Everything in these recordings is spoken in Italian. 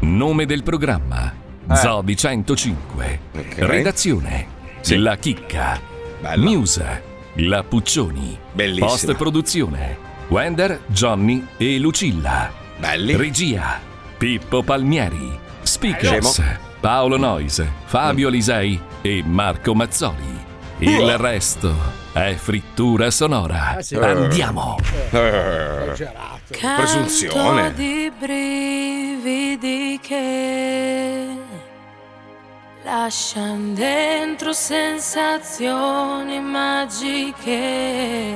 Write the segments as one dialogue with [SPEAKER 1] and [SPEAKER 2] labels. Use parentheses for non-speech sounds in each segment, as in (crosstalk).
[SPEAKER 1] Nome del programma.
[SPEAKER 2] Eh.
[SPEAKER 1] Zodi 105.
[SPEAKER 2] Ok.
[SPEAKER 1] Redazione. La Chicca. Musa. La Puccioni.
[SPEAKER 2] Bellissima.
[SPEAKER 1] Post produzione. Wender, Johnny e Lucilla.
[SPEAKER 2] Belli.
[SPEAKER 1] Regia. Pippo Palmieri. Speakers.
[SPEAKER 2] Scemo.
[SPEAKER 1] Paolo Noise. Fabio Lisei e Marco Mazzoli. Il
[SPEAKER 2] Uah.
[SPEAKER 1] resto è frittura
[SPEAKER 2] Eh
[SPEAKER 1] sonora. Andiamo.
[SPEAKER 2] Presunzione.
[SPEAKER 3] Canto di brividi che lascian dentro sensazioni magiche.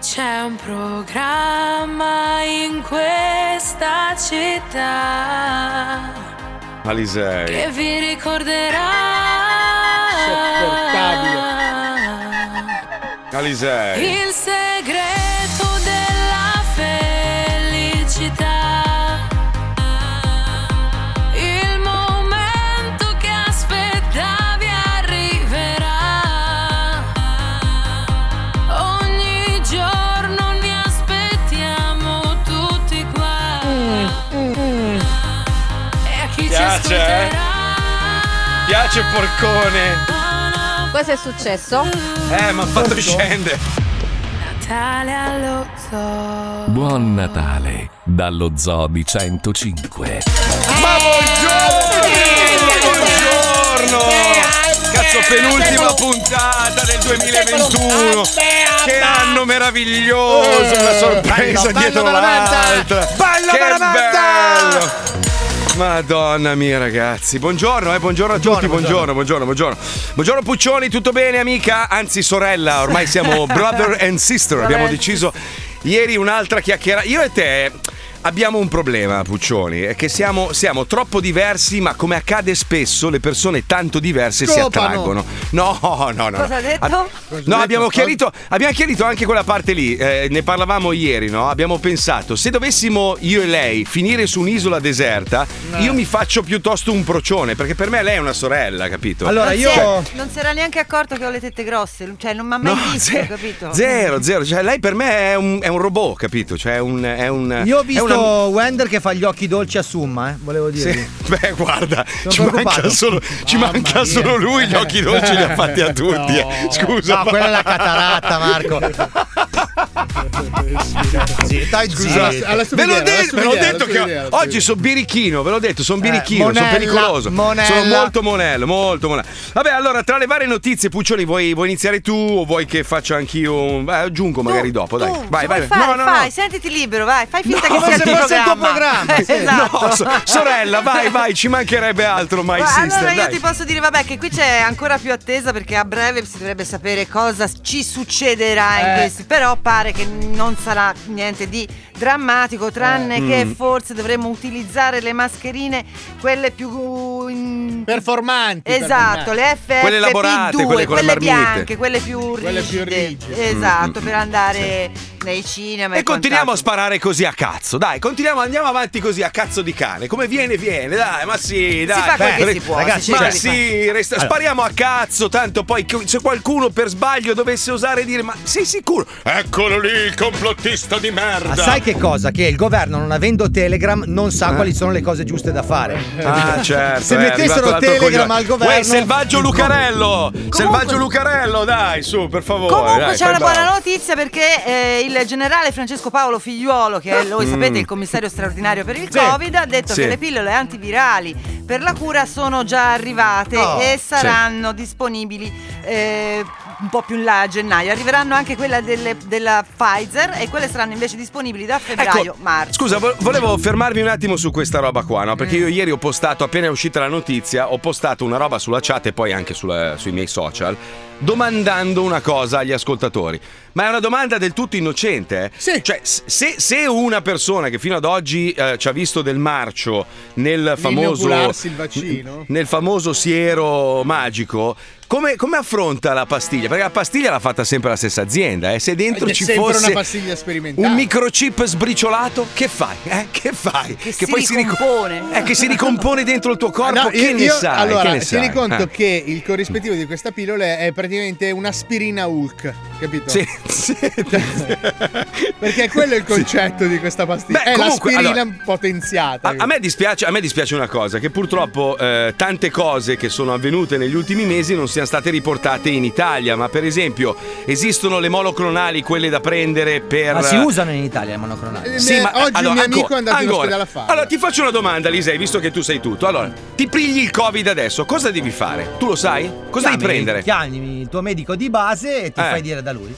[SPEAKER 3] C'è un programma in questa città che
[SPEAKER 2] Alisei.
[SPEAKER 3] vi ricorderà.
[SPEAKER 2] Alisei.
[SPEAKER 3] Il segreto della felicità. Il momento che aspettavi arriverà. Ogni giorno ne aspettiamo tutti qua. E a chi ci
[SPEAKER 2] Piace? eh?
[SPEAKER 3] ascolterà
[SPEAKER 2] Piace porcone.
[SPEAKER 4] Cosa è successo?
[SPEAKER 2] Eh, ma ha fatto scendere.
[SPEAKER 3] Eh, Natale allo zoo.
[SPEAKER 1] Buon Natale dallo Zodi 105.
[SPEAKER 2] Ma buongiorno! Buongiorno! Cazzo, penultima puntata del 2021! Che anno meraviglioso! Una sorpresa dietro l'altra! Ballo che bello! Madonna mia ragazzi, buongiorno, eh, buongiorno a tutti, buongiorno, buongiorno, buongiorno. Buongiorno Puccioni, tutto bene amica? Anzi sorella,
[SPEAKER 4] (laughs)
[SPEAKER 2] ormai siamo brother and sister, abbiamo deciso ieri un'altra chiacchierata. Io e te abbiamo un problema Puccioni, è che siamo, siamo troppo diversi ma come accade spesso le persone tanto diverse si
[SPEAKER 5] Scopano.
[SPEAKER 2] attraggono. No, no, no. no.
[SPEAKER 4] Cosa ha detto?
[SPEAKER 2] Ab- No, abbiamo chiarito, abbiamo chiarito anche quella parte lì, eh, ne parlavamo ieri, no? Abbiamo pensato, se dovessimo io e lei finire su un'isola deserta,
[SPEAKER 5] Eh.
[SPEAKER 2] io mi faccio piuttosto un procione, perché per me lei è una sorella, capito?
[SPEAKER 5] Allora,
[SPEAKER 4] Non
[SPEAKER 5] io-
[SPEAKER 4] si
[SPEAKER 2] Cioè,
[SPEAKER 4] è- non si era neanche accorto che ho le tette grosse, cioè non mi ha mai
[SPEAKER 2] no,
[SPEAKER 4] visto,
[SPEAKER 2] ze-
[SPEAKER 4] capito?
[SPEAKER 2] Zero, zero. Cioè, lei per me è un, è un robot, capito? Cioè, è un. È un
[SPEAKER 5] Io ho
[SPEAKER 2] è
[SPEAKER 5] visto
[SPEAKER 2] una-
[SPEAKER 5] Wender che fa gli occhi dolci a Summa, eh, volevo dire.
[SPEAKER 2] (laughs) Sì, beh, Eh, guarda, ci
[SPEAKER 5] preoccupato.
[SPEAKER 2] manca, solo, ci
[SPEAKER 5] Mamma
[SPEAKER 2] manca
[SPEAKER 5] mia.
[SPEAKER 2] solo lui, gli occhi dolci li ha fatti a tutti. eh. Scusa.
[SPEAKER 5] No,
[SPEAKER 2] ma-
[SPEAKER 5] quella è la cataratta, Marco.
[SPEAKER 6] Dai,
[SPEAKER 2] Scusate, ve l'ho, detto, ve l'ho detto che oggi sono birichino, ve l'ho detto, sono birichino, sono
[SPEAKER 5] Eh, monella,
[SPEAKER 2] pericoloso.
[SPEAKER 5] monella.
[SPEAKER 2] Sono molto monello, molto monello. Vabbè, allora, tra le varie notizie, Puccioni, vuoi, vuoi iniziare tu o vuoi che faccia anch'io? un- eh, aggiungo magari dopo, dai.
[SPEAKER 4] Tu,
[SPEAKER 2] Vai,
[SPEAKER 4] se
[SPEAKER 2] vai,
[SPEAKER 4] vuoi fare,
[SPEAKER 2] no, no,
[SPEAKER 4] fai,
[SPEAKER 2] no.
[SPEAKER 4] sentiti libero, vai, fai finta
[SPEAKER 2] No,
[SPEAKER 4] che sia il tuo
[SPEAKER 2] se fosse il
[SPEAKER 4] programma.
[SPEAKER 5] tuo
[SPEAKER 4] (laughs)
[SPEAKER 5] programma, sì.
[SPEAKER 4] esatto.
[SPEAKER 2] No, so- sorella, vai, vai, ci mancherebbe altro, my
[SPEAKER 4] Ma
[SPEAKER 2] sister.
[SPEAKER 4] allora io
[SPEAKER 2] dai.
[SPEAKER 4] ti posso dire, vabbè, che qui c'è ancora più attesa perché a breve si dovrebbe sapere cosa ci succederà
[SPEAKER 2] Eh.
[SPEAKER 4] in questi. Però pare che non sarà niente di drammatico, tranne
[SPEAKER 2] Mm.
[SPEAKER 4] che forse dovremo utilizzare le mascherine, quelle più. in-
[SPEAKER 6] Performanti.
[SPEAKER 4] Esatto, le FFP2,
[SPEAKER 2] Quelle elaborate, quelle con la marmite. Mm,
[SPEAKER 4] bianche, quelle più rigide.
[SPEAKER 6] Quelle più rigide.
[SPEAKER 4] Esatto, per andare nei cinema.
[SPEAKER 2] E continuiamo a
[SPEAKER 4] quant'altro.
[SPEAKER 2] sparare così a cazzo, dai, continuiamo, andiamo avanti così a cazzo di cane. Come viene, viene, dai, ma sì, dai.
[SPEAKER 4] Si fa quel
[SPEAKER 2] Beh,
[SPEAKER 4] che
[SPEAKER 2] re-
[SPEAKER 4] si può.
[SPEAKER 5] ragazzi,
[SPEAKER 4] si cerca
[SPEAKER 2] Ma
[SPEAKER 4] di fare.
[SPEAKER 2] sì, resta- spariamo a cazzo, tanto poi chi- se qualcuno per sbaglio dovesse osare dire ma sei sicuro? Eccolo lì il complottista di merda.
[SPEAKER 5] Ma sai che cosa? Che il governo, non avendo Telegram, non sa quali sono le cose giuste da fare.
[SPEAKER 2] Eh. Ah, certo.
[SPEAKER 5] (laughs) Se
[SPEAKER 2] eh, è
[SPEAKER 5] mettessero
[SPEAKER 2] arrivato l'altro
[SPEAKER 5] Telegram
[SPEAKER 2] coglione.
[SPEAKER 5] al governo-
[SPEAKER 2] Uè, selvaggio Lucarello! Selvaggio Lucarello, dai, su, per favore.
[SPEAKER 4] Comunque
[SPEAKER 2] dai,
[SPEAKER 4] c'è una
[SPEAKER 2] fai bravo.
[SPEAKER 4] buona notizia perché eh, il generale Francesco Paolo Figliuolo, che è, voi sapete, il commissario straordinario per il
[SPEAKER 5] Sì.
[SPEAKER 4] Covid, ha detto
[SPEAKER 2] Ah. Mm. Sì.
[SPEAKER 4] che le pillole antivirali per la cura sono già arrivate
[SPEAKER 5] Oh.
[SPEAKER 4] e saranno disponibili eh, un po' più in là a gennaio. Arriveranno anche quella delle- della Pfizer e quelle saranno invece disponibili
[SPEAKER 2] Ecco,
[SPEAKER 4] da febbraio-marzo.
[SPEAKER 2] Scusa, vo- volevo fermarmi un attimo su questa roba qua, no?
[SPEAKER 6] Mm.
[SPEAKER 2] Perché io ieri ho postato, appena è uscita la notizia, ho postato una roba sulla chat e poi anche sulla- sui miei social, domandando una cosa agli ascoltatori. Ma è una domanda del tutto innocente. eh.
[SPEAKER 6] Sì.
[SPEAKER 2] Cioè, s- se, se una persona che fino ad oggi eh, ci ha visto del marcio nel famoso.
[SPEAKER 6] L'inocularsi il vaccino?
[SPEAKER 2] Nel famoso siero magico. Come, come affronta la pastiglia? Perché la pastiglia l'ha fatta sempre la stessa azienda. Eh? Se dentro
[SPEAKER 6] Ed è
[SPEAKER 2] ci
[SPEAKER 6] sempre
[SPEAKER 2] fosse
[SPEAKER 6] una pastiglia sperimentale.
[SPEAKER 2] un microchip sbriciolato, che fai? Eh? Che fai?
[SPEAKER 4] Che si ricompone.
[SPEAKER 2] È Eh, che si ricompone dentro il tuo corpo.
[SPEAKER 6] Ah, No,
[SPEAKER 2] che
[SPEAKER 6] io-
[SPEAKER 2] ne
[SPEAKER 6] io-
[SPEAKER 2] sai?
[SPEAKER 6] Allora,
[SPEAKER 2] che ne sai?
[SPEAKER 6] tieni conto
[SPEAKER 2] Eh.
[SPEAKER 6] che il corrispettivo di questa pillola è praticamente un'aspirina Hulk. capito? (laughs)
[SPEAKER 2] Sì, sì.
[SPEAKER 6] Perché quello è il concetto di questa pastiglia.
[SPEAKER 2] Beh,
[SPEAKER 6] è
[SPEAKER 2] comunque,
[SPEAKER 6] l'aspirina
[SPEAKER 2] allora-
[SPEAKER 6] potenziata.
[SPEAKER 2] A, a me dispiace, a me dispiace una cosa, che purtroppo eh, tante cose che sono avvenute negli ultimi mesi non siano state riportate in Italia, ma per esempio esistono le monoclonali, quelle da prendere per...
[SPEAKER 5] Ma si usano in Italia le monocronali.
[SPEAKER 6] Eh, ne- oggi un mio amico
[SPEAKER 2] ancora-
[SPEAKER 6] è andato in
[SPEAKER 2] ancora.
[SPEAKER 6] ospedale a farlo.
[SPEAKER 2] Allora ti faccio una domanda, Lisei, visto che tu sai tutto. Allora, ti pigli il Covid adesso, cosa devi fare? Tu lo sai? Cosa devi
[SPEAKER 5] Chiami-
[SPEAKER 2] prendere?
[SPEAKER 5] Chiami il tuo medico di base e ti
[SPEAKER 2] Eh.
[SPEAKER 5] fai dire da lui.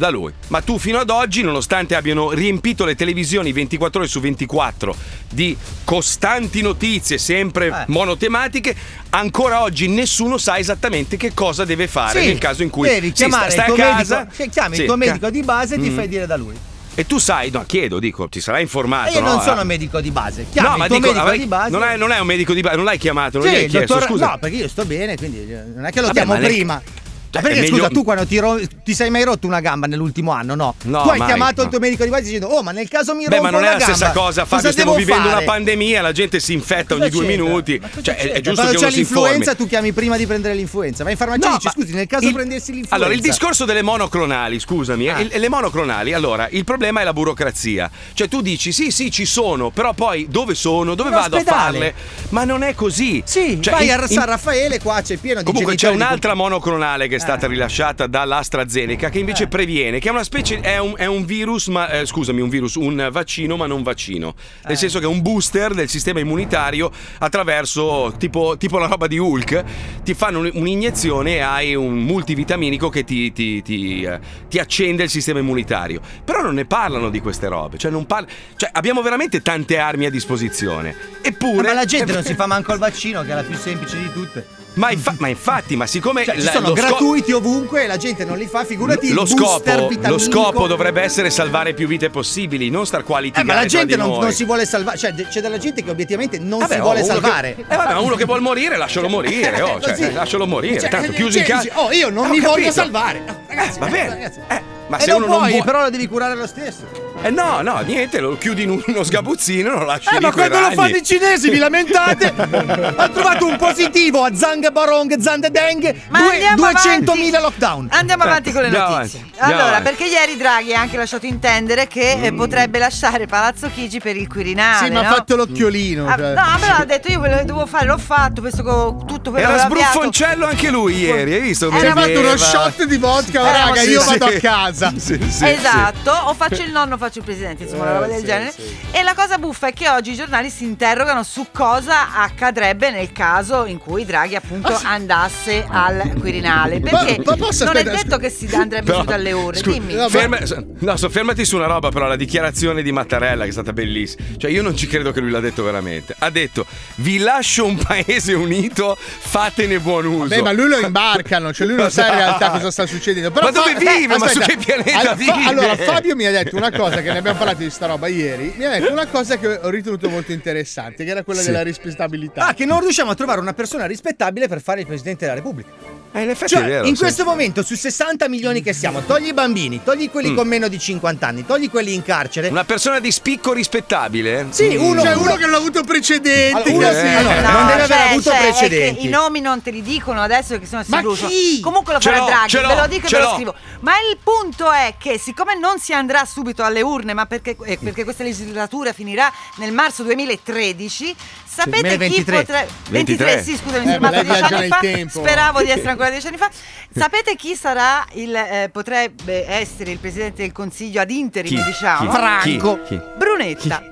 [SPEAKER 2] da lui. Ma tu fino ad oggi, nonostante abbiano riempito le televisioni 24 ore su 24 di costanti notizie, sempre
[SPEAKER 5] Eh.
[SPEAKER 2] monotematiche, ancora oggi nessuno sa esattamente che cosa deve fare Ah, nel caso in cui
[SPEAKER 5] devi
[SPEAKER 2] Sì,
[SPEAKER 5] chiamare
[SPEAKER 2] sta-
[SPEAKER 5] il
[SPEAKER 2] stai
[SPEAKER 5] tuo
[SPEAKER 2] a casa.
[SPEAKER 5] medico, chi- chiami
[SPEAKER 2] Sì,
[SPEAKER 5] il tuo
[SPEAKER 2] ca-
[SPEAKER 5] medico di base e ti
[SPEAKER 2] Mm.
[SPEAKER 5] fai dire da lui.
[SPEAKER 2] E tu sai, no, chiedo, dico, ti sarai informato.
[SPEAKER 5] e Eh, io
[SPEAKER 2] no?
[SPEAKER 5] non sono
[SPEAKER 2] Ah.
[SPEAKER 5] medico di base. Chiami
[SPEAKER 2] no,
[SPEAKER 5] il
[SPEAKER 2] ma
[SPEAKER 5] tuo
[SPEAKER 2] dico,
[SPEAKER 5] medico
[SPEAKER 2] avrai-
[SPEAKER 5] di base.
[SPEAKER 2] non, è, non è un medico di base, non l'hai chiamato, non
[SPEAKER 5] Sì,
[SPEAKER 2] gli hai
[SPEAKER 5] il
[SPEAKER 2] chiesto,
[SPEAKER 5] dottor-
[SPEAKER 2] scusa.
[SPEAKER 5] No, perché io sto bene, quindi eh, non è che lo
[SPEAKER 2] Vabbè,
[SPEAKER 5] chiamo
[SPEAKER 2] ma ne-
[SPEAKER 5] prima. Ma
[SPEAKER 2] Cioè,
[SPEAKER 5] perché
[SPEAKER 2] è meglio-
[SPEAKER 5] scusa, (laughs) tu quando ti, ro- ti sei mai rotto una gamba nell'ultimo anno, no?
[SPEAKER 2] No,
[SPEAKER 5] tu hai
[SPEAKER 2] mai,
[SPEAKER 5] chiamato il
[SPEAKER 2] no.
[SPEAKER 5] tuo medico di base dicendo "Oh, ma nel caso mi
[SPEAKER 2] Beh,
[SPEAKER 5] rompo
[SPEAKER 2] ma non è
[SPEAKER 5] una
[SPEAKER 2] la stessa
[SPEAKER 5] gamba,
[SPEAKER 2] cosa,
[SPEAKER 5] cosa
[SPEAKER 2] Fabio. Stiamo
[SPEAKER 5] devo
[SPEAKER 2] vivendo
[SPEAKER 5] fare?"
[SPEAKER 2] una pandemia, la gente si infetta
[SPEAKER 5] Cosa
[SPEAKER 2] ogni due
[SPEAKER 5] c'entra?
[SPEAKER 2] minuti.
[SPEAKER 5] Ma cosa
[SPEAKER 2] Cioè, è- è,
[SPEAKER 5] c'entra?
[SPEAKER 2] giusto
[SPEAKER 5] Quando
[SPEAKER 2] che
[SPEAKER 5] c'è
[SPEAKER 2] uno si informi.
[SPEAKER 5] l'influenza, tu chiami prima di prendere l'influenza. Vai in farmacia e
[SPEAKER 2] No,
[SPEAKER 5] dici,
[SPEAKER 2] ma
[SPEAKER 5] scusi, nel caso
[SPEAKER 2] il-
[SPEAKER 5] prendessi l'influenza.
[SPEAKER 2] Allora, il discorso delle monoclonali, scusami, eh,
[SPEAKER 5] Ah.
[SPEAKER 2] il- le monoclonali, allora, il problema è la burocrazia. Cioè, tu dici sì, sì, ci sono, però poi dove sono? Dove
[SPEAKER 5] In
[SPEAKER 2] vado
[SPEAKER 5] ospedale.
[SPEAKER 2] a farle? Ma non è così.
[SPEAKER 5] Sì,
[SPEAKER 2] Cioè,
[SPEAKER 5] vai
[SPEAKER 2] in-
[SPEAKER 5] a San
[SPEAKER 2] in-
[SPEAKER 5] Raffaele, qua c'è pieno di
[SPEAKER 2] Comunque c'è
[SPEAKER 5] genitori di- Eh.
[SPEAKER 2] un'altra monoclonale che è stata rilasciata dall'AstraZeneca che invece previene, che è una specie, è un, è un virus, ma eh, scusami, un virus, un vaccino ma non vaccino. Nel
[SPEAKER 5] Eh.
[SPEAKER 2] senso che è un booster del sistema immunitario attraverso, tipo, tipo la roba di Hulk, ti fanno un- un'iniezione e hai un multivitaminico che ti, ti- ti, eh, ti accende il sistema immunitario. Però non ne parlano di queste robe, cioè, non parla- cioè abbiamo veramente tante armi a disposizione. Eppure...
[SPEAKER 5] "Eh, Ma la gente non si fa manco il vaccino, che è la più semplice di tutte.
[SPEAKER 2] Ma, infa- ma infatti, ma siccome
[SPEAKER 5] Cioè, ci
[SPEAKER 2] la-
[SPEAKER 5] sono
[SPEAKER 2] lo scop-
[SPEAKER 5] gratuiti ovunque e la gente non li fa, figurati
[SPEAKER 2] lo
[SPEAKER 5] il booster
[SPEAKER 2] scopo, lo
[SPEAKER 5] vitaminico.
[SPEAKER 2] scopo dovrebbe essere salvare più vite possibili, non star qua a
[SPEAKER 5] Eh,
[SPEAKER 2] litigare
[SPEAKER 5] ma la
[SPEAKER 2] tra
[SPEAKER 5] gente
[SPEAKER 2] di
[SPEAKER 5] non,
[SPEAKER 2] noi.
[SPEAKER 5] non si vuole salvare, cioè de- c'è della gente che obiettivamente non
[SPEAKER 2] Vabbè,
[SPEAKER 5] si
[SPEAKER 2] oh,
[SPEAKER 5] vuole
[SPEAKER 2] uno che-
[SPEAKER 5] salvare.
[SPEAKER 2] eh, vabbè, ma uno che vuole morire, lascialo morire. oh, cioè,
[SPEAKER 5] Così.
[SPEAKER 2] lascialo morire.
[SPEAKER 5] Cioè,
[SPEAKER 2] Tanto chiuso in
[SPEAKER 5] cioè,
[SPEAKER 2] casa.
[SPEAKER 5] dici, Oh, io non
[SPEAKER 2] Eh, ho
[SPEAKER 5] mi voglio
[SPEAKER 2] capito.
[SPEAKER 5] salvare. Oh, ragazzi,
[SPEAKER 2] Va
[SPEAKER 5] ragazzi,
[SPEAKER 2] bene.
[SPEAKER 5] ragazzi.
[SPEAKER 2] Eh, ma
[SPEAKER 5] E
[SPEAKER 2] se
[SPEAKER 5] non
[SPEAKER 2] uno non
[SPEAKER 5] puoi,
[SPEAKER 2] vuole-
[SPEAKER 5] però lo devi curare lo stesso.
[SPEAKER 2] Eh, no, no, niente, lo chiudi in uno sgabuzzino, lo lasci
[SPEAKER 5] Eh,
[SPEAKER 2] lì coi ragni. (laughs)
[SPEAKER 5] cinesi vi (laughs) lamentate? ha trovato un positivo a Zang Barong, Zang Deng,
[SPEAKER 4] Ma andiamo avanti.
[SPEAKER 5] lockdown.
[SPEAKER 4] Andiamo avanti con le
[SPEAKER 2] Andiamo
[SPEAKER 4] notizie.
[SPEAKER 2] avanti, andiamo
[SPEAKER 4] Allora,
[SPEAKER 2] avanti. Mm.
[SPEAKER 4] perché ieri Draghi ha anche lasciato intendere che eh, potrebbe lasciare Palazzo Chigi per il Quirinale.
[SPEAKER 6] Sì, ma ha
[SPEAKER 4] no?
[SPEAKER 6] fatto l'occhiolino.
[SPEAKER 4] Ah,
[SPEAKER 6] cioè.
[SPEAKER 4] no, me l'ha detto io quello che dovevo fare, l'ho fatto, questo co- tutto quello
[SPEAKER 2] Era
[SPEAKER 4] che avevo avviato.
[SPEAKER 2] sbruffoncello anche lui ieri, hai visto?
[SPEAKER 4] Era
[SPEAKER 6] Mi ha
[SPEAKER 2] Beveva.
[SPEAKER 6] fatto uno shot di vodka,
[SPEAKER 4] Sì.
[SPEAKER 6] oh, raga,
[SPEAKER 4] Sì,
[SPEAKER 6] io
[SPEAKER 4] sì.
[SPEAKER 6] vado a casa.
[SPEAKER 2] (laughs) Sì, sì,
[SPEAKER 4] esatto, o faccio il nonno, o faccio il presidente, insomma, una roba
[SPEAKER 6] Eh,
[SPEAKER 4] del
[SPEAKER 6] sì,
[SPEAKER 4] genere.
[SPEAKER 6] sì.
[SPEAKER 4] E la cosa buffa è che oggi i giornali si interrogano su cosa accadrebbe nel caso in cui Draghi appunto andasse al Quirinale. Perché
[SPEAKER 6] Ah, ma posso
[SPEAKER 4] non è
[SPEAKER 6] aspettare-
[SPEAKER 4] detto che si andrebbe
[SPEAKER 2] Però,
[SPEAKER 4] giù dalle urne,
[SPEAKER 2] scusa,
[SPEAKER 4] dimmi.
[SPEAKER 6] no,
[SPEAKER 2] ferma- no, soffermati su una roba, però, la dichiarazione di Mattarella che è stata bellissima. Cioè, io non ci credo che lui l'ha detto veramente. Ha detto: Vi lascio un paese unito, fatene buon uso. Cioè,
[SPEAKER 6] Beh, ma lui
[SPEAKER 2] (laughs)
[SPEAKER 6] lo imbarcano, cioè lui non sa in realtà cosa sta succedendo. Però
[SPEAKER 2] Ma dove vive? Ma su che pianeta
[SPEAKER 6] allora, Fa-
[SPEAKER 2] vive?
[SPEAKER 6] allora, Fabio mi ha detto una cosa che ne abbiamo parlato di sta roba ieri. Mi ha detto una cosa che ho ritenuto molto interessante, che era quella della rispettabilità.
[SPEAKER 5] Ah, che non riusciamo a trovare una persona rispettabile per fare il presidente della Repubblica.
[SPEAKER 2] Eh, in effetti
[SPEAKER 5] Cioè,
[SPEAKER 2] è vero.
[SPEAKER 5] in
[SPEAKER 2] sì.
[SPEAKER 5] questo momento su 60 milioni che siamo, togli i bambini, togli quelli con meno di 50 anni, togli quelli in carcere.
[SPEAKER 2] Mm. Una persona di spicco rispettabile. Mm.
[SPEAKER 5] Sì, uno,
[SPEAKER 6] C'è
[SPEAKER 5] uno
[SPEAKER 6] uno che non ha avuto precedenti.
[SPEAKER 5] Allora,
[SPEAKER 2] eh.
[SPEAKER 5] uno
[SPEAKER 6] così.
[SPEAKER 5] sì, allora,
[SPEAKER 4] No,
[SPEAKER 5] non deve aver
[SPEAKER 4] cioè,
[SPEAKER 5] avuto
[SPEAKER 4] cioè, è
[SPEAKER 5] precedenti.
[SPEAKER 4] che I nomi non te li dicono adesso che sono
[SPEAKER 6] Ma
[SPEAKER 4] sicuro.
[SPEAKER 6] chi?
[SPEAKER 4] Comunque lo
[SPEAKER 2] Ce
[SPEAKER 4] farà
[SPEAKER 2] l'ho,
[SPEAKER 4] Draghi,
[SPEAKER 2] ce
[SPEAKER 4] ve
[SPEAKER 2] l'ho,
[SPEAKER 4] lo dico e
[SPEAKER 2] ce
[SPEAKER 4] ve lo
[SPEAKER 2] l'ho.
[SPEAKER 4] scrivo. Ma il punto è che siccome non si andrà subito alle urne, ma perché, eh, perché questa legislatura finirà nel marzo 2013, sapete chi
[SPEAKER 5] 2023.
[SPEAKER 4] potrebbe 23, sì, scusami, mi
[SPEAKER 6] Eh,
[SPEAKER 4] sono
[SPEAKER 6] ma lei
[SPEAKER 4] fermata dieci
[SPEAKER 6] viaggia
[SPEAKER 4] anni
[SPEAKER 6] nel
[SPEAKER 4] fa.
[SPEAKER 6] tempo.
[SPEAKER 4] Speravo di essere ancora dieci anni fa. Sapete chi sarà il eh, potrebbe essere il presidente del Consiglio ad interim,
[SPEAKER 2] Chi?
[SPEAKER 4] diciamo?
[SPEAKER 2] Chi? Franco. Chi? Chi?
[SPEAKER 4] Brunetta.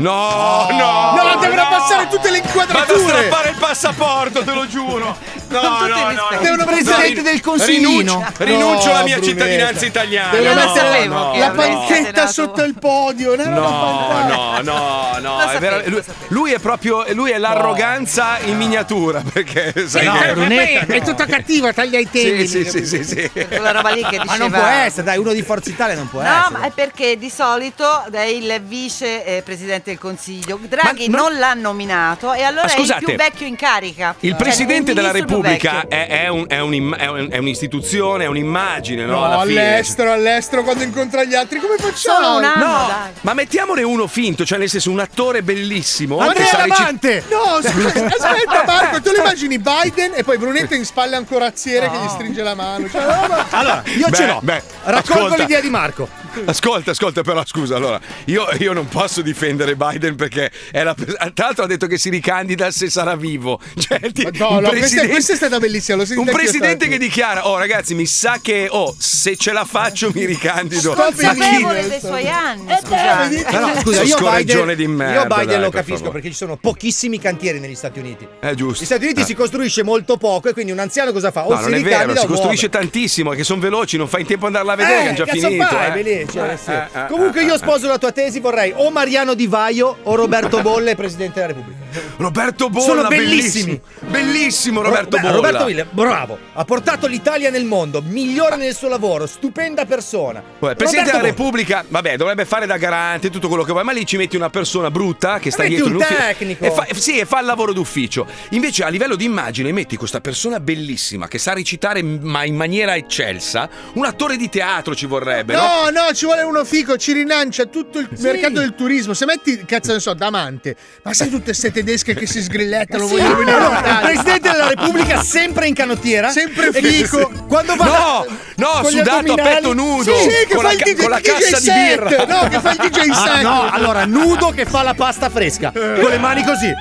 [SPEAKER 2] No, no.
[SPEAKER 6] No, dovrà passare tutte le
[SPEAKER 2] Vado a
[SPEAKER 6] inquadrature.
[SPEAKER 2] strappare il passaporto, te lo giuro.
[SPEAKER 4] Con
[SPEAKER 2] No, no,
[SPEAKER 4] tutti i
[SPEAKER 2] no,
[SPEAKER 4] rispetti.
[SPEAKER 2] no.
[SPEAKER 4] Devono
[SPEAKER 2] No,
[SPEAKER 5] presidente
[SPEAKER 2] rin-
[SPEAKER 5] del consiglino.
[SPEAKER 2] Rinuncio, rinuncio alla mia
[SPEAKER 6] Brunetta.
[SPEAKER 2] cittadinanza italiana.
[SPEAKER 6] Devo
[SPEAKER 4] Io
[SPEAKER 2] no,
[SPEAKER 4] lo
[SPEAKER 6] mettere
[SPEAKER 4] sapevo
[SPEAKER 2] no,
[SPEAKER 4] che
[SPEAKER 6] la
[SPEAKER 4] avresti
[SPEAKER 6] panchetta
[SPEAKER 4] scatenato.
[SPEAKER 6] sotto il podio. No,
[SPEAKER 2] No, no, no, no.
[SPEAKER 4] Lo
[SPEAKER 2] è
[SPEAKER 4] sapevo,
[SPEAKER 2] vera-
[SPEAKER 4] lo
[SPEAKER 2] lui,
[SPEAKER 4] sapevo.
[SPEAKER 2] lui è proprio lui è l'arroganza in miniatura. Perché sai
[SPEAKER 5] No,
[SPEAKER 2] che-
[SPEAKER 5] Brunetta,
[SPEAKER 6] È tutto cattivo, taglia i
[SPEAKER 2] Sì,
[SPEAKER 6] temi.
[SPEAKER 2] sì, sì, sì, sì.
[SPEAKER 4] (laughs) quella roba lì che
[SPEAKER 5] Ma
[SPEAKER 4] diceva
[SPEAKER 5] non può essere, dai, uno di Forza Italia non può
[SPEAKER 4] No,
[SPEAKER 5] essere.
[SPEAKER 4] ma è perché di solito è il vice eh, presidente Presidente del Consiglio. Draghi
[SPEAKER 2] Ma- ma-
[SPEAKER 4] non l'ha nominato e allora
[SPEAKER 2] Ma
[SPEAKER 4] è il
[SPEAKER 2] scusate,
[SPEAKER 4] più vecchio in carica.
[SPEAKER 2] Il
[SPEAKER 4] Cioè,
[SPEAKER 2] presidente
[SPEAKER 4] il
[SPEAKER 2] della
[SPEAKER 4] ministro più
[SPEAKER 2] Repubblica
[SPEAKER 4] vecchio.
[SPEAKER 2] è, è un- è un'im- è un- è un'istituzione, è un'immagine, no?
[SPEAKER 6] No,
[SPEAKER 2] Alla fine.
[SPEAKER 6] all'estero, all'estero, quando incontra gli altri, come facciamo?
[SPEAKER 4] Solo un anno,
[SPEAKER 2] No,
[SPEAKER 4] dai.
[SPEAKER 2] ma mettiamone uno finto, cioè nel senso un attore bellissimo. che sa recit-
[SPEAKER 7] Lavante!
[SPEAKER 6] No, scusa, aspetta Marco, tu le immagini Biden e poi Brunetto in spalla un corazziere che gli stringe la mano. Cioè, no, ma-
[SPEAKER 7] Allora, io
[SPEAKER 2] Beh,
[SPEAKER 7] ce l'ho.
[SPEAKER 2] beh,
[SPEAKER 7] Raccolgo
[SPEAKER 2] ascolta.
[SPEAKER 7] l'idea di Marco.
[SPEAKER 2] Ascolta, ascolta, però scusa, allora io, io non posso difendere Biden perché è la pres- tra l'altro ha detto che si ricandida se sarà vivo. (laughs) Cioè, ti- un
[SPEAKER 6] No, no, questa,
[SPEAKER 2] presidente-
[SPEAKER 6] questa è stata bellissima, lo sentite
[SPEAKER 2] Un
[SPEAKER 6] anch'io
[SPEAKER 2] presidente che
[SPEAKER 6] stamattina.
[SPEAKER 2] dichiara: Oh, ragazzi, mi sa che oh, se ce la faccio mi ricandido.
[SPEAKER 6] Sto
[SPEAKER 2] Ma chi-
[SPEAKER 4] Consapevole
[SPEAKER 6] Biden-
[SPEAKER 4] dei suoi anni.
[SPEAKER 5] Ah,
[SPEAKER 4] Scusate.
[SPEAKER 2] Però,
[SPEAKER 5] scusa,
[SPEAKER 2] sto
[SPEAKER 5] Eh, io
[SPEAKER 2] scorreggione
[SPEAKER 5] Biden,
[SPEAKER 2] di merda,
[SPEAKER 5] io Biden
[SPEAKER 2] dai,
[SPEAKER 5] lo
[SPEAKER 2] per
[SPEAKER 5] capisco
[SPEAKER 2] favore.
[SPEAKER 5] perché ci sono pochissimi cantieri negli Stati Uniti.
[SPEAKER 2] È giusto.
[SPEAKER 5] Negli Stati Uniti
[SPEAKER 2] Eh.
[SPEAKER 5] si costruisce molto poco e quindi un anziano cosa fa? O
[SPEAKER 2] No,
[SPEAKER 5] si
[SPEAKER 2] non è vero,
[SPEAKER 5] ricandida
[SPEAKER 2] si
[SPEAKER 5] o muore.
[SPEAKER 2] costruisce tantissimo, è che sono veloci, non fai in tempo ad andarla a vedere, che
[SPEAKER 5] eh,
[SPEAKER 2] è già
[SPEAKER 5] cazzo
[SPEAKER 2] finito.
[SPEAKER 5] fai,
[SPEAKER 2] eh.
[SPEAKER 5] Belè, cioè,
[SPEAKER 2] Eh,
[SPEAKER 5] sì.
[SPEAKER 2] eh, eh,
[SPEAKER 5] Comunque
[SPEAKER 2] eh,
[SPEAKER 5] io
[SPEAKER 2] eh.
[SPEAKER 5] sposo la tua tesi, vorrei o Mariano Di Vaio o Roberto Bolle presidente della Repubblica.
[SPEAKER 2] Roberto Bolla,
[SPEAKER 5] Sono
[SPEAKER 2] bellissimo.
[SPEAKER 5] bellissimi.
[SPEAKER 2] Bellissimo Roberto
[SPEAKER 5] Beh,
[SPEAKER 2] Bolla.
[SPEAKER 5] Roberto Wille, bravo, ha portato l'Italia nel mondo, migliore nel suo lavoro, stupenda persona.
[SPEAKER 2] Vabbè, il Eh, Presidente
[SPEAKER 5] Roberto
[SPEAKER 2] della
[SPEAKER 5] Bolle.
[SPEAKER 2] Repubblica, vabbè, dovrebbe fare da garante tutto quello che vuoi, ma lì ci metti una persona brutta che sta
[SPEAKER 5] Eh, metti
[SPEAKER 2] dietro
[SPEAKER 5] un
[SPEAKER 2] in ufficio
[SPEAKER 5] tecnico.
[SPEAKER 2] E fa, sì, e fa il lavoro d'ufficio. Invece, a livello di immagine, metti questa persona bellissima che sa recitare, ma in maniera eccelsa. Un attore di teatro ci vorrebbe, no?
[SPEAKER 6] No, no, ci vuole uno fico, ci rilancia tutto il mercato del turismo. Se metti, cazzo, ne so, Damante, ma sai tutte queste tedesche che si sgrillettano,
[SPEAKER 5] Sì,
[SPEAKER 6] vogliono venire in
[SPEAKER 5] allora, il
[SPEAKER 6] Italia.
[SPEAKER 5] presidente della Repubblica sempre in canottiera,
[SPEAKER 6] Sempre
[SPEAKER 5] e
[SPEAKER 6] figo.
[SPEAKER 5] dico, quando va
[SPEAKER 2] No, no,
[SPEAKER 5] con gli
[SPEAKER 2] sudato a
[SPEAKER 5] addominali.
[SPEAKER 2] petto nudo.
[SPEAKER 6] Sì, sì, che
[SPEAKER 2] con,
[SPEAKER 6] fa
[SPEAKER 2] la,
[SPEAKER 6] il
[SPEAKER 2] ca-
[SPEAKER 6] DJ,
[SPEAKER 2] con la cassa di
[SPEAKER 6] set,
[SPEAKER 2] birra.
[SPEAKER 6] No, che fa il DJ
[SPEAKER 5] Ah,
[SPEAKER 6] set.
[SPEAKER 5] no, allora nudo che fa la pasta fresca con le mani così.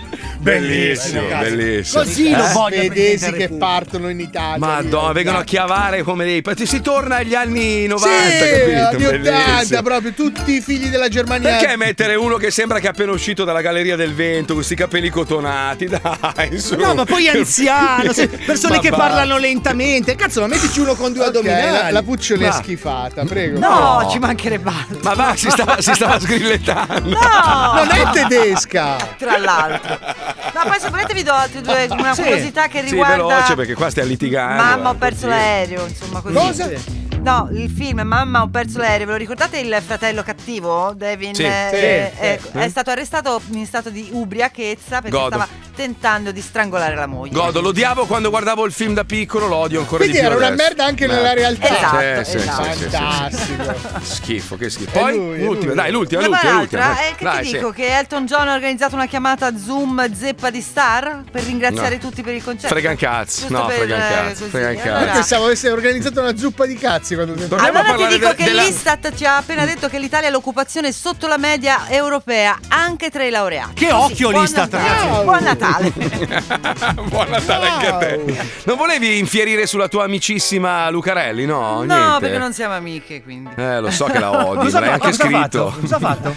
[SPEAKER 2] Bellissimo, bellissimo.
[SPEAKER 5] Così lo voglio il Presidente
[SPEAKER 6] svedesi
[SPEAKER 5] della
[SPEAKER 6] Eh? che
[SPEAKER 5] Repubblica.
[SPEAKER 6] partono in Italia.
[SPEAKER 2] Madonna,
[SPEAKER 6] lì.
[SPEAKER 2] vengono a chiavare come dei. Si torna agli anni 90,
[SPEAKER 6] Sì, anni
[SPEAKER 2] capito?
[SPEAKER 6] 80
[SPEAKER 2] Bellissimo.
[SPEAKER 6] proprio, tutti i figli della Germania.
[SPEAKER 2] Perché mettere uno che sembra che è appena uscito dalla galleria del vento, con questi capelli cotonati? (laughs) Dai, su.
[SPEAKER 5] No, ma poi
[SPEAKER 2] (laughs)
[SPEAKER 5] anziano, se- persone
[SPEAKER 2] Ma
[SPEAKER 5] che
[SPEAKER 2] va.
[SPEAKER 5] parlano lentamente. Cazzo, ma mettici uno con due
[SPEAKER 6] Ok, la,
[SPEAKER 5] addominali.
[SPEAKER 6] la pucciola è
[SPEAKER 5] Ma-
[SPEAKER 6] schifata, prego.
[SPEAKER 4] No, ci mancherebbe altro.
[SPEAKER 2] Ma va, si stava, si (laughs) stava sgrillettando.
[SPEAKER 4] No!
[SPEAKER 6] Non è tedesca.
[SPEAKER 4] Tra l'altro. No, poi se volete vi do altre
[SPEAKER 2] (laughs)
[SPEAKER 4] due, una
[SPEAKER 5] Sì.
[SPEAKER 4] curiosità che
[SPEAKER 2] Sì,
[SPEAKER 4] riguarda...
[SPEAKER 2] veloce perché qua stai litigando.
[SPEAKER 4] Mamma ho
[SPEAKER 2] eh,
[SPEAKER 4] perso
[SPEAKER 2] così.
[SPEAKER 4] l'aereo, insomma così.
[SPEAKER 6] Cosa?
[SPEAKER 4] No, il film Mamma ho perso l'aereo, ve lo ricordate il fratello cattivo? Devin
[SPEAKER 2] Sì,
[SPEAKER 4] eh,
[SPEAKER 2] sì,
[SPEAKER 4] eh, è,
[SPEAKER 2] sì.
[SPEAKER 4] stato arrestato in stato di ubriachezza perché
[SPEAKER 2] Godo.
[SPEAKER 4] stava tentando di strangolare la moglie.
[SPEAKER 2] Godo, lo odiavo quando guardavo il film da piccolo, lo odio ancora
[SPEAKER 6] Quindi
[SPEAKER 2] di più.
[SPEAKER 6] era una
[SPEAKER 2] adesso.
[SPEAKER 6] merda anche nella realtà.
[SPEAKER 4] Esatto,
[SPEAKER 2] sì,
[SPEAKER 4] esatto.
[SPEAKER 2] Sì, sì, sì, sì,
[SPEAKER 6] Fantastico.
[SPEAKER 2] Schifo, che schifo.
[SPEAKER 6] È
[SPEAKER 2] Poi,
[SPEAKER 6] lui, è
[SPEAKER 2] l'ultima,
[SPEAKER 6] lui.
[SPEAKER 2] dai, l'ultima,
[SPEAKER 4] E poi
[SPEAKER 2] l'ultima,
[SPEAKER 4] l'altra,
[SPEAKER 2] l'ultima.
[SPEAKER 4] eh, che
[SPEAKER 2] Dai,
[SPEAKER 4] ti
[SPEAKER 2] sì.
[SPEAKER 4] dico? Che Elton John ha organizzato una chiamata Zoom zeppa di star per ringraziare
[SPEAKER 2] No.
[SPEAKER 4] tutti per il concerto.
[SPEAKER 2] Frega un cazzo.
[SPEAKER 4] Giusto
[SPEAKER 2] No,
[SPEAKER 4] per,
[SPEAKER 2] frega un
[SPEAKER 4] eh,
[SPEAKER 2] cazzo.
[SPEAKER 4] così.
[SPEAKER 2] Frega un
[SPEAKER 4] Allora-
[SPEAKER 6] Io
[SPEAKER 2] cazzo.
[SPEAKER 6] pensavo avesse organizzato una zuppa di cazzi quando
[SPEAKER 2] Torniamo a
[SPEAKER 4] Allora ti
[SPEAKER 2] parlare
[SPEAKER 4] dico
[SPEAKER 2] de-
[SPEAKER 4] che
[SPEAKER 2] della- Mm.
[SPEAKER 4] l'Istat ci ha appena detto che l'Italia ha l'occupazione sotto la media europea anche tra i laureati.
[SPEAKER 5] Che occhio
[SPEAKER 4] buon
[SPEAKER 5] l'Istat,
[SPEAKER 4] Natale.
[SPEAKER 6] ragazzi.
[SPEAKER 4] Buon Natale.
[SPEAKER 2] (laughs) Buon Natale anche a te. Non volevi infierire sulla tua amicissima Lucarelli,
[SPEAKER 4] no,
[SPEAKER 2] no? Niente.
[SPEAKER 4] perché non siamo amiche, quindi.
[SPEAKER 2] Eh, lo so
[SPEAKER 4] (laughs)
[SPEAKER 2] che la odi,
[SPEAKER 5] Cosa
[SPEAKER 2] l'hai
[SPEAKER 5] ha
[SPEAKER 2] anche
[SPEAKER 5] fatto? Cosa ha fatto?
[SPEAKER 2] scritto.
[SPEAKER 5] Cosa ha fatto?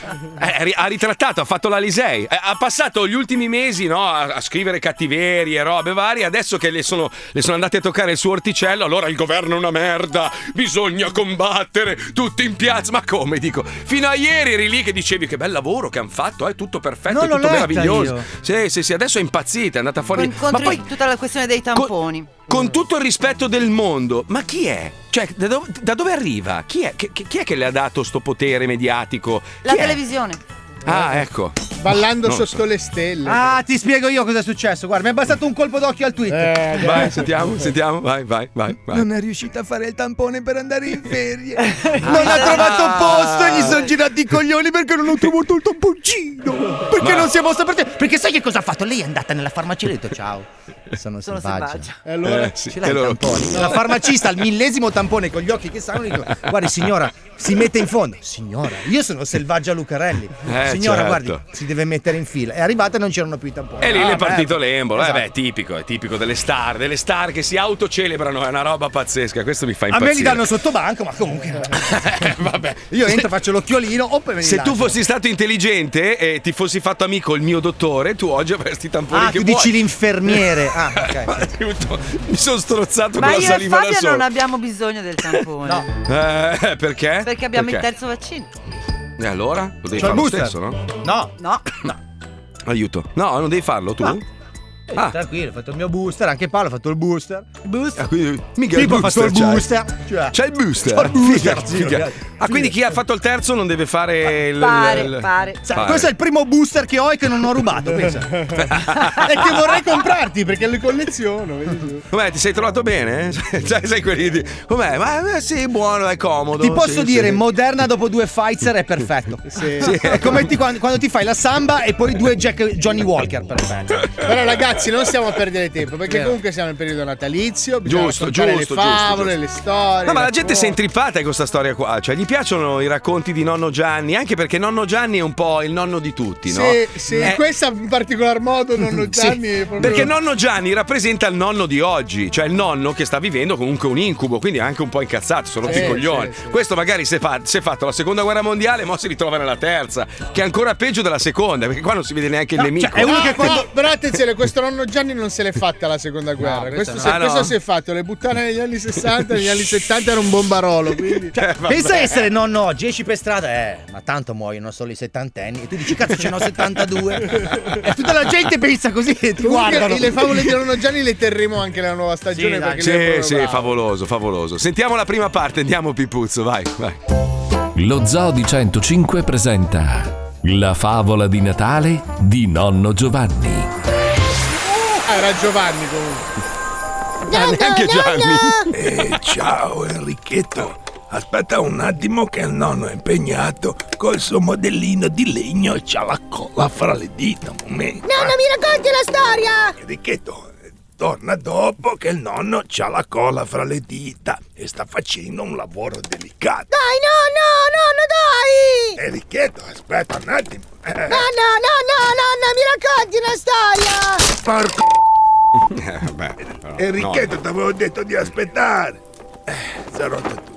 [SPEAKER 2] Eh, ri- ha ritrattato, ha fatto la Lisei. Eh, ha passato gli ultimi mesi no, a, a scrivere cattiverie, robe varie. Adesso che le sono, le sono andate a toccare il suo orticello, allora il governo è una merda. Bisogna combattere tutti in piazza. Ma come dico? Fino a ieri eri lì che dicevi che bel lavoro che hanno fatto, è tutto perfetto,
[SPEAKER 5] Non
[SPEAKER 2] è
[SPEAKER 5] l'ho
[SPEAKER 2] tutto
[SPEAKER 5] letta
[SPEAKER 2] meraviglioso.
[SPEAKER 5] io.
[SPEAKER 2] Sì, sì, sì, adesso è impazzita, è andata fuori.
[SPEAKER 4] Con,
[SPEAKER 2] Ma
[SPEAKER 4] contro
[SPEAKER 2] poi
[SPEAKER 4] tutta la questione dei
[SPEAKER 2] con-
[SPEAKER 4] tamponi.
[SPEAKER 2] Con, tutto il rispetto del mondo, ma chi è? Cioè, da, dov- da dove arriva? Chi è? Che- che- chi è che le ha dato sto potere mediatico?
[SPEAKER 4] La
[SPEAKER 2] Chi è?
[SPEAKER 4] televisione.
[SPEAKER 2] Ah, ecco.
[SPEAKER 6] ballando
[SPEAKER 2] Non lo
[SPEAKER 6] sotto
[SPEAKER 2] so.
[SPEAKER 6] le stelle.
[SPEAKER 5] Ah, ti spiego io cosa è successo. Guarda, mi è bastato un colpo d'occhio al tweet.
[SPEAKER 6] Eh,
[SPEAKER 2] Vai, sentiamo, sentiamo. Vai, vai, vai. vai.
[SPEAKER 5] è riuscita a fare il tampone per andare in ferie.
[SPEAKER 4] Non ha trovato posto e gli son
[SPEAKER 5] girati i coglioni perché non ho trovato il tamponcino. Perché
[SPEAKER 2] Ma- non
[SPEAKER 5] si è mossa per te? Perché sai che cosa ha fatto? Lei è andata nella farmacia e ha detto ciao. Sono,
[SPEAKER 4] Sono
[SPEAKER 5] selvaggia.
[SPEAKER 4] selvaggia.
[SPEAKER 6] e allora
[SPEAKER 2] Eh, sì,
[SPEAKER 5] Ce l'hai
[SPEAKER 2] e loro-
[SPEAKER 5] il tampone? La farmacista al millesimo tampone con gli occhi che sanno dico, Guardi signora, si mette in fondo. Signora, io sono selvaggia Lucarelli.
[SPEAKER 2] Eh,
[SPEAKER 5] signora,
[SPEAKER 2] certo.
[SPEAKER 5] guardi, si deve mettere in fila. È arrivata e non c'erano più i tamponi.
[SPEAKER 2] E lì
[SPEAKER 5] Ah,
[SPEAKER 2] è
[SPEAKER 5] beh.
[SPEAKER 2] partito l'embolo.
[SPEAKER 5] Esatto.
[SPEAKER 2] Eh beh, è tipico, è tipico delle star, delle star che si autocelebrano, è una roba pazzesca. Questo mi fa
[SPEAKER 5] A
[SPEAKER 2] impazzire.
[SPEAKER 5] me li danno sotto banco, ma
[SPEAKER 2] (laughs)
[SPEAKER 5] comunque.
[SPEAKER 2] Eh, vabbè.
[SPEAKER 5] Io entro, faccio l'occhiolino, o poi me li
[SPEAKER 2] Se tu
[SPEAKER 5] lancio.
[SPEAKER 2] fossi stato intelligente e ti fossi fatto amico il mio dottore, tu oggi avresti i tamponi
[SPEAKER 5] Ah,
[SPEAKER 2] che
[SPEAKER 5] tu
[SPEAKER 2] vuoi. (laughs)
[SPEAKER 5] dici l'infermiere. Ah, ok.
[SPEAKER 2] Aiuto, mi sono strozzato
[SPEAKER 4] Ma
[SPEAKER 2] con la
[SPEAKER 4] io e
[SPEAKER 2] saliva da
[SPEAKER 4] Fabio
[SPEAKER 2] solo.
[SPEAKER 4] non abbiamo bisogno
[SPEAKER 2] (laughs)
[SPEAKER 4] del tampone.
[SPEAKER 5] No.
[SPEAKER 2] Eh, perché?
[SPEAKER 4] Perché abbiamo
[SPEAKER 2] Perché?
[SPEAKER 4] il terzo vaccino.
[SPEAKER 2] E allora? Lo devi
[SPEAKER 5] C'ho
[SPEAKER 2] fare
[SPEAKER 5] il
[SPEAKER 2] lo
[SPEAKER 5] booster.
[SPEAKER 2] stesso, no?
[SPEAKER 5] No.
[SPEAKER 4] No.
[SPEAKER 5] Ah,
[SPEAKER 2] Aiuto. No, non devi farlo tu?
[SPEAKER 5] No. E io, Tranquillo, ho fatto il mio booster, anche Paolo ha fatto il booster. Booster.
[SPEAKER 7] Ah, quindi, mica
[SPEAKER 5] Tipo ha
[SPEAKER 7] il
[SPEAKER 5] fatto
[SPEAKER 7] booster
[SPEAKER 5] il
[SPEAKER 7] c'hai.
[SPEAKER 5] booster. Cioè,
[SPEAKER 7] C'è il booster.
[SPEAKER 5] C'ho il booster,
[SPEAKER 7] Figa,
[SPEAKER 5] zio,
[SPEAKER 7] figa.
[SPEAKER 5] ragazzi.
[SPEAKER 2] Ah, quindi chi ha fatto il terzo non deve fare il. il-
[SPEAKER 4] Pare, pare.
[SPEAKER 5] sa,
[SPEAKER 2] Pare.
[SPEAKER 5] questo è il primo booster che ho e che non ho rubato. pensa.
[SPEAKER 6] (laughs) E che vorrei comprarti perché le colleziono. vedi tu.
[SPEAKER 2] Com'è? Ti sei trovato bene? (laughs) Cioè, sai quelli di. Com'è? Ma eh, sì, buono, è comodo.
[SPEAKER 5] Ti posso
[SPEAKER 2] sì,
[SPEAKER 5] dire,
[SPEAKER 2] sì.
[SPEAKER 5] Moderna dopo due Pfizer è perfetto.
[SPEAKER 6] Sì.
[SPEAKER 5] È come ti- quando, quando ti fai la samba e poi due Jack- Johnny Walker, perfetto.
[SPEAKER 6] Però ragazzi, non stiamo a perdere tempo perché
[SPEAKER 5] Vero.
[SPEAKER 6] comunque siamo nel periodo natalizio. bisogna
[SPEAKER 7] Giusto,
[SPEAKER 6] raccontare
[SPEAKER 7] giusto,
[SPEAKER 6] Le
[SPEAKER 7] giusto,
[SPEAKER 6] favole,
[SPEAKER 7] giusto.
[SPEAKER 6] le storie.
[SPEAKER 2] No, ma la
[SPEAKER 6] racconti.
[SPEAKER 2] gente si è intrippata con questa storia qua. Cioè, gli piacciono i racconti di nonno Gianni, anche perché nonno Gianni è un po' il nonno di tutti, no?
[SPEAKER 6] Sì, sì,
[SPEAKER 2] Eh,
[SPEAKER 6] questa in particolar modo nonno
[SPEAKER 2] (laughs) sì,
[SPEAKER 6] Gianni. è proprio-
[SPEAKER 2] Perché nonno Gianni rappresenta il nonno di oggi, cioè il nonno che sta vivendo comunque un incubo, quindi è anche un po' incazzato, sono tutti
[SPEAKER 6] Sì,
[SPEAKER 2] coglioni.
[SPEAKER 6] sì, sì.
[SPEAKER 2] Questo magari si è, fa- si è fatto la seconda guerra mondiale, mo si ritrova nella terza, che è ancora peggio della seconda, perché qua non si vede neanche il nemico.
[SPEAKER 5] cioè, È uno
[SPEAKER 6] No, cioè,
[SPEAKER 5] che quando-
[SPEAKER 6] Ah, no, però attenzione, questo nonno Gianni non se l'è fatta la seconda guerra. questo,
[SPEAKER 5] no.
[SPEAKER 6] se-
[SPEAKER 2] Ah, no?
[SPEAKER 6] questo si è fatto le buttane negli anni 60, negli anni 70 era un bombarolo. Quindi...
[SPEAKER 2] Cioè, vabbè.
[SPEAKER 5] Pensa a essere nonno oggi, esci per strada, eh, ma tanto muoiono solo i settantenni. E tu dici, cazzo, ce n'ho (laughs) 72. e (laughs) tutta la gente pensa così e ti
[SPEAKER 6] Comunque,
[SPEAKER 5] guardano.
[SPEAKER 6] le favole di nonno Gianni le terremo anche nella nuova stagione.
[SPEAKER 5] Sì, dai.
[SPEAKER 6] perché lui è
[SPEAKER 2] Sì,
[SPEAKER 6] proprio
[SPEAKER 2] sì,
[SPEAKER 6] bravo.
[SPEAKER 2] favoloso, favoloso. Sentiamo la prima parte, andiamo Pipuzzo, vai, vai.
[SPEAKER 1] Lo Zoo di 105 presenta La favola di Natale di nonno Giovanni.
[SPEAKER 6] Ah, era Giovanni comunque.
[SPEAKER 2] Ah, neanche Gianni.
[SPEAKER 7] Eh, ciao Enrichetto. Aspetta un attimo che il nonno è impegnato col suo modellino di legno e c'ha la colla fra le dita. Un momento.
[SPEAKER 8] Nonno, mi racconti la storia!
[SPEAKER 7] Enrichetto, eh, torna dopo che il nonno c'ha la colla fra le dita e sta facendo un lavoro delicato.
[SPEAKER 8] Dai, nonno, nonno, dai!
[SPEAKER 7] Enrichetto, aspetta un attimo. Eh,
[SPEAKER 8] Nonno, nonno, nonno, mi racconti la
[SPEAKER 7] porco
[SPEAKER 8] storia!
[SPEAKER 2] Eh, vabbè, però,
[SPEAKER 7] Enrichetto, ti avevo detto di aspettare. Eh, si è rotto tutto.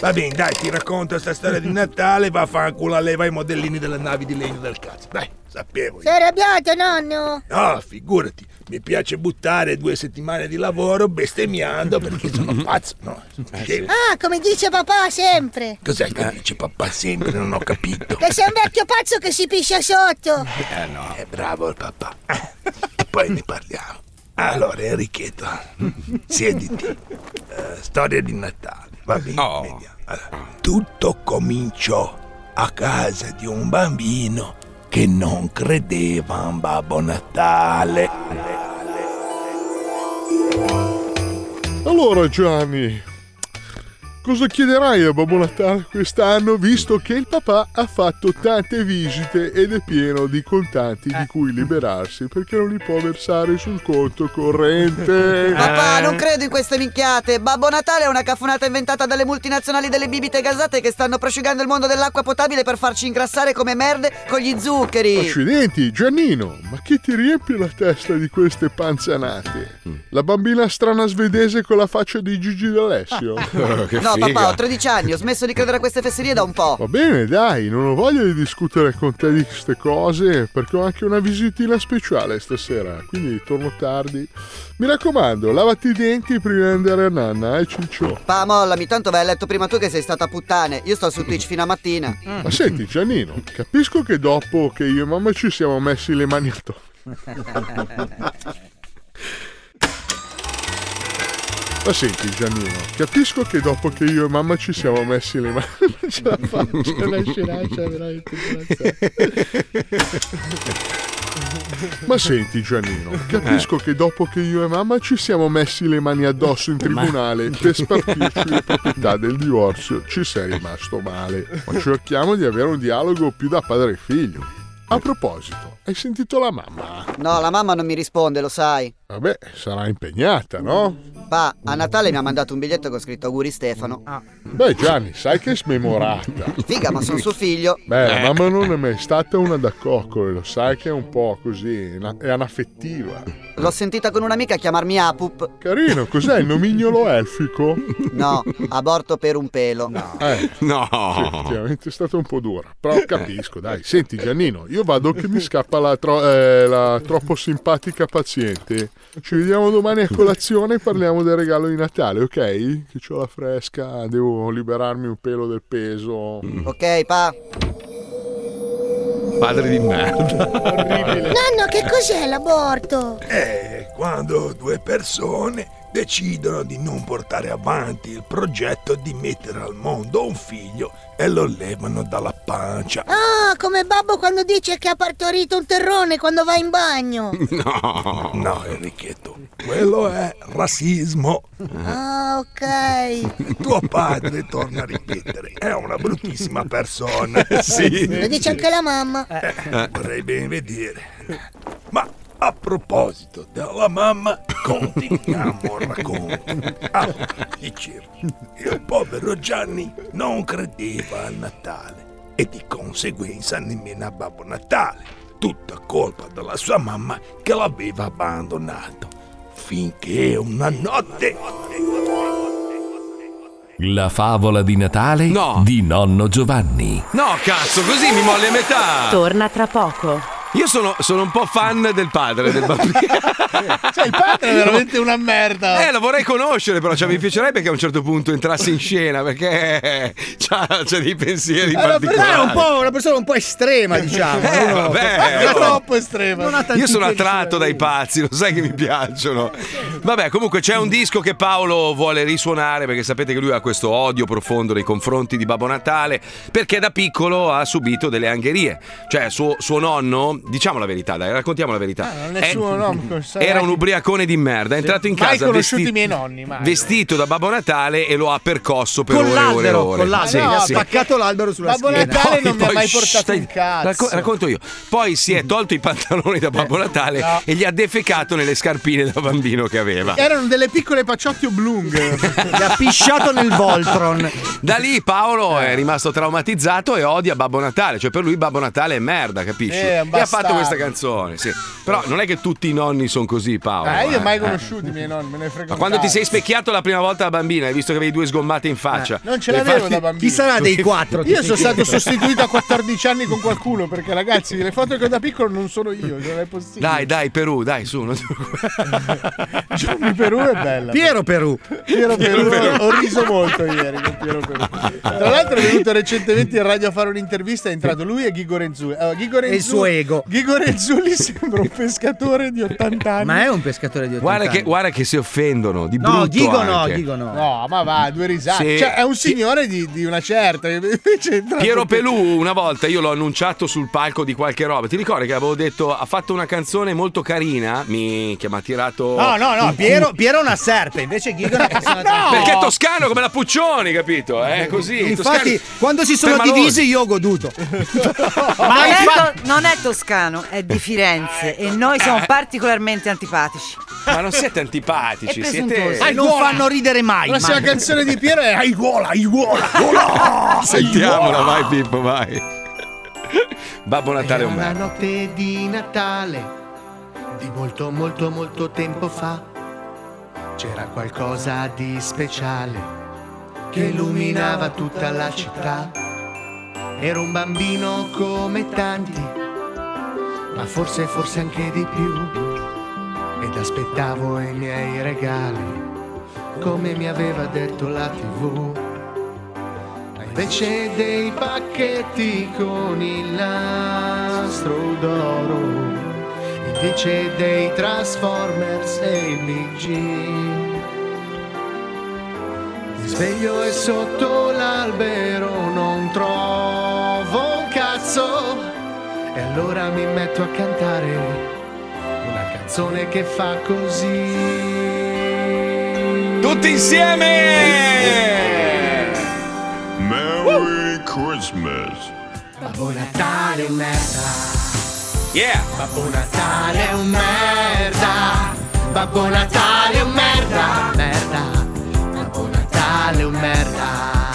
[SPEAKER 7] Va bene, dai, ti racconto questa storia di Natale, va a fanculo a leva i modellini delle navi di legno del cazzo. Dai, sapevo
[SPEAKER 8] Sei
[SPEAKER 7] io.
[SPEAKER 8] arrabbiato, nonno?
[SPEAKER 7] No, figurati, mi piace buttare due settimane di lavoro bestemmiando perché
[SPEAKER 2] (laughs)
[SPEAKER 7] sono pazzo, no?
[SPEAKER 2] Eh,
[SPEAKER 7] Che-
[SPEAKER 8] Ah, come dice papà sempre!
[SPEAKER 7] Cos'è che dice papà sempre? Non ho capito.
[SPEAKER 8] Che sei un vecchio pazzo che si piscia sotto!
[SPEAKER 7] È bravo il papà. Eh, Poi ne parliamo. Allora, Enrichetto, siediti. Eh, storia di Natale. Va bene.
[SPEAKER 2] Oh.
[SPEAKER 7] vediamo. Allora, tutto cominciò a casa di un bambino che non credeva a un Babbo Natale.
[SPEAKER 9] Allora Gianni, cosa chiederai a Babbo Natale quest'anno visto che il papà ha fatto tante visite ed è pieno di contanti
[SPEAKER 10] Eh.
[SPEAKER 9] di cui liberarsi perché non li può versare sul conto corrente?
[SPEAKER 10] (laughs) Papà, Ah, non credo in queste minchiate. Babbo Natale è una cafonata inventata dalle multinazionali delle bibite gasate che stanno prosciugando il mondo dell'acqua potabile per farci ingrassare come merde con gli zuccheri.
[SPEAKER 9] (laughs) Accidenti, Giannino, ma che ti riempie la testa di queste panzanate? La bambina strana svedese con la faccia di Gigi D'Alessio?
[SPEAKER 10] (laughs) No, papà, ho 13 anni, ho smesso di credere a queste fesserie da un po'.
[SPEAKER 9] Va bene, dai, non ho voglia di discutere con te di queste cose perché ho anche una visitina speciale stasera, quindi torno tardi. Mi raccomando, lavati i denti prima di andare a nanna, eh ciccio.
[SPEAKER 10] Pa, mollami, tanto vai a letto prima tu che sei stata puttane. Io sto su Twitch fino a mattina.
[SPEAKER 9] Ma senti, Giannino, capisco che dopo che io e mamma ci siamo messi le mani attorno. Ma senti Giannino, capisco che dopo che io e mamma ci siamo messi le mani... (laughs) Non ce la faccio, lascia, lascia, veramente, grazie. Ma senti Giannino, capisco che dopo che io e mamma ci siamo messi le mani addosso in tribunale per spartirci le proprietà del divorzio, ci sei rimasto male. Ma cerchiamo di avere un dialogo più da padre e figlio. A proposito, hai sentito la mamma?
[SPEAKER 10] No, la mamma non mi risponde, lo sai.
[SPEAKER 9] Vabbè, sarà impegnata, no?
[SPEAKER 10] Pa, a Natale mi ha mandato un biglietto con scritto auguri Stefano.
[SPEAKER 9] Beh Gianni, sai che è smemorata.
[SPEAKER 10] Figa, ma sono suo figlio.
[SPEAKER 9] Beh,
[SPEAKER 2] Eh.
[SPEAKER 9] la mamma non è mai stata una da coccole, lo sai che è un po' così, è una- è anaffettiva.
[SPEAKER 10] L'ho sentita con un'amica chiamarmi Apup.
[SPEAKER 9] Carino, cos'è il nomignolo elfico?
[SPEAKER 10] No, aborto per un pelo.
[SPEAKER 9] Eh, Sì,
[SPEAKER 2] No.
[SPEAKER 9] effettivamente è stata un po' dura, però capisco, dai. Senti Giannino, io vado che mi scappa la, tro- eh, la troppo simpatica paziente. Ci vediamo domani a colazione e parliamo del regalo di Natale, ok? Che ho la fresca, devo liberarmi un pelo del peso.
[SPEAKER 10] Ok, pa.
[SPEAKER 2] Padre di merda.
[SPEAKER 8] Nonno, che
[SPEAKER 11] che cos'è l'aborto?
[SPEAKER 7] È Eh, quando due persone decidono di non portare avanti il progetto di mettere al mondo un figlio e lo levano dalla pancia.
[SPEAKER 11] Ah, come babbo quando dice che ha partorito un terrone quando va in bagno.
[SPEAKER 7] No, no, Enrichetto, quello è razzismo.
[SPEAKER 11] Ah,
[SPEAKER 7] (laughs)
[SPEAKER 11] ok.
[SPEAKER 7] Tuo padre, torna a ripetere, è una bruttissima persona.
[SPEAKER 11] Lo dice anche la mamma.
[SPEAKER 7] Eh, Vorrei ben vedere. Ma a proposito della mamma, continuiamo il racconto. Allora, dicevo, il povero Gianni non credeva a Natale e di conseguenza nemmeno a Babbo Natale. Tutta colpa della sua mamma che l'aveva abbandonato. Finché una notte...
[SPEAKER 1] La favola di Natale di nonno Giovanni.
[SPEAKER 2] No, cazzo, così mi molli a metà.
[SPEAKER 12] Torna tra poco.
[SPEAKER 2] Io sono, sono un po' fan del padre del bambino.
[SPEAKER 6] Cioè, il padre è veramente una merda.
[SPEAKER 2] Eh, lo vorrei conoscere, però cioè, mi piacerebbe che a un certo punto entrasse in scena perché c'ha, c'ha dei pensieri
[SPEAKER 6] Allora, però
[SPEAKER 2] particolari.
[SPEAKER 6] è un po' una persona un po' estrema, diciamo.
[SPEAKER 2] Eh,
[SPEAKER 6] Uno-
[SPEAKER 2] vabbè,
[SPEAKER 6] Non
[SPEAKER 2] oh.
[SPEAKER 6] troppo estrema.
[SPEAKER 2] Io sono attratto dai pazzi, lo sai che mi piacciono. Vabbè, comunque c'è un disco che Paolo vuole risuonare perché sapete che lui ha questo odio profondo nei confronti di Babbo Natale perché da piccolo ha subito delle angherie. Cioè, suo, suo nonno, diciamo la verità, dai, raccontiamo la verità.
[SPEAKER 6] Ah, Non
[SPEAKER 2] È-
[SPEAKER 6] è suo nome.
[SPEAKER 2] Eh, era un ubriacone di merda, è entrato in
[SPEAKER 6] Mai
[SPEAKER 2] casa
[SPEAKER 6] conosciuti
[SPEAKER 2] vesti-
[SPEAKER 6] i miei nonni, mai.
[SPEAKER 2] vestito da Babbo Natale e lo ha percosso per
[SPEAKER 5] Con
[SPEAKER 2] ore e ore e
[SPEAKER 5] l'albero,
[SPEAKER 2] ore.
[SPEAKER 5] con l'albero.
[SPEAKER 2] Sì,
[SPEAKER 5] No, ha
[SPEAKER 2] sì.
[SPEAKER 5] attaccato l'albero sulla
[SPEAKER 6] Babbo
[SPEAKER 5] schiena.
[SPEAKER 6] Natale non mi ha mai
[SPEAKER 2] shh,
[SPEAKER 6] portato un cazzo.
[SPEAKER 2] racco- racconto io. Poi si è tolto i pantaloni da
[SPEAKER 6] Eh,
[SPEAKER 2] Babbo Natale e gli ha defecato nelle scarpine da bambino che aveva.
[SPEAKER 6] Erano delle piccole
[SPEAKER 2] (laughs)
[SPEAKER 6] pacciotti oblung.
[SPEAKER 5] Gli ha pisciato nel Voltron.
[SPEAKER 2] Da lì
[SPEAKER 6] Eh.
[SPEAKER 2] Paolo è rimasto traumatizzato e odia Babbo Natale, cioè per lui Babbo Natale è merda, capisci?
[SPEAKER 6] Sì, Eh, è un
[SPEAKER 2] e ha fatto
[SPEAKER 6] bastardo.
[SPEAKER 2] questa canzone, sì. Però non è che tutti i nonni sono così, Paolo.
[SPEAKER 6] Eh, io
[SPEAKER 2] eh,
[SPEAKER 6] mai
[SPEAKER 2] eh.
[SPEAKER 6] conosciuti i miei nonni, me ne frego.
[SPEAKER 2] Ma
[SPEAKER 6] un
[SPEAKER 2] quando ti
[SPEAKER 6] cazzo.
[SPEAKER 2] sei specchiato la prima volta da bambina, hai visto che avevi due sgommate in faccia.
[SPEAKER 6] Eh, Non ce
[SPEAKER 2] Le
[SPEAKER 6] l'avevo
[SPEAKER 2] fatti-
[SPEAKER 6] da bambino. Io sono stato sostituito a 14 anni con qualcuno perché, ragazzi, le foto che ho da piccolo non sono io, cioè, non è possibile.
[SPEAKER 2] Dai, dai, Perù, dai, su. non-
[SPEAKER 6] (laughs) Gianni Perù è bella.
[SPEAKER 5] Piero Perù.
[SPEAKER 6] Piero
[SPEAKER 2] Piero
[SPEAKER 6] Perù,
[SPEAKER 2] Perù.
[SPEAKER 6] ho riso molto ieri con Piero Perù. Tra l'altro è venuto recentemente in radio a fare un'intervista, è entrato lui e Ghigo Renzulli. Allora, Ghigo
[SPEAKER 5] il suo ego.
[SPEAKER 6] Ghigo Renzulli sembra un pescatore di 80 anni.
[SPEAKER 5] Ma è un pescatore di 80
[SPEAKER 2] Guarda che,
[SPEAKER 5] anni.
[SPEAKER 2] guarda che si offendono. Di
[SPEAKER 5] No,
[SPEAKER 2] brutto
[SPEAKER 5] Ghigo no,
[SPEAKER 2] anche.
[SPEAKER 5] Ghigo no.
[SPEAKER 6] No, ma va, due risate.
[SPEAKER 2] Sì.
[SPEAKER 6] Cioè, è un signore di, di una certa. Invece è entrato-
[SPEAKER 2] Piero Pelù una volta io l'ho annunciato sul palco di qualche roba. Ti ricordi che avevo detto ha fatto una canzone molto carina? Minchia, mi ha tirato.
[SPEAKER 5] No, no,
[SPEAKER 2] un
[SPEAKER 5] no,
[SPEAKER 2] cu-
[SPEAKER 5] Piero, Piero è una serpe, invece Ghigo è una (laughs) persona tranquilla.
[SPEAKER 2] Perché è toscano come la Puccioni, capito? È così.
[SPEAKER 5] Eh, Infatti,
[SPEAKER 2] toscano-
[SPEAKER 5] quando si sono
[SPEAKER 2] permalosi.
[SPEAKER 5] divisi io ho goduto.
[SPEAKER 4] Ma non, è to- non è toscano, è di Firenze e noi siamo particolarmente antipatici.
[SPEAKER 2] Ma non siete antipatici,
[SPEAKER 4] È
[SPEAKER 2] siete.
[SPEAKER 6] Ah,
[SPEAKER 4] presuntuoso.
[SPEAKER 5] non fanno ridere mai.
[SPEAKER 6] La sua
[SPEAKER 5] mai.
[SPEAKER 6] canzone di Piero è Aiguola, Aiguola,
[SPEAKER 2] Ah, Sentiamola, vai, Pippo, vai. Babbo Natale è un
[SPEAKER 13] Era
[SPEAKER 2] merda.
[SPEAKER 13] una notte di Natale di molto molto molto tempo fa. C'era qualcosa di speciale che illuminava tutta la città. Ero un bambino come tanti, ma forse forse anche di più. Ed aspettavo i miei regali, come mi aveva detto la tv. Ma invece dei pacchetti con il nastro d'oro, invece dei Transformers e il Big G. Mi sveglio e sotto l'albero non trovo un cazzo. E allora mi metto a cantare una canzone che fa così.
[SPEAKER 2] Tutti insieme!
[SPEAKER 14] Merry Christmas.
[SPEAKER 13] Babbo Natale è un merda.
[SPEAKER 2] Yeah!
[SPEAKER 13] Babbo Natale è un merda. Babbo Natale è un merda. Merda. Babbo Natale è un merda.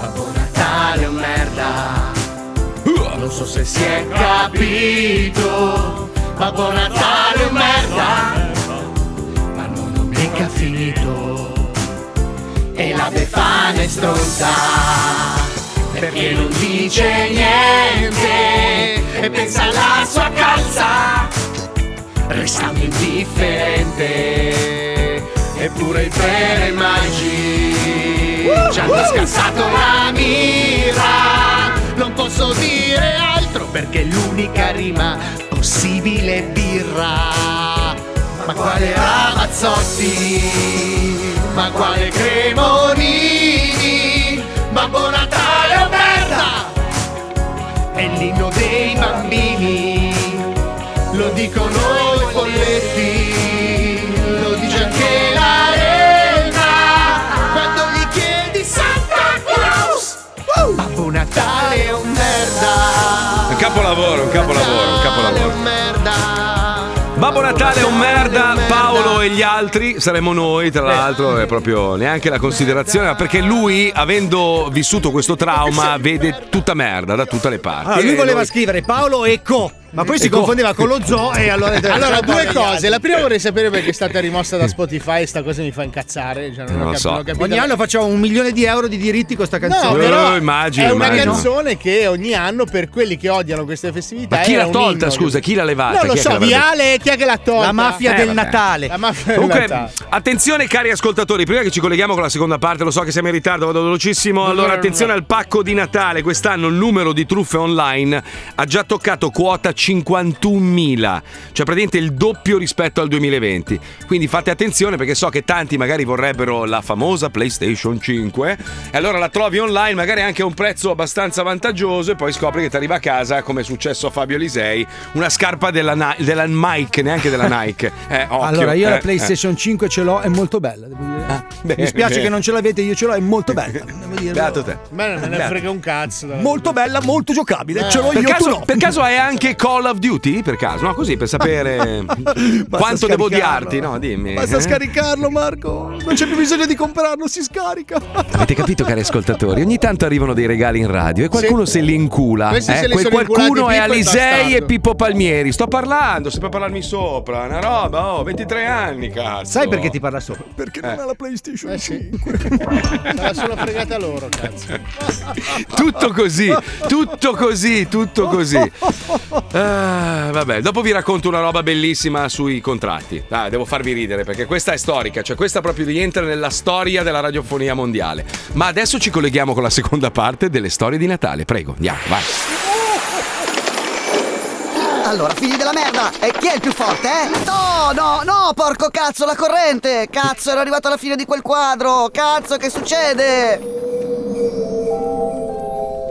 [SPEAKER 13] Babbo Natale è un merda. Non so se si è capito. Babbo Natale è un merda. Ma non ho mica finito. E la Befana è stronza perché non dice niente e pensa alla sua
[SPEAKER 2] (laughs)
[SPEAKER 13] calza restando indifferente eppure il vero Maggi ci hanno scassato la mira non posso dire altro
[SPEAKER 15] dentro perché è l'unica rima possibile birra. Ma quale Ramazzotti? Ma quale Cremonini? Babbo Natale è merda! È l'inno dei bambini, lo dicono i folletti, lo dice anche la renna. Quando gli chiedi Santa Claus, Babbo Natale è un merda,
[SPEAKER 2] Un capolavoro, un capolavoro, un capolavoro. Babbo Natale è un merda, Paolo e gli altri saremo noi, tra l'altro è proprio neanche la considerazione, ma perché lui, avendo vissuto questo trauma, vede tutta merda da tutte le parti.
[SPEAKER 6] Ah,
[SPEAKER 5] Allora, Ah, lui
[SPEAKER 2] E
[SPEAKER 5] voleva scrivere Paolo e Co, ma poi si
[SPEAKER 2] E Co.
[SPEAKER 5] confondeva con lo zoo e
[SPEAKER 6] (laughs)
[SPEAKER 5] allora...
[SPEAKER 6] Allora, due
[SPEAKER 5] Ciao,
[SPEAKER 6] cose.
[SPEAKER 5] ragazzi.
[SPEAKER 6] La prima vorrei sapere perché è stata rimossa da Spotify. Sta cosa mi fa incazzare. cioè, non,
[SPEAKER 2] Non
[SPEAKER 6] ho
[SPEAKER 2] lo
[SPEAKER 6] cap-
[SPEAKER 2] so.
[SPEAKER 6] non ho capito.
[SPEAKER 5] Ogni anno facciamo un milione di euro di diritti con sta
[SPEAKER 6] No,
[SPEAKER 5] canzone. Eh,
[SPEAKER 6] però
[SPEAKER 2] Oh, immagino,
[SPEAKER 6] è una
[SPEAKER 2] immagino.
[SPEAKER 6] canzone che ogni anno per quelli che odiano queste festività.
[SPEAKER 2] Ma chi
[SPEAKER 6] è
[SPEAKER 2] l'ha
[SPEAKER 6] un
[SPEAKER 2] tolta,
[SPEAKER 6] inno.
[SPEAKER 2] scusa? Chi l'ha levata?
[SPEAKER 6] Non lo
[SPEAKER 2] Chi è che
[SPEAKER 6] so,
[SPEAKER 2] l'avrebbe-
[SPEAKER 6] Viale, chi è che l'ha tolta?
[SPEAKER 5] La mafia
[SPEAKER 2] Eh,
[SPEAKER 5] del
[SPEAKER 2] vabbè.
[SPEAKER 5] Natale.
[SPEAKER 6] La mafia del
[SPEAKER 2] Comunque,
[SPEAKER 6] Natale.
[SPEAKER 2] attenzione cari ascoltatori, prima che ci colleghiamo con la seconda parte, lo so che siamo in ritardo, vado velocissimo. Allora, attenzione al pacco di Natale, quest'anno il numero di truffe online ha già toccato quota 51.000, cioè praticamente il doppio rispetto al 2020. Quindi fate attenzione perché so che tanti magari vorrebbero la famosa PlayStation 5 e allora la trovi online, magari anche a un prezzo abbastanza vantaggioso e poi scopri che ti arriva a casa, come è successo a Fabio Lisei, una scarpa della, Na- della Nike, neanche della Nike. Eh, occhio,
[SPEAKER 16] Allora, io
[SPEAKER 2] eh,
[SPEAKER 16] la
[SPEAKER 2] eh.
[SPEAKER 16] PlayStation 5 ce l'ho, è molto bella. Devo dire.
[SPEAKER 5] Ah,
[SPEAKER 2] bene,
[SPEAKER 16] Mi spiace
[SPEAKER 2] bene.
[SPEAKER 16] che non ce l'avete, io ce l'ho, è
[SPEAKER 5] (laughs)
[SPEAKER 16] molto bella.
[SPEAKER 2] Beato te.
[SPEAKER 6] Ma non me ne
[SPEAKER 2] Beato.
[SPEAKER 6] frega un cazzo. dai.
[SPEAKER 16] molto bella, molto giocabile. ce l'ho
[SPEAKER 2] per
[SPEAKER 16] io,
[SPEAKER 2] caso,
[SPEAKER 16] tu no.
[SPEAKER 2] per caso
[SPEAKER 16] (laughs)
[SPEAKER 2] hai anche Call of Duty? Per caso, no? Così per sapere quanto devo
[SPEAKER 16] scaricarlo.
[SPEAKER 2] odiarti, no? Dimmi.
[SPEAKER 16] Basta
[SPEAKER 2] Eh?
[SPEAKER 16] scaricarlo, Marco. Non c'è più bisogno di comprarlo, si scarica.
[SPEAKER 2] Avete capito, cari ascoltatori? Ogni tanto
[SPEAKER 16] (laughs)
[SPEAKER 2] arrivano dei regali in radio e qualcuno se li incula.
[SPEAKER 16] Questi se
[SPEAKER 2] Eh?
[SPEAKER 16] li
[SPEAKER 2] Quel
[SPEAKER 16] sono
[SPEAKER 2] qualcuno è
[SPEAKER 16] inculati Pippo e
[SPEAKER 2] Alisei e
[SPEAKER 16] Bastardo.
[SPEAKER 2] Pippo Palmieri. Sto parlando, sempre parlarmi sopra. Una roba, oh, 23 anni, cazzo.
[SPEAKER 5] Sai perché ti parla sopra?
[SPEAKER 2] Perché
[SPEAKER 5] non ha
[SPEAKER 16] la PlayStation
[SPEAKER 2] 5.
[SPEAKER 6] (laughs) Sarà Eh solo fregata loro, cazzo.
[SPEAKER 2] Eh. (laughs) tutto così, tutto così,
[SPEAKER 16] (laughs)
[SPEAKER 2] tutto così. Ah, vabbè, dopo vi racconto una roba bellissima sui contratti. Ah, devo farvi ridere perché questa è storica, cioè questa proprio rientra nella storia della radiofonia mondiale. Ma adesso ci colleghiamo con la seconda parte delle storie di Natale. Prego, andiamo, vai.
[SPEAKER 10] Allora, figli della merda! E chi è il più forte, eh? No, no, no, porco cazzo, la corrente! Cazzo, ero arrivato alla fine di quel quadro! Cazzo, che succede?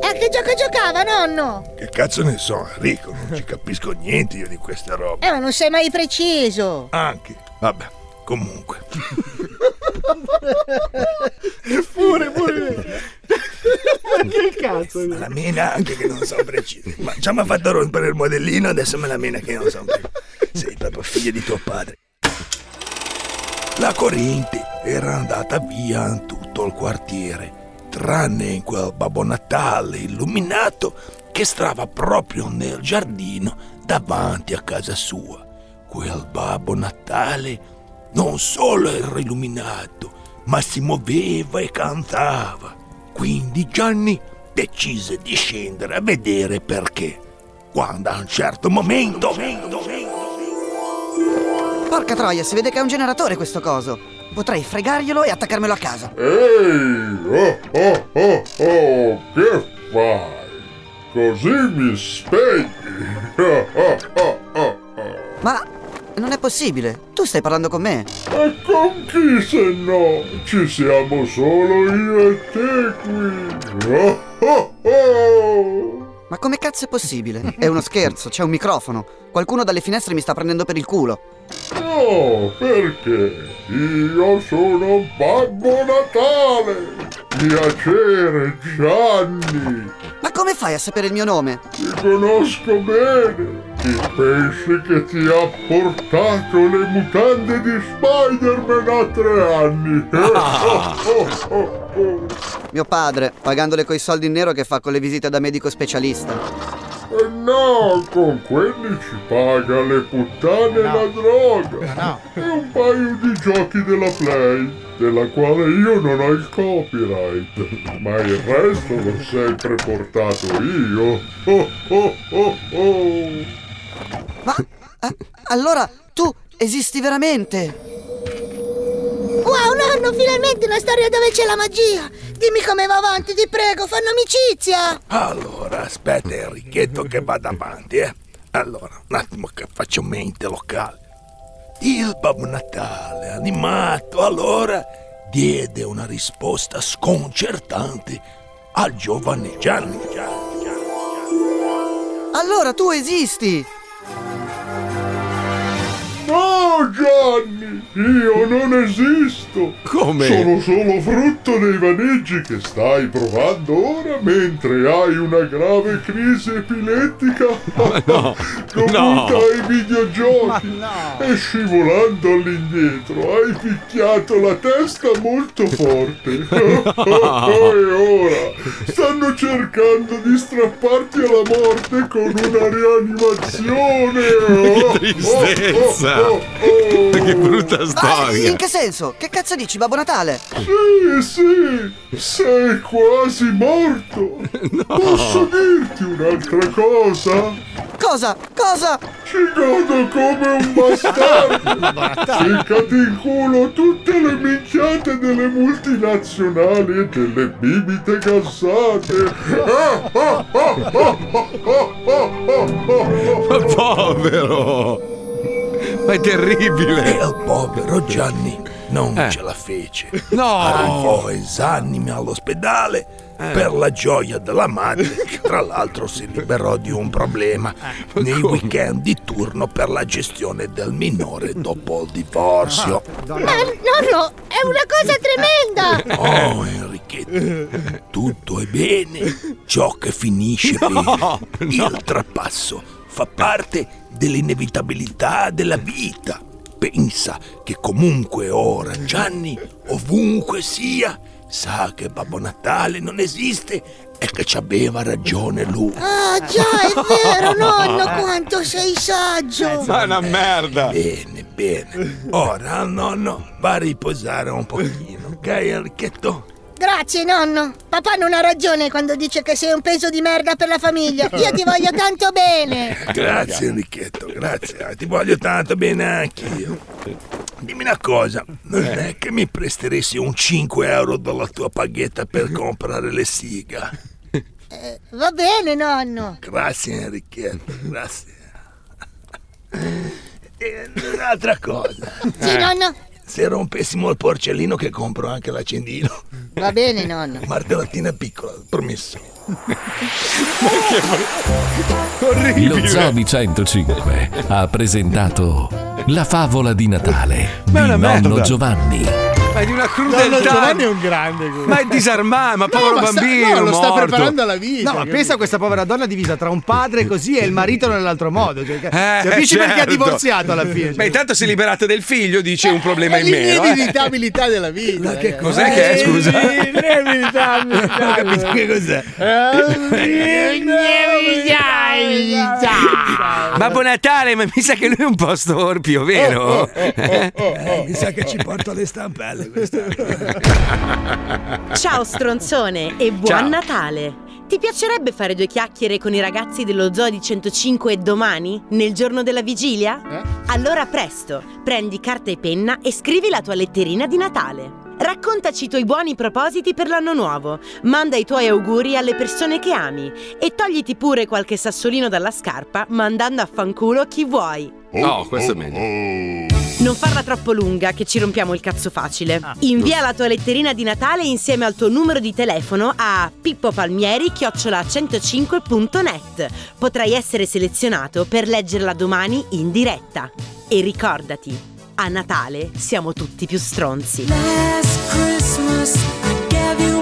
[SPEAKER 8] E a che gioco giocava, nonno?
[SPEAKER 7] Che cazzo ne so, Enrico? Non ci capisco niente io di queste robe.
[SPEAKER 8] Eh, ma non sei
[SPEAKER 7] (laughs)
[SPEAKER 8] mai preciso.
[SPEAKER 7] Anche, vabbè, comunque.
[SPEAKER 6] Pure, pure.
[SPEAKER 7] che cazzo? La mena anche che non sono preciso. Ma già mi ha fatto rompere il modellino, adesso me la mena che non sono preciso. Sei proprio figlio di tuo padre. La corrente era andata via in tutto il quartiere, tranne in quel Babbo Natale illuminato che stava proprio nel giardino davanti a casa sua. Quel Babbo Natale non solo era illuminato, ma si muoveva e cantava. Quindi Gianni decise di scendere a vedere perché. Quando a un certo momento...
[SPEAKER 10] Porca troia, si vede che è un generatore questo coso. Potrei fregarglielo e attaccarmelo a casa.
[SPEAKER 17] Ehi, oh, oh, oh, oh, che fai? Così mi spegni. (laughs) Oh, oh, oh, oh.
[SPEAKER 10] Ma non è possibile, tu stai parlando con me.
[SPEAKER 17] E con chi se no? Ci siamo solo io e te qui. Oh, oh, oh.
[SPEAKER 10] Ma come cazzo è possibile? È uno scherzo, c'è un microfono. Qualcuno dalle finestre mi sta prendendo per il culo.
[SPEAKER 17] No, perché io sono Babbo Natale. Piacere, Gianni.
[SPEAKER 10] Ma come fai a sapere il mio nome?
[SPEAKER 17] Ti conosco bene. Chi pensi che ti ha portato le mutande di Spider-Man a
[SPEAKER 10] (laughs)
[SPEAKER 17] tre anni?
[SPEAKER 10] Ah.
[SPEAKER 17] Oh, oh, oh.
[SPEAKER 10] Mio padre, pagandole coi soldi in nero che fa con le visite da medico specialista.
[SPEAKER 17] Eh no, con quelli ci paga le puttane e la droga. E un paio di giochi della Play, della quale io non ho il copyright. Ma il resto l'ho sempre portato io. (laughs) Oh, oh, oh, oh.
[SPEAKER 10] eh, Allora, tu esisti veramente?
[SPEAKER 8] Wow, nonno, finalmente una storia dove c'è la magia. Dimmi come va avanti, ti prego, fanno amicizia.
[SPEAKER 7] Allora, Allora, aspetta Enrichetto che vada avanti, eh. Allora, un attimo che faccio mente locale. Il Babbo Natale, animato, allora, diede una risposta sconcertante al giovane Gianni.
[SPEAKER 10] Allora tu esisti!
[SPEAKER 17] No, Oh, Gianni, io non esisto.
[SPEAKER 2] Come?
[SPEAKER 17] Sono solo frutto dei vaneggi che stai provando ora mentre hai una grave crisi epilettica
[SPEAKER 2] No,
[SPEAKER 17] (laughs) dovuta ai videogiochi. E scivolando all'indietro hai picchiato la testa molto
[SPEAKER 2] (laughs)
[SPEAKER 17] forte. (laughs) e ora stanno cercando di strapparti alla morte con una rianimazione.
[SPEAKER 2] (laughs) Che tristezza. Che brutta
[SPEAKER 10] Ah, in
[SPEAKER 2] storia.
[SPEAKER 10] che senso? Che cazzo dici, Babbo Natale?
[SPEAKER 17] Sì, sì, sei quasi morto. Posso dirti un'altra cosa?
[SPEAKER 10] Cosa? Cosa?
[SPEAKER 17] Ci godo come un
[SPEAKER 10] (laughs)
[SPEAKER 17] bastardo. Ficcati in culo tutte le minchiate delle multinazionali e delle bibite gassate. Ah, ah, ah, ah,
[SPEAKER 2] Oh,
[SPEAKER 17] ah, ah, ah, ah, ah.
[SPEAKER 2] Ma povero! Ma è terribile!
[SPEAKER 7] E al Eh, oh, povero Gianni non ce la fece. No! Arrivò esanime all'ospedale per la gioia della madre. che Tra l'altro si liberò di un problema nei weekend di turno per la gestione del minore dopo il divorzio.
[SPEAKER 11] Ma nonno, Eh, è una cosa
[SPEAKER 7] (laughs)
[SPEAKER 11] tremenda!
[SPEAKER 7] Oh, Enrichetto, tutto è bene. Ciò che finisce
[SPEAKER 2] No,
[SPEAKER 7] bene, il trapasso fa parte dell'inevitabilità della vita. Pensa che comunque ora Gianni, ovunque sia, sa che Babbo Natale non esiste e che ci aveva ragione lui.
[SPEAKER 11] Ah già, è vero, nonno, quanto sei saggio!
[SPEAKER 7] Eh, Ma è una
[SPEAKER 2] merda!
[SPEAKER 7] Bene, bene. Ora al nonno va a riposare un pochino, ok Enrichetto?
[SPEAKER 11] Grazie, nonno. Papà non ha ragione quando dice che sei un peso di merda per la famiglia. Io ti voglio tanto bene.
[SPEAKER 7] Grazie Enrichetto, grazie. Ah, Ti voglio tanto bene anch'io. Dimmi una cosa, non è che mi presteresti un 5 euro dalla tua paghetta per comprare le siga?
[SPEAKER 11] Va bene, nonno.
[SPEAKER 7] Grazie Enrichetto, grazie. E un'altra cosa.
[SPEAKER 11] Sì, nonno.
[SPEAKER 7] Se rompessimo il porcellino che compro anche l'accendino.
[SPEAKER 11] Va
[SPEAKER 7] (laughs)
[SPEAKER 11] bene, nonno.
[SPEAKER 7] Martellattina piccola, promesso.
[SPEAKER 1] Lo Zoo di 105 ha presentato La favola di Natale di
[SPEAKER 2] Ma è una
[SPEAKER 1] nonno
[SPEAKER 2] merda.
[SPEAKER 1] Giovanni.
[SPEAKER 2] Ma è di una
[SPEAKER 6] Nonno
[SPEAKER 2] crudeltà.
[SPEAKER 6] Giovanni è un grande.
[SPEAKER 2] Ma è disarmato, ma povero
[SPEAKER 5] ma sta-
[SPEAKER 2] bambino.
[SPEAKER 5] no, lo sta
[SPEAKER 2] morto.
[SPEAKER 5] preparando alla vita. No, ma
[SPEAKER 2] capito?
[SPEAKER 5] pensa a questa povera donna divisa tra un padre così e il marito nell'altro modo. Cioè, capisci perché ha
[SPEAKER 2] certo.
[SPEAKER 5] divorziato alla fine?
[SPEAKER 2] Ma intanto si è liberata del figlio, dice un problema in meno. eh.
[SPEAKER 6] L'inevitabilità della vita. che
[SPEAKER 2] Cos'è che è, scusa?
[SPEAKER 5] Eh, (laughs)
[SPEAKER 6] L'inevitabilità. Eh,
[SPEAKER 2] Non ho capito (laughs) che cos'è. Eh, Babbo Natale, ma mi sa che lui è un po' storpio, vero?
[SPEAKER 7] Eh, mi sa che ci porto (laughs) le stampelle questa.
[SPEAKER 2] (laughs)
[SPEAKER 18] Ciao stronzone e buon
[SPEAKER 2] Ciao.
[SPEAKER 18] Natale! Ti piacerebbe fare due chiacchiere con i ragazzi dello Zoo di 105 domani, nel giorno della vigilia?
[SPEAKER 2] Eh?
[SPEAKER 18] Allora presto, prendi carta e penna e scrivi la tua letterina di Natale. Raccontaci i tuoi buoni propositi per l'anno nuovo, manda i tuoi auguri alle persone che ami e togliti pure qualche sassolino dalla scarpa mandando a fanculo chi vuoi.
[SPEAKER 2] No, questo è meglio.
[SPEAKER 18] Non farla troppo lunga che ci rompiamo il cazzo facile. Invia la tua letterina di Natale insieme al tuo numero di telefono a pippopalmieri-105.net. Potrai essere selezionato per leggerla domani in diretta. E ricordati, a Natale siamo tutti più stronzi.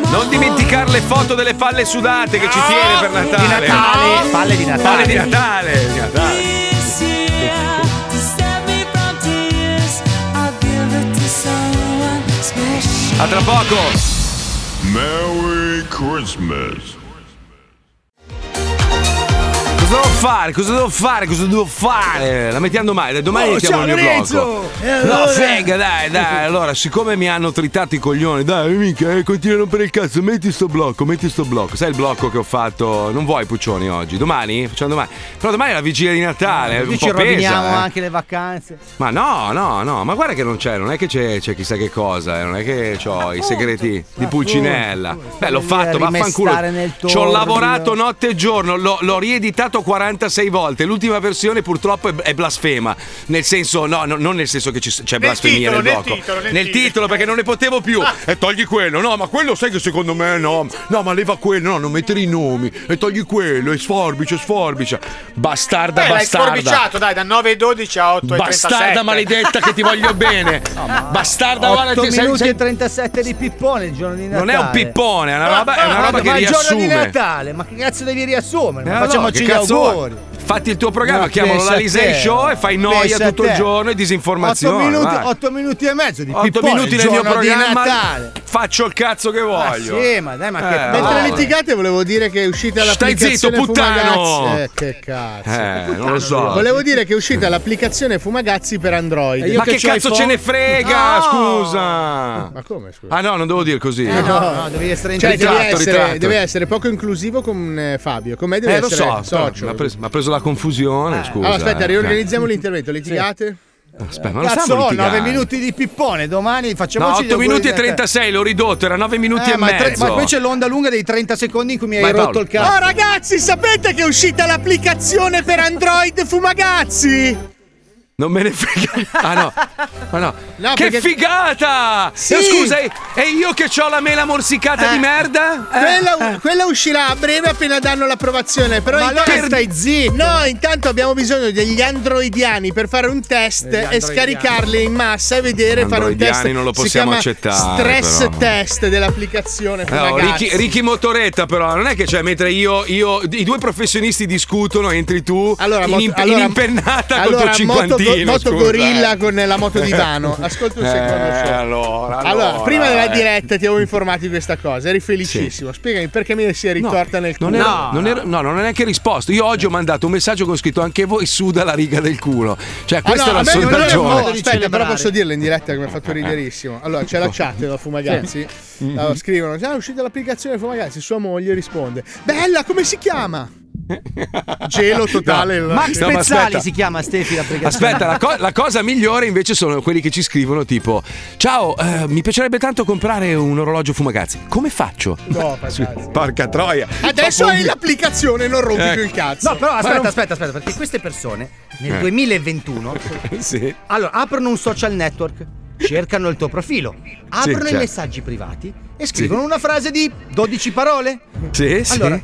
[SPEAKER 2] Non dimenticare le foto delle palle sudate che ci tiene per Ah. Natale.
[SPEAKER 5] Di Natale. Palle di Natale.
[SPEAKER 2] Palle di Natale. Di Natale. A tra poco.
[SPEAKER 17] Merry Christmas.
[SPEAKER 2] Cosa devo fare? Cosa devo fare? Cosa devo fare? La mettiamo domani, domani
[SPEAKER 16] Oh,
[SPEAKER 2] mettiamo
[SPEAKER 16] ciao,
[SPEAKER 2] il mio
[SPEAKER 16] Lorenzo!
[SPEAKER 2] blocco.
[SPEAKER 16] E allora?
[SPEAKER 2] No, fega, dai, dai. Allora, siccome mi hanno tritato i coglioni, dai, mica, eh, continua a rompere il cazzo, metti sto blocco, metti sto blocco. Sai il blocco che ho fatto? Non vuoi Puccioni oggi? Domani? Facciamo domani. Però domani è la vigilia di Natale. un
[SPEAKER 5] Noi
[SPEAKER 2] po'
[SPEAKER 5] ci Cioè, roviniamo
[SPEAKER 2] pesa, eh.
[SPEAKER 5] anche le vacanze.
[SPEAKER 2] Ma no, no, no, ma guarda che non c'è, non è che c'è, c'è chissà che cosa, eh, non è che ho i segreti di Pulcinella. Beh, l'ho fatto,
[SPEAKER 5] a
[SPEAKER 2] vaffanculo.
[SPEAKER 5] rimestare nel
[SPEAKER 2] Ci ho
[SPEAKER 5] torno.
[SPEAKER 2] lavorato notte e giorno, l'ho, l'ho rieditato 46 volte. L'ultima versione purtroppo è, è blasfema. Nel senso, no, no, non nel senso che ci- c'è blasfemia
[SPEAKER 19] titolo,
[SPEAKER 2] nel
[SPEAKER 19] nel
[SPEAKER 2] blocco.
[SPEAKER 19] titolo, Ah. nel
[SPEAKER 2] titolo, perché non ne potevo più. E togli quello, no, ma quello sai che secondo me no. No, ma leva quello, no, non mettere i nomi. E togli quello, e sforbice, sforbice. Bastarda,
[SPEAKER 19] Beh, l'hai
[SPEAKER 2] bastarda.
[SPEAKER 19] sforbiciato, dai, da 9,12 a 8,37.
[SPEAKER 2] Bastarda maledetta che ti voglio
[SPEAKER 6] (laughs)
[SPEAKER 2] bene. Bastarda,
[SPEAKER 5] 8
[SPEAKER 2] guarda, cioè, ti sei-
[SPEAKER 5] minuti
[SPEAKER 2] sei-
[SPEAKER 5] e 37 di pippone il giorno di Natale.
[SPEAKER 2] Non
[SPEAKER 5] Ah,
[SPEAKER 2] è un pippone, è una roba, è una roba
[SPEAKER 5] Ma
[SPEAKER 2] che
[SPEAKER 5] il giorno di
[SPEAKER 2] riassume.
[SPEAKER 5] Natale, ma che cazzo devi riassumere?
[SPEAKER 2] Eh,
[SPEAKER 5] Ma
[SPEAKER 2] allora,
[SPEAKER 5] facciamoci
[SPEAKER 2] che
[SPEAKER 5] gli
[SPEAKER 2] cazzo vuoi?
[SPEAKER 5] auguri.
[SPEAKER 2] Fatti il tuo programma,
[SPEAKER 5] Ma
[SPEAKER 2] chiamalo
[SPEAKER 5] pensa
[SPEAKER 2] la
[SPEAKER 5] a
[SPEAKER 2] Lisei
[SPEAKER 5] te.
[SPEAKER 2] Show e fai
[SPEAKER 5] Pensa
[SPEAKER 2] noia
[SPEAKER 5] a
[SPEAKER 2] tutto il
[SPEAKER 5] te.
[SPEAKER 2] giorno e disinformazione.
[SPEAKER 5] 8 minuti,
[SPEAKER 2] vai.
[SPEAKER 5] 8 minuti e mezzo di
[SPEAKER 2] Otto
[SPEAKER 5] pippone,
[SPEAKER 2] minuti
[SPEAKER 5] il
[SPEAKER 2] nel mio
[SPEAKER 5] giorno di
[SPEAKER 2] programma.
[SPEAKER 5] Natale. Ah,
[SPEAKER 2] Faccio il cazzo che voglio.
[SPEAKER 6] Ah,
[SPEAKER 2] Eh,
[SPEAKER 5] sì, ma dai, ma che palle.
[SPEAKER 6] Mentre
[SPEAKER 2] vabbè.
[SPEAKER 6] litigate volevo dire che è uscita
[SPEAKER 2] Stai
[SPEAKER 6] l'applicazione
[SPEAKER 2] zitto, puttano!
[SPEAKER 6] Fumagazzi. Eh, che cazzo.
[SPEAKER 2] Eh, non lo so.
[SPEAKER 6] Volevo dire che è uscita l'applicazione Fumagazzi per
[SPEAKER 5] Eh,
[SPEAKER 6] Android.
[SPEAKER 2] Ma Eh, che, cazzo ce ne frega? Scusa.
[SPEAKER 6] Ma come, scusa?
[SPEAKER 2] Ah no, non devo dire così.
[SPEAKER 6] Eh, no, no, devi essere cioè,
[SPEAKER 2] Ritratto,
[SPEAKER 6] devi essere,
[SPEAKER 2] ritratto.
[SPEAKER 6] devi essere poco inclusivo con eh, Fabio. Con me devi
[SPEAKER 2] Eh, lo
[SPEAKER 6] essere
[SPEAKER 2] so,
[SPEAKER 6] socio.
[SPEAKER 2] mi ha preso, mi ha preso la confusione. Scusa.
[SPEAKER 6] allora, aspetta,
[SPEAKER 2] eh.
[SPEAKER 6] riorganizziamo l'intervento. Litigate?
[SPEAKER 2] Aspetta, ma non
[SPEAKER 5] Cazzo,
[SPEAKER 2] stiamo
[SPEAKER 5] ho 9
[SPEAKER 2] litigando.
[SPEAKER 5] minuti di pippone, domani
[SPEAKER 6] Cioè,
[SPEAKER 2] No,
[SPEAKER 5] facciamoci gli
[SPEAKER 2] 8
[SPEAKER 5] auguri
[SPEAKER 2] minuti
[SPEAKER 5] di
[SPEAKER 2] e
[SPEAKER 5] Natale.
[SPEAKER 2] 36, l'ho ridotto, era 9 minuti
[SPEAKER 5] Eh,
[SPEAKER 2] e
[SPEAKER 5] ma, tre-
[SPEAKER 2] mezzo.
[SPEAKER 5] ma poi c'è l'onda lunga dei 30 secondi in cui mi hai
[SPEAKER 2] Vai,
[SPEAKER 5] rotto
[SPEAKER 2] Paolo.
[SPEAKER 5] il cazzo.
[SPEAKER 6] Oh, ragazzi, sapete che è uscita l'applicazione
[SPEAKER 5] (laughs)
[SPEAKER 6] per Android Fumagazzi?
[SPEAKER 2] Non me ne
[SPEAKER 6] (laughs)
[SPEAKER 2] frega. Ah no. Ma no.
[SPEAKER 6] No,
[SPEAKER 2] che
[SPEAKER 6] perché-
[SPEAKER 2] figata!
[SPEAKER 6] Sì.
[SPEAKER 2] Eh, Scusa, e e io che ho la mela morsicata
[SPEAKER 6] Ah,
[SPEAKER 2] di merda? Eh,
[SPEAKER 6] Quella, quella uscirà a breve appena danno l'approvazione. Però
[SPEAKER 2] Ma
[SPEAKER 6] intanto
[SPEAKER 2] allora stai
[SPEAKER 6] zitto. No, intanto abbiamo bisogno degli androidiani per fare un test e
[SPEAKER 2] androidiani.
[SPEAKER 6] scaricarli in massa e vedere fare un
[SPEAKER 2] Androidiani
[SPEAKER 6] test.
[SPEAKER 2] non lo
[SPEAKER 6] Si
[SPEAKER 2] possiamo
[SPEAKER 6] chiama
[SPEAKER 2] accettare,
[SPEAKER 6] Stress
[SPEAKER 2] però.
[SPEAKER 6] test dell'applicazione. per
[SPEAKER 2] No,
[SPEAKER 6] ragazzi.
[SPEAKER 2] Ricky, Ricky Motoretta, però, non è che cioè, mentre io, io- i due professionisti discutono, entri tu in,
[SPEAKER 6] moto-
[SPEAKER 2] imp-
[SPEAKER 6] allora-
[SPEAKER 2] in impennata
[SPEAKER 6] allora,
[SPEAKER 2] col tuo cinquantino.
[SPEAKER 6] Moto, moto
[SPEAKER 2] scusa,
[SPEAKER 6] gorilla
[SPEAKER 2] eh.
[SPEAKER 6] con la moto
[SPEAKER 2] (laughs)
[SPEAKER 6] divano. Ascolta un
[SPEAKER 2] Eh,
[SPEAKER 6] secondo. solo.
[SPEAKER 2] allora, allora,
[SPEAKER 6] prima della
[SPEAKER 2] eh.
[SPEAKER 6] diretta ti avevo informato di questa cosa. Eri felicissimo. Spiegami perché mi si è ritorta nel culo.
[SPEAKER 2] Non ero, non ero- no, non ho neanche risposto. Io oggi ho mandato un messaggio con scritto anche voi suda la riga del culo. Cioè,
[SPEAKER 6] Ah, no,
[SPEAKER 2] questo
[SPEAKER 6] a
[SPEAKER 2] era
[SPEAKER 6] me
[SPEAKER 2] il
[SPEAKER 6] non era-
[SPEAKER 2] sondaggio.
[SPEAKER 6] oh, aspetta, però posso dirlo in diretta che mi ha fatto riderissimo. Allora, c'è la chat da Fumagazzi. Allora, scrivono: "Ah, È uscita l'applicazione Fumagazzi. Sua moglie risponde: Bella, come si chiama? Gelo totale.
[SPEAKER 2] No,
[SPEAKER 6] la-
[SPEAKER 5] Max
[SPEAKER 2] No, ma
[SPEAKER 5] Pezzali
[SPEAKER 2] aspetta.
[SPEAKER 5] si chiama Stefi l'applicazione.
[SPEAKER 2] Aspetta, la, co- la cosa migliore invece sono quelli che ci scrivono tipo Ciao, eh, mi piacerebbe tanto comprare un orologio Fumagazzi. Come faccio?
[SPEAKER 6] No,
[SPEAKER 2] (laughs) Porca troia.
[SPEAKER 6] Adesso hai l'applicazione, non rompi
[SPEAKER 2] Ecco.
[SPEAKER 6] più il cazzo.
[SPEAKER 5] No, però
[SPEAKER 6] Ma
[SPEAKER 5] aspetta,
[SPEAKER 6] non-
[SPEAKER 5] aspetta, aspetta, perché queste persone nel
[SPEAKER 6] Eh.
[SPEAKER 5] (laughs) 2021
[SPEAKER 2] sì.
[SPEAKER 5] allora aprono un social network, cercano il tuo profilo, aprono i
[SPEAKER 2] certo.
[SPEAKER 5] messaggi privati e scrivono una frase di 12 parole.
[SPEAKER 2] Sì, Eh, sì.
[SPEAKER 5] Allora,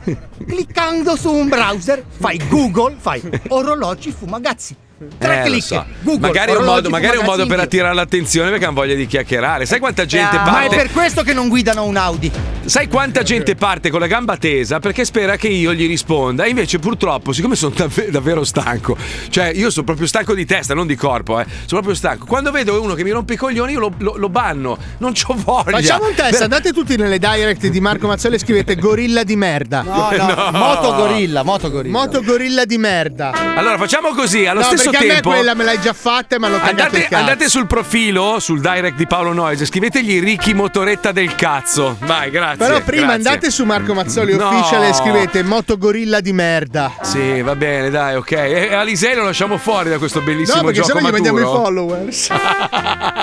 [SPEAKER 5] cliccando su un browser, fai Google, fai orologi fumagazzi. Tre
[SPEAKER 2] Eh, lo
[SPEAKER 5] clic.
[SPEAKER 2] so.
[SPEAKER 5] Google,
[SPEAKER 2] magari è un
[SPEAKER 5] orologi
[SPEAKER 2] modo, magari è un modo
[SPEAKER 5] Fumagazzi
[SPEAKER 2] per
[SPEAKER 5] in
[SPEAKER 2] attirare l'attenzione perché hanno voglia di chiacchierare. Sai quanta gente
[SPEAKER 5] giro. Ma è
[SPEAKER 2] parte?
[SPEAKER 5] per questo che non guidano un Audi.
[SPEAKER 2] Sai quanta gente parte con la gamba tesa perché spera che io gli risponda? Invece, purtroppo, siccome sono dav- davvero stanco, cioè io sono proprio stanco di testa, non di corpo, eh, sono proprio stanco. Quando vedo uno che mi rompe i coglioni, io lo, lo- lo banno, non c'ho voglia.
[SPEAKER 6] Facciamo un test,
[SPEAKER 2] Beh,
[SPEAKER 6] andate tutti nelle direct di Marco Mazzoli e scrivete gorilla di merda.
[SPEAKER 2] No, no, No. motogorilla,
[SPEAKER 5] motogorilla.
[SPEAKER 6] Motogorilla di merda.
[SPEAKER 2] Allora, facciamo così, allo
[SPEAKER 6] no,
[SPEAKER 2] stesso
[SPEAKER 6] perché
[SPEAKER 2] tempo.
[SPEAKER 6] a me quella me l'hai già fatta e mi hanno cagato il
[SPEAKER 2] Andate,
[SPEAKER 6] cazzo.
[SPEAKER 2] andate sul profilo, sul direct di Paolo Noise, scrivetegli Ricky Motoretta del cazzo. Vai, grazie.
[SPEAKER 6] Però prima
[SPEAKER 2] grazie.
[SPEAKER 6] andate su Marco Mazzoli
[SPEAKER 2] No.
[SPEAKER 6] Official e scrivete motogorilla di merda.
[SPEAKER 2] Sì, va bene, dai, ok. E e Alisei lo lasciamo fuori da questo bellissimo
[SPEAKER 6] No, perché
[SPEAKER 2] gioco
[SPEAKER 6] sennò gli
[SPEAKER 2] maturo.
[SPEAKER 6] mandiamo i followers.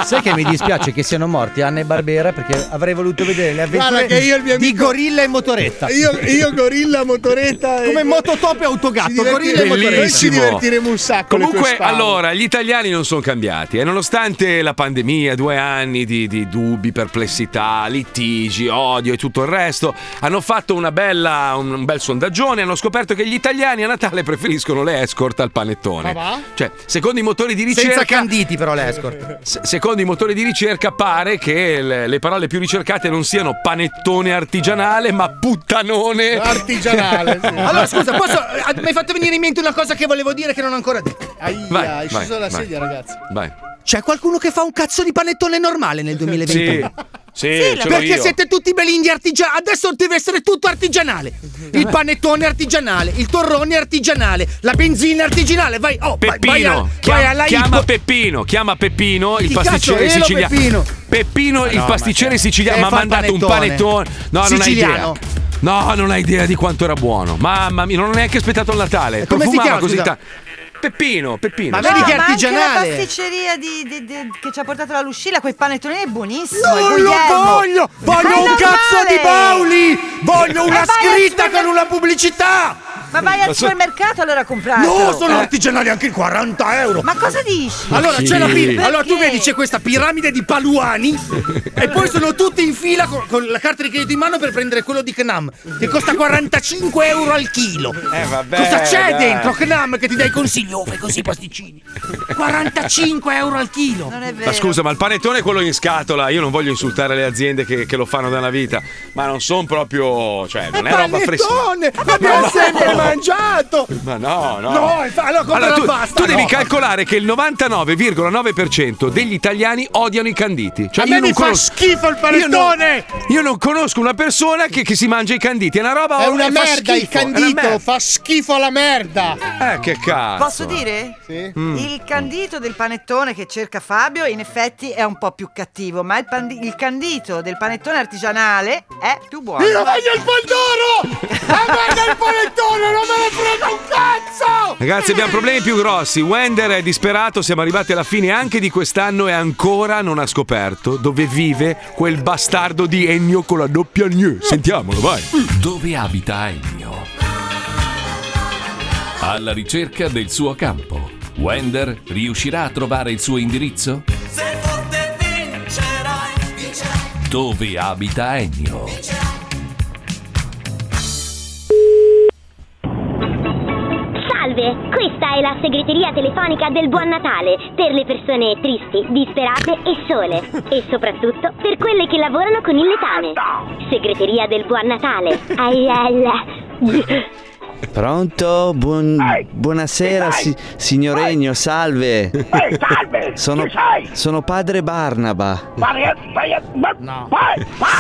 [SPEAKER 5] Sai che mi
[SPEAKER 6] (laughs)
[SPEAKER 5] dispiace che siano morti Anna e Barbera perché avrei voluto vedere le
[SPEAKER 6] Guarda
[SPEAKER 5] avventure
[SPEAKER 6] che io e il mio
[SPEAKER 5] di
[SPEAKER 6] amico-
[SPEAKER 5] gorilla e motoretta.
[SPEAKER 6] Io, io gorilla, motoretta.
[SPEAKER 5] Come mototop e autogatto, gorilla e motoretta.
[SPEAKER 6] Noi ci
[SPEAKER 2] Bellissimo.
[SPEAKER 6] divertiremo un sacco. le tue
[SPEAKER 2] Comunque,
[SPEAKER 6] spalle.
[SPEAKER 2] allora, gli italiani non sono cambiati. E nonostante la pandemia, due anni di, di dubbi, perplessità, litigi, odio e tutto il resto, hanno fatto una bella, un, un bel sondaggione. Hanno scoperto che gli italiani a Natale preferiscono le escort al panettone. Cioè, secondo i motori di ricerca.
[SPEAKER 5] Senza canditi però l'escort.
[SPEAKER 2] Se- Secondo i motori di ricerca pare che le le parole più ricercate non siano panettone artigianale, ma puttanone (laughs)
[SPEAKER 6] Artigianale, sì.
[SPEAKER 5] Allora scusa, posso ah, mi hai fatto venire in mente una cosa che volevo dire che non ho ancora detto.
[SPEAKER 2] Vai,
[SPEAKER 6] Aia, è
[SPEAKER 2] vai,
[SPEAKER 6] sceso dalla
[SPEAKER 2] vai.
[SPEAKER 6] sedia, ragazzi.
[SPEAKER 2] Vai.
[SPEAKER 5] C'è qualcuno che fa un cazzo di panettone normale nel 2021.
[SPEAKER 2] Sì. Sì, ce l'ho
[SPEAKER 5] perché
[SPEAKER 2] io.
[SPEAKER 5] siete tutti belindi artigianali. Adesso deve essere tutto artigianale. Il panettone è artigianale, il torrone è artigianale, la benzina è artigianale. Vai, oh, vai,
[SPEAKER 2] Peppino,
[SPEAKER 5] vai, al-
[SPEAKER 2] chiama,
[SPEAKER 5] vai alla
[SPEAKER 2] chiama
[SPEAKER 5] Ipo-
[SPEAKER 2] Peppino, chiama Peppino, il
[SPEAKER 5] Chi
[SPEAKER 2] pasticcere
[SPEAKER 5] cazzo è lo
[SPEAKER 2] siciliano.
[SPEAKER 5] Peppino?
[SPEAKER 2] Peppino,
[SPEAKER 5] Ma
[SPEAKER 2] il
[SPEAKER 5] no,
[SPEAKER 2] pasticcere
[SPEAKER 5] ma che-
[SPEAKER 2] siciliano,
[SPEAKER 5] Eh,
[SPEAKER 2] mi ha
[SPEAKER 5] fa il
[SPEAKER 2] mandato un
[SPEAKER 5] panettone.
[SPEAKER 2] panettone. No,
[SPEAKER 5] Siciliano.
[SPEAKER 2] non hai idea. No, non hai idea di quanto era buono. Mamma mia, non ho neanche aspettato il Natale.
[SPEAKER 5] come si
[SPEAKER 2] Profumava
[SPEAKER 5] chiama,
[SPEAKER 2] così
[SPEAKER 5] scusa?
[SPEAKER 2] tanto. Peppino, Peppino.
[SPEAKER 4] No, ma Anche la pasticceria di- di- di- che ci ha portato la Lucilla, quel panettone è buonissimo.
[SPEAKER 5] Non
[SPEAKER 4] è
[SPEAKER 5] lo
[SPEAKER 4] Guglielmo. (laughs)
[SPEAKER 5] voglio! Voglio
[SPEAKER 4] Ma è
[SPEAKER 5] un cazzo di
[SPEAKER 4] normale!
[SPEAKER 5] Bauli! Voglio una
[SPEAKER 4] Ma Eh, vai al
[SPEAKER 5] scritta
[SPEAKER 4] supermer-
[SPEAKER 5] con una pubblicità!
[SPEAKER 4] Ma vai
[SPEAKER 5] Ma
[SPEAKER 4] al
[SPEAKER 5] so-
[SPEAKER 4] supermercato allora a comprarlo.
[SPEAKER 5] No, sono
[SPEAKER 2] Eh.
[SPEAKER 5] artigianali anche il 40 euro!
[SPEAKER 4] esatto. Ma cosa dici?
[SPEAKER 5] Allora c'è la
[SPEAKER 4] Perché?
[SPEAKER 5] pila. Allora tu vedi c'è questa piramide di paluani e poi sono tutti in fila con, con la carta di credito in mano per prendere quello di Knam che costa 45 euro al chilo.
[SPEAKER 2] Eh, vabbè,
[SPEAKER 5] Cosa c'è
[SPEAKER 2] dai.
[SPEAKER 5] dentro Knam che ti dai consiglio? Oh, fai così i pasticcini. 45 euro al chilo. Non è
[SPEAKER 2] Ma scusa, ma il panettone è quello in scatola. Io non voglio insultare le aziende che, che lo fanno da una vita, ma non sono proprio. cioè, non è, roba fresca.
[SPEAKER 16] L'abbiamo
[SPEAKER 2] no.
[SPEAKER 16] sempre mangiato!
[SPEAKER 2] Ma no, no.
[SPEAKER 16] No, infa- allora compra la
[SPEAKER 2] tu,
[SPEAKER 16] pasta,
[SPEAKER 2] tu
[SPEAKER 16] no.
[SPEAKER 2] devi calcolare che il 99,9% degli italiani odiano i canditi. Cioè,
[SPEAKER 5] A
[SPEAKER 2] io
[SPEAKER 5] me
[SPEAKER 2] non
[SPEAKER 5] mi fa
[SPEAKER 2] conosco-
[SPEAKER 5] schifo il
[SPEAKER 2] Io non-
[SPEAKER 5] panettone!
[SPEAKER 2] Io non, conosco una persona che, che si mangia i canditi. È una roba.
[SPEAKER 6] È una
[SPEAKER 2] fa
[SPEAKER 6] merda il
[SPEAKER 2] schifo, è una
[SPEAKER 6] candito,
[SPEAKER 2] merda.
[SPEAKER 6] fa schifo alla merda.
[SPEAKER 2] Eh, che cazzo.
[SPEAKER 4] Posso dire?
[SPEAKER 6] Sì.
[SPEAKER 2] Mm.
[SPEAKER 4] Il candito del panettone che cerca Fabio in effetti è un po' più cattivo, ma il, pandi- il candito del panettone artigianale è più buono.
[SPEAKER 16] Io voglio il pandoro! A me il panettone, non me ne frega un cazzo!
[SPEAKER 2] Ragazzi, abbiamo problemi più grossi. Wender è disperato, siamo arrivati alla fine anche di quest'anno e ancora non ha scoperto dove vive quel bastardo di Ennio con la doppia gnu. Sentiamolo, vai.
[SPEAKER 1] Dove abita Ennio? Alla ricerca del suo campo, Wender riuscirà a trovare il suo indirizzo?
[SPEAKER 16] Se forte vincerai, vincerai,
[SPEAKER 1] Dove abita Ennio?
[SPEAKER 20] Salve, questa è la segreteria telefonica del Buon Natale per le persone tristi, disperate e sole e soprattutto per quelle che lavorano con il letame. Segreteria del Buon Natale. Ai, ai, ai.
[SPEAKER 21] Pronto? Buon- buonasera, si- signoregno, salve.
[SPEAKER 16] salve,
[SPEAKER 21] (laughs) Sono,
[SPEAKER 16] chi sei?
[SPEAKER 21] sono padre Barnaba.
[SPEAKER 16] No.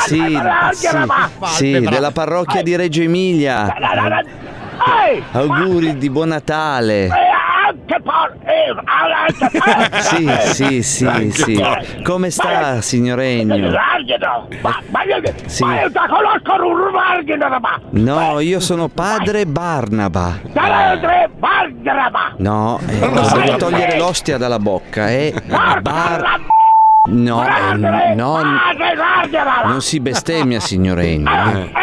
[SPEAKER 21] Sì, sì, sì, della parrocchia di Reggio Emilia.
[SPEAKER 16] Ehi!
[SPEAKER 21] Auguri di buon Natale.
[SPEAKER 16] Anche por... Eh,
[SPEAKER 21] (laughs)
[SPEAKER 16] anche por...
[SPEAKER 21] Sì, sì, sì,
[SPEAKER 16] Anche
[SPEAKER 21] sì.
[SPEAKER 16] poi.
[SPEAKER 21] Come sta, signoregno?
[SPEAKER 16] L'argino! Ma, ma io...
[SPEAKER 21] Sì.
[SPEAKER 16] Ma io da conosco un argino, ma...
[SPEAKER 21] No, io sono padre Barnaba.
[SPEAKER 16] Sarà un tre bardraba!
[SPEAKER 21] No, eh,
[SPEAKER 16] Non lo
[SPEAKER 21] no,
[SPEAKER 16] sai.
[SPEAKER 21] devi togliere l'ostia dalla bocca, eh. Bar... No, eh, no,
[SPEAKER 16] Madre, l'argino!
[SPEAKER 21] non si bestemmia, signoregno. eh.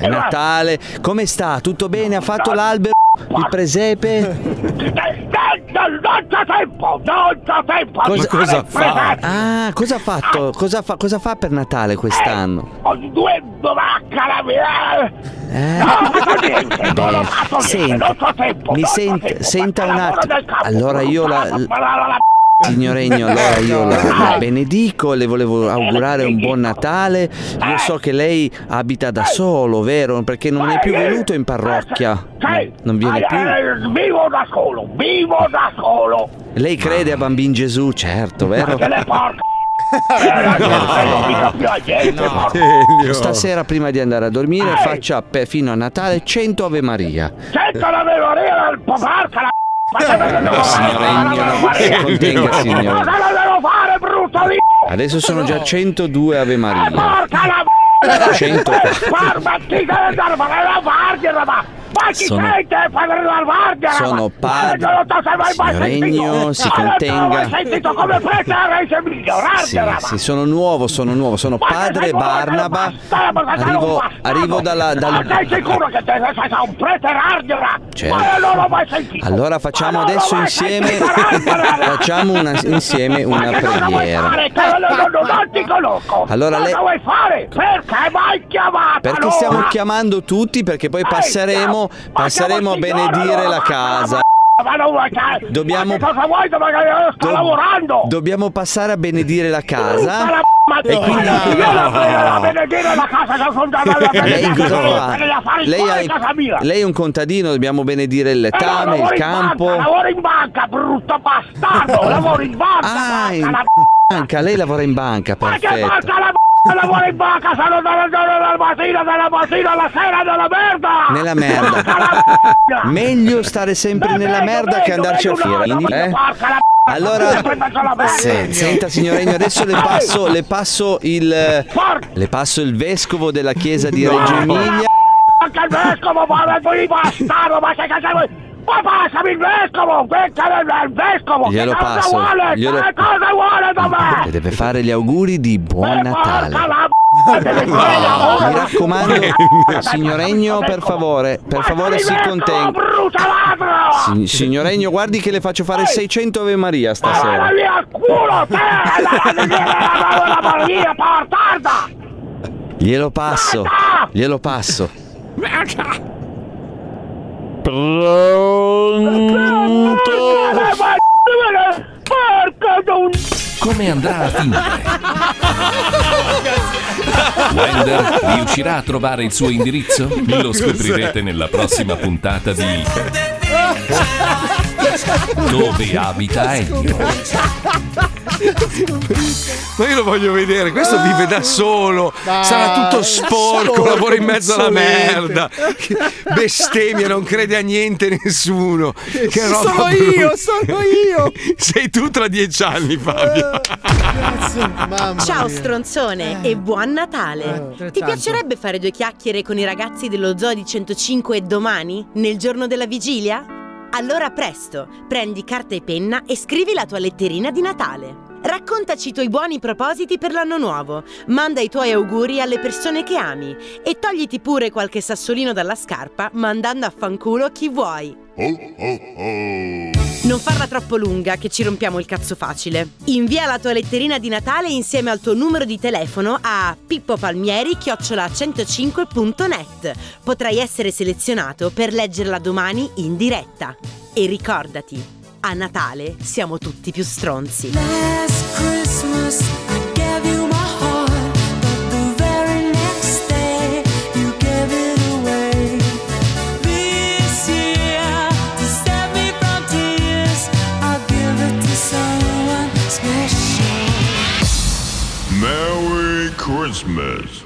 [SPEAKER 21] Eh, Natale, come sta? Tutto bene? Ha fatto l'albero? Il presepe?
[SPEAKER 16] Non, Eh, non c'è tempo! Non c'è tempo!
[SPEAKER 21] Cosa,
[SPEAKER 16] di fare presenti.
[SPEAKER 21] Ah, cosa ha fatto? Cosa fa, cosa fa per Natale quest'anno?
[SPEAKER 16] Ho due domacca la mia!
[SPEAKER 21] Eh?
[SPEAKER 16] Non ho fatto
[SPEAKER 21] (laughs)
[SPEAKER 16] niente! Non
[SPEAKER 21] Bene.
[SPEAKER 16] ho fatto niente!
[SPEAKER 21] Senta,
[SPEAKER 16] Non c'ho tempo!
[SPEAKER 21] mi
[SPEAKER 16] non c'ho
[SPEAKER 21] sent-
[SPEAKER 16] tempo,
[SPEAKER 21] senta
[SPEAKER 16] ma
[SPEAKER 21] un
[SPEAKER 16] lavoro
[SPEAKER 21] attimo.
[SPEAKER 16] del campo,
[SPEAKER 21] Allora io la-
[SPEAKER 16] ma- ma- ma- la-
[SPEAKER 21] Signoregno, allora io la, la benedico, le volevo augurare un buon Natale. Io so che lei abita da solo, vero? Perché non è più venuto in parrocchia. Non viene più.
[SPEAKER 16] Eh, Vivo da solo, vivo da solo.
[SPEAKER 21] Lei crede a Bambin Gesù, certo, vero?
[SPEAKER 16] Te le
[SPEAKER 21] (laughs)
[SPEAKER 16] porca. Eh, non mica più a
[SPEAKER 21] Eh,
[SPEAKER 16] niente, porca.
[SPEAKER 21] Stasera prima di andare a dormire faccia per- fino a Natale 100 Ave Maria.
[SPEAKER 16] Sento la memoria del porca la (laughs) ma
[SPEAKER 21] Signoregno, contenga
[SPEAKER 16] cosa
[SPEAKER 21] signore.
[SPEAKER 16] la devo fare, brutto di
[SPEAKER 21] Adesso sono già 102 Ave Maria.
[SPEAKER 16] porca la (laughs)
[SPEAKER 21] 100.
[SPEAKER 16] Eh, Guarda, ti devi andare a fare la guardia, ma ma chi
[SPEAKER 21] Sono-
[SPEAKER 16] sei te per la guardia? Eh,
[SPEAKER 21] Sono padre. Signoregno,
[SPEAKER 16] Signoregno,
[SPEAKER 21] si contenga.
[SPEAKER 16] sentito come pretendere se migliorarti,
[SPEAKER 21] Sì, sì, sono nuovo, sono nuovo, sono padre Barnaba. Arrivo, arrivo dalla,
[SPEAKER 16] Ma
[SPEAKER 21] dal...
[SPEAKER 16] sei sicuro che te sei sei un prete rargera?
[SPEAKER 21] Certo.
[SPEAKER 16] Ma non l'ho mai sentito.
[SPEAKER 21] Allora facciamo adesso insieme (laughs) facciamo una- insieme una preghiera.
[SPEAKER 16] Fare, te- non, non- non ti conosco.
[SPEAKER 21] Allora
[SPEAKER 16] Cosa
[SPEAKER 21] lei-
[SPEAKER 16] vuoi fare? Perché mai chiamato?
[SPEAKER 21] Perché
[SPEAKER 16] allora?
[SPEAKER 21] stiamo chiamando tutti perché poi passeremo passeremo a benedire la casa.
[SPEAKER 16] Ma non vuoi che-
[SPEAKER 21] Dobbiamo-
[SPEAKER 16] Ma che cosa vuoi? Perché sto
[SPEAKER 21] Do-
[SPEAKER 16] lavorando.
[SPEAKER 21] Dobbiamo passare a benedire la casa. E
[SPEAKER 16] E
[SPEAKER 21] quindi-
[SPEAKER 16] quindi io la prego a benedire la casa che ho
[SPEAKER 21] (laughs)
[SPEAKER 16] fondato alla
[SPEAKER 21] Lei cosa
[SPEAKER 16] benedizione,
[SPEAKER 21] fa?
[SPEAKER 16] perché la fai
[SPEAKER 21] Lei,
[SPEAKER 16] fuori
[SPEAKER 21] ha-
[SPEAKER 16] casa mia.
[SPEAKER 21] lei è un contadino, dobbiamo benedire il
[SPEAKER 16] Eh, no,
[SPEAKER 21] letame,
[SPEAKER 16] lavoro
[SPEAKER 21] il
[SPEAKER 16] in
[SPEAKER 21] campo.
[SPEAKER 16] banca, lavoro in banca,
[SPEAKER 21] (laughs)
[SPEAKER 16] brutto bastardo! lavoro in banca!
[SPEAKER 21] Ah, in
[SPEAKER 16] la
[SPEAKER 21] banca, lei lavora in banca,
[SPEAKER 16] Ma che
[SPEAKER 21] perfetto.
[SPEAKER 16] banca la E la vuole in bocca, sono dalla giorno dal mattino, dalla mattina alla sera, dalla merda!
[SPEAKER 21] Nella merda. Meglio stare sempre nella merda che andarci a fiera. Quindi, eh? Allora, se- senta signor Regno, adesso le passo, le passo il le passo il vescovo della chiesa di
[SPEAKER 16] No.
[SPEAKER 21] Reggio Emilia.
[SPEAKER 16] Anche il vescovo, ma voi bastardo, ma che cazzo vuoi? Ma passami il vescovo, che cazzo è il vescovo?
[SPEAKER 21] Glielo
[SPEAKER 16] che cosa
[SPEAKER 21] passo,
[SPEAKER 16] vuole?
[SPEAKER 21] glielo-
[SPEAKER 16] Che cosa vuole da me?
[SPEAKER 21] Le deve fare gli auguri di buon Natale.
[SPEAKER 16] Porca la
[SPEAKER 21] Mi raccomando, signoregno, per favore, per favore si contenga. Si- signoregno, guardi che le faccio fare 600 Ave Maria stasera.
[SPEAKER 16] Vada via al culo, te!
[SPEAKER 21] (laughs)
[SPEAKER 16] La la la Maria, portarda!
[SPEAKER 21] Glielo passo, glielo passo. Oh.
[SPEAKER 16] Porca d'un...
[SPEAKER 1] Come andrà a finire? Wender riuscirà a trovare il suo indirizzo? Lo scoprirete nella prossima puntata di Dove abita Ennio?
[SPEAKER 2] Ma io lo voglio vedere, questo vive da solo, sarà tutto sporco,
[SPEAKER 16] sporco,
[SPEAKER 2] lavora in mezzo alla
[SPEAKER 16] insolente.
[SPEAKER 2] merda, (laughs) bestemmia, non crede a niente nessuno. Che roba
[SPEAKER 16] Sono io, sono
[SPEAKER 2] io! (laughs) Sei tu tra dieci anni, Fabio.
[SPEAKER 18] Ciao stronzone e buon Natale! Ti piacerebbe fare due chiacchiere con i ragazzi dello zoo di 105 domani, nel giorno della vigilia? Allora presto, prendi carta e penna e scrivi la tua letterina di Natale. Raccontaci i tuoi buoni propositi per l'anno nuovo, manda i tuoi auguri alle persone che ami e togliti pure qualche sassolino dalla scarpa mandando a fanculo chi vuoi. Non farla troppo lunga che ci rompiamo il cazzo facile. Invia la tua letterina di Natale insieme al tuo numero di telefono a pippopalmieri-105.net. Potrai essere selezionato per leggerla domani in diretta. E ricordati, a Natale siamo tutti più stronzi.
[SPEAKER 22] Last Christmas, I gave you my heart, but the very next day, you gave it away. This year, to save me from tears, I'll give it to someone special.
[SPEAKER 14] Merry Christmas.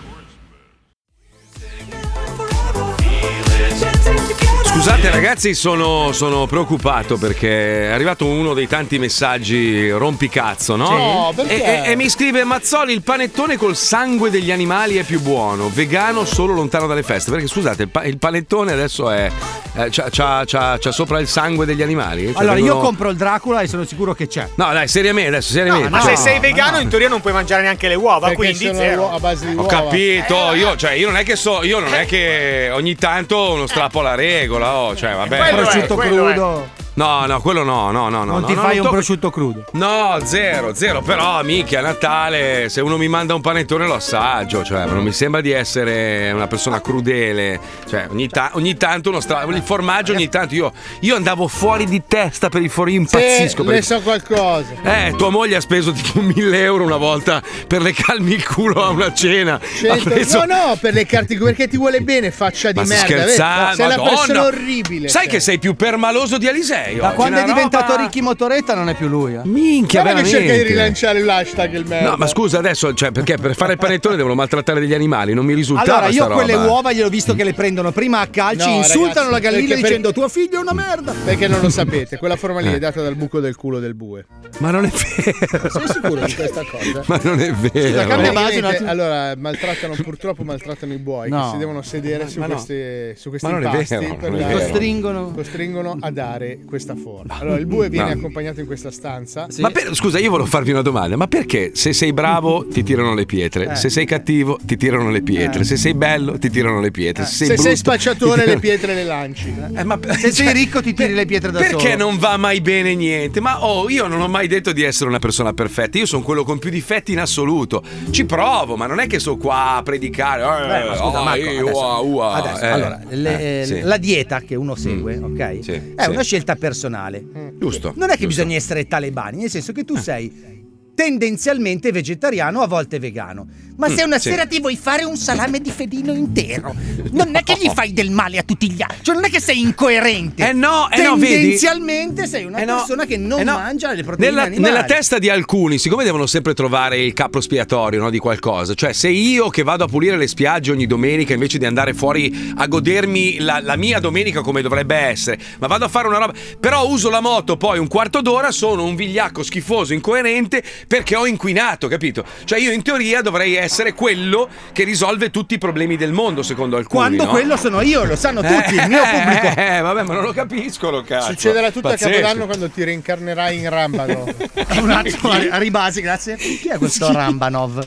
[SPEAKER 2] Scusate ragazzi, sono, sono preoccupato perché è arrivato uno dei tanti messaggi rompicazzo, no?
[SPEAKER 16] Sì. No, perché?
[SPEAKER 2] E, e- e mi scrive Mazzoli, il panettone col sangue degli animali è più buono, vegano solo lontano dalle feste, perché scusate, il, pa- il panettone adesso è... eh, c'ha, c'ha- c'ha- c'ha sopra il sangue degli animali? Cioè,
[SPEAKER 5] Allora, io
[SPEAKER 2] vengono-
[SPEAKER 5] compro il Dracula e sono sicuro che c'è.
[SPEAKER 2] No, dai, seriamente, adesso seriamente.
[SPEAKER 23] ma se
[SPEAKER 2] Cioè,
[SPEAKER 23] sei vegano in teoria non puoi mangiare neanche le uova,
[SPEAKER 2] Perché
[SPEAKER 23] quindi
[SPEAKER 2] sono
[SPEAKER 23] zero.
[SPEAKER 2] uova- Ho capito,
[SPEAKER 23] Eh.
[SPEAKER 2] io, cioè, io non è che so, io non è che ogni tanto uno strappo la regola, oh, cioè, vabbè.
[SPEAKER 23] Quello è,
[SPEAKER 5] prosciutto
[SPEAKER 23] quello è.
[SPEAKER 5] crudo.
[SPEAKER 2] No, no, quello no, no, no, no.
[SPEAKER 5] Non
[SPEAKER 2] no,
[SPEAKER 5] ti
[SPEAKER 2] no,
[SPEAKER 5] fai
[SPEAKER 2] non
[SPEAKER 5] un
[SPEAKER 2] tocco-
[SPEAKER 5] prosciutto crudo.
[SPEAKER 2] No, zero, zero. Però, mica, a Natale, se uno mi manda un panettone lo assaggio. Cioè, non mi sembra di essere una persona crudele. Cioè, ogni, ta- ogni tanto uno stra- Il formaggio ogni tanto. Io, io andavo fuori di testa per il formaggio, io impazzisco.
[SPEAKER 6] Eh,
[SPEAKER 2] per
[SPEAKER 6] ne
[SPEAKER 2] il- (laughs)
[SPEAKER 6] so qualcosa.
[SPEAKER 2] Eh, tua moglie ha speso tipo (laughs) 1000 euro una volta per le calmi il culo a una cena. Ha
[SPEAKER 6] Cento-
[SPEAKER 2] preso-
[SPEAKER 6] No, no, per le carte perché ti vuole bene, faccia di
[SPEAKER 2] Ma stai
[SPEAKER 6] merda. vedi?
[SPEAKER 2] scherzando?
[SPEAKER 6] Sei una
[SPEAKER 2] Madonna.
[SPEAKER 6] persona orribile.
[SPEAKER 2] Sai
[SPEAKER 6] sei.
[SPEAKER 2] che sei più permaloso di Alisei
[SPEAKER 5] Da
[SPEAKER 2] oggi,
[SPEAKER 5] quando è
[SPEAKER 2] una
[SPEAKER 5] diventato
[SPEAKER 2] roba-
[SPEAKER 5] Ricky Motoretta non è più lui. Eh.
[SPEAKER 2] Minchia,
[SPEAKER 6] Guarda che cerca di
[SPEAKER 2] veramente.
[SPEAKER 6] rilanciare l'hashtag il merda.
[SPEAKER 2] No, ma scusa adesso, cioè, perché per fare il panettone devono maltrattare degli animali, non mi risultava
[SPEAKER 5] Allora, io
[SPEAKER 2] sta
[SPEAKER 5] quelle
[SPEAKER 2] roba. eh.
[SPEAKER 5] uova gliel'ho visto che le prendono prima a calci,
[SPEAKER 6] No,
[SPEAKER 5] insultano
[SPEAKER 6] ragazzi,
[SPEAKER 5] la gallina
[SPEAKER 6] perché-
[SPEAKER 5] dicendo tuo figlio è una merda.
[SPEAKER 6] Perché non lo sapete, quella forma lì è data dal buco del culo del bue.
[SPEAKER 2] Eh. Ma non è vero.
[SPEAKER 6] (laughs) Sei sicuro di questa cosa?
[SPEAKER 2] Ma non è vero.
[SPEAKER 6] Scusa,
[SPEAKER 2] Eh.
[SPEAKER 6] cambia base un
[SPEAKER 2] Praticamente,
[SPEAKER 6] attimo. Allora, maltrattano, purtroppo maltrattano i buoi
[SPEAKER 2] No.
[SPEAKER 6] che si devono sedere su,
[SPEAKER 2] Ma no.
[SPEAKER 6] queste- su questi
[SPEAKER 2] Ma non è
[SPEAKER 6] impasti
[SPEAKER 2] vero,
[SPEAKER 6] per
[SPEAKER 2] non è
[SPEAKER 6] dare-
[SPEAKER 2] vero.
[SPEAKER 5] Costringono.
[SPEAKER 6] costringono a dare questa forma. Allora, il bue viene
[SPEAKER 2] No.
[SPEAKER 6] accompagnato in questa stanza.
[SPEAKER 2] Ma per- scusa, io volevo farvi una domanda, ma perché se sei
[SPEAKER 5] (laughs)
[SPEAKER 2] bravo ti tirano le pietre,
[SPEAKER 6] Eh.
[SPEAKER 2] se sei cattivo ti tirano le pietre,
[SPEAKER 5] Eh.
[SPEAKER 2] se sei bello ti tirano le pietre, se sei
[SPEAKER 6] Eh, Se
[SPEAKER 2] brutto,
[SPEAKER 6] sei
[SPEAKER 2] ti
[SPEAKER 6] spacciatore
[SPEAKER 2] tirano-
[SPEAKER 6] le
[SPEAKER 2] (laughs)
[SPEAKER 6] pietre le lanci.
[SPEAKER 5] Se sei ricco ti tiri le pietre da solo.
[SPEAKER 2] Perché non va mai bene niente? Ma oh, io non ho mai detto di essere una persona perfetta. Io sono quello con più difetti in assoluto. Ci provo, ma non è che sono qua a predicare. eh,
[SPEAKER 5] Beh, ma scusa,
[SPEAKER 2] ah,
[SPEAKER 5] Marco,
[SPEAKER 2] eh,
[SPEAKER 5] adesso-
[SPEAKER 2] ua, ua,
[SPEAKER 5] adesso,
[SPEAKER 2] eh.
[SPEAKER 5] allora, le-
[SPEAKER 2] Eh,
[SPEAKER 5] eh,
[SPEAKER 2] sì.
[SPEAKER 5] la dieta che uno segue, ok? è
[SPEAKER 2] sì.
[SPEAKER 5] una scelta personale.
[SPEAKER 2] Giusto.
[SPEAKER 5] Non è che bisogna essere talebani, nel senso che tu sei tendenzialmente vegetariano, a volte vegano.
[SPEAKER 13] Ma se una
[SPEAKER 5] sì.
[SPEAKER 13] sera ti vuoi fare un salame di fedino intero, non è che gli fai del male a tutti gli altri, cioè non è che sei incoerente.
[SPEAKER 2] Oh, Eh no, eh no, vedi?
[SPEAKER 13] Tendenzialmente sei una persona che non
[SPEAKER 2] eh no.
[SPEAKER 13] mangia le proteine
[SPEAKER 2] Nella,
[SPEAKER 13] animali.
[SPEAKER 2] nella testa di alcuni, siccome devono sempre trovare il capo espiatorio no, di qualcosa, cioè se io che vado a pulire le spiagge ogni domenica invece di andare fuori a godermi la, la mia domenica come dovrebbe essere, ma vado a fare una roba, però uso la moto poi un quarto d'ora, sono un vigliacco schifoso, incoerente perché ho inquinato, capito? Cioè io in teoria dovrei essere quello che risolve tutti i problemi del mondo, secondo alcuni.
[SPEAKER 5] Quando
[SPEAKER 2] no?
[SPEAKER 5] quello sono io, lo sanno tutti, il mio
[SPEAKER 2] Eh,
[SPEAKER 13] (laughs)
[SPEAKER 5] pubblico.
[SPEAKER 2] (laughs) eh, eh, vabbè, ma non lo capisco, lo cazzo.
[SPEAKER 6] Succederà tutto
[SPEAKER 2] Ah, Pazzesco.
[SPEAKER 6] a Capodanno quando ti reincarnerai
[SPEAKER 2] (laughs)
[SPEAKER 6] in Rambano.
[SPEAKER 13] Un attimo, a ribasi, grazie. Chi è questo Rambanov?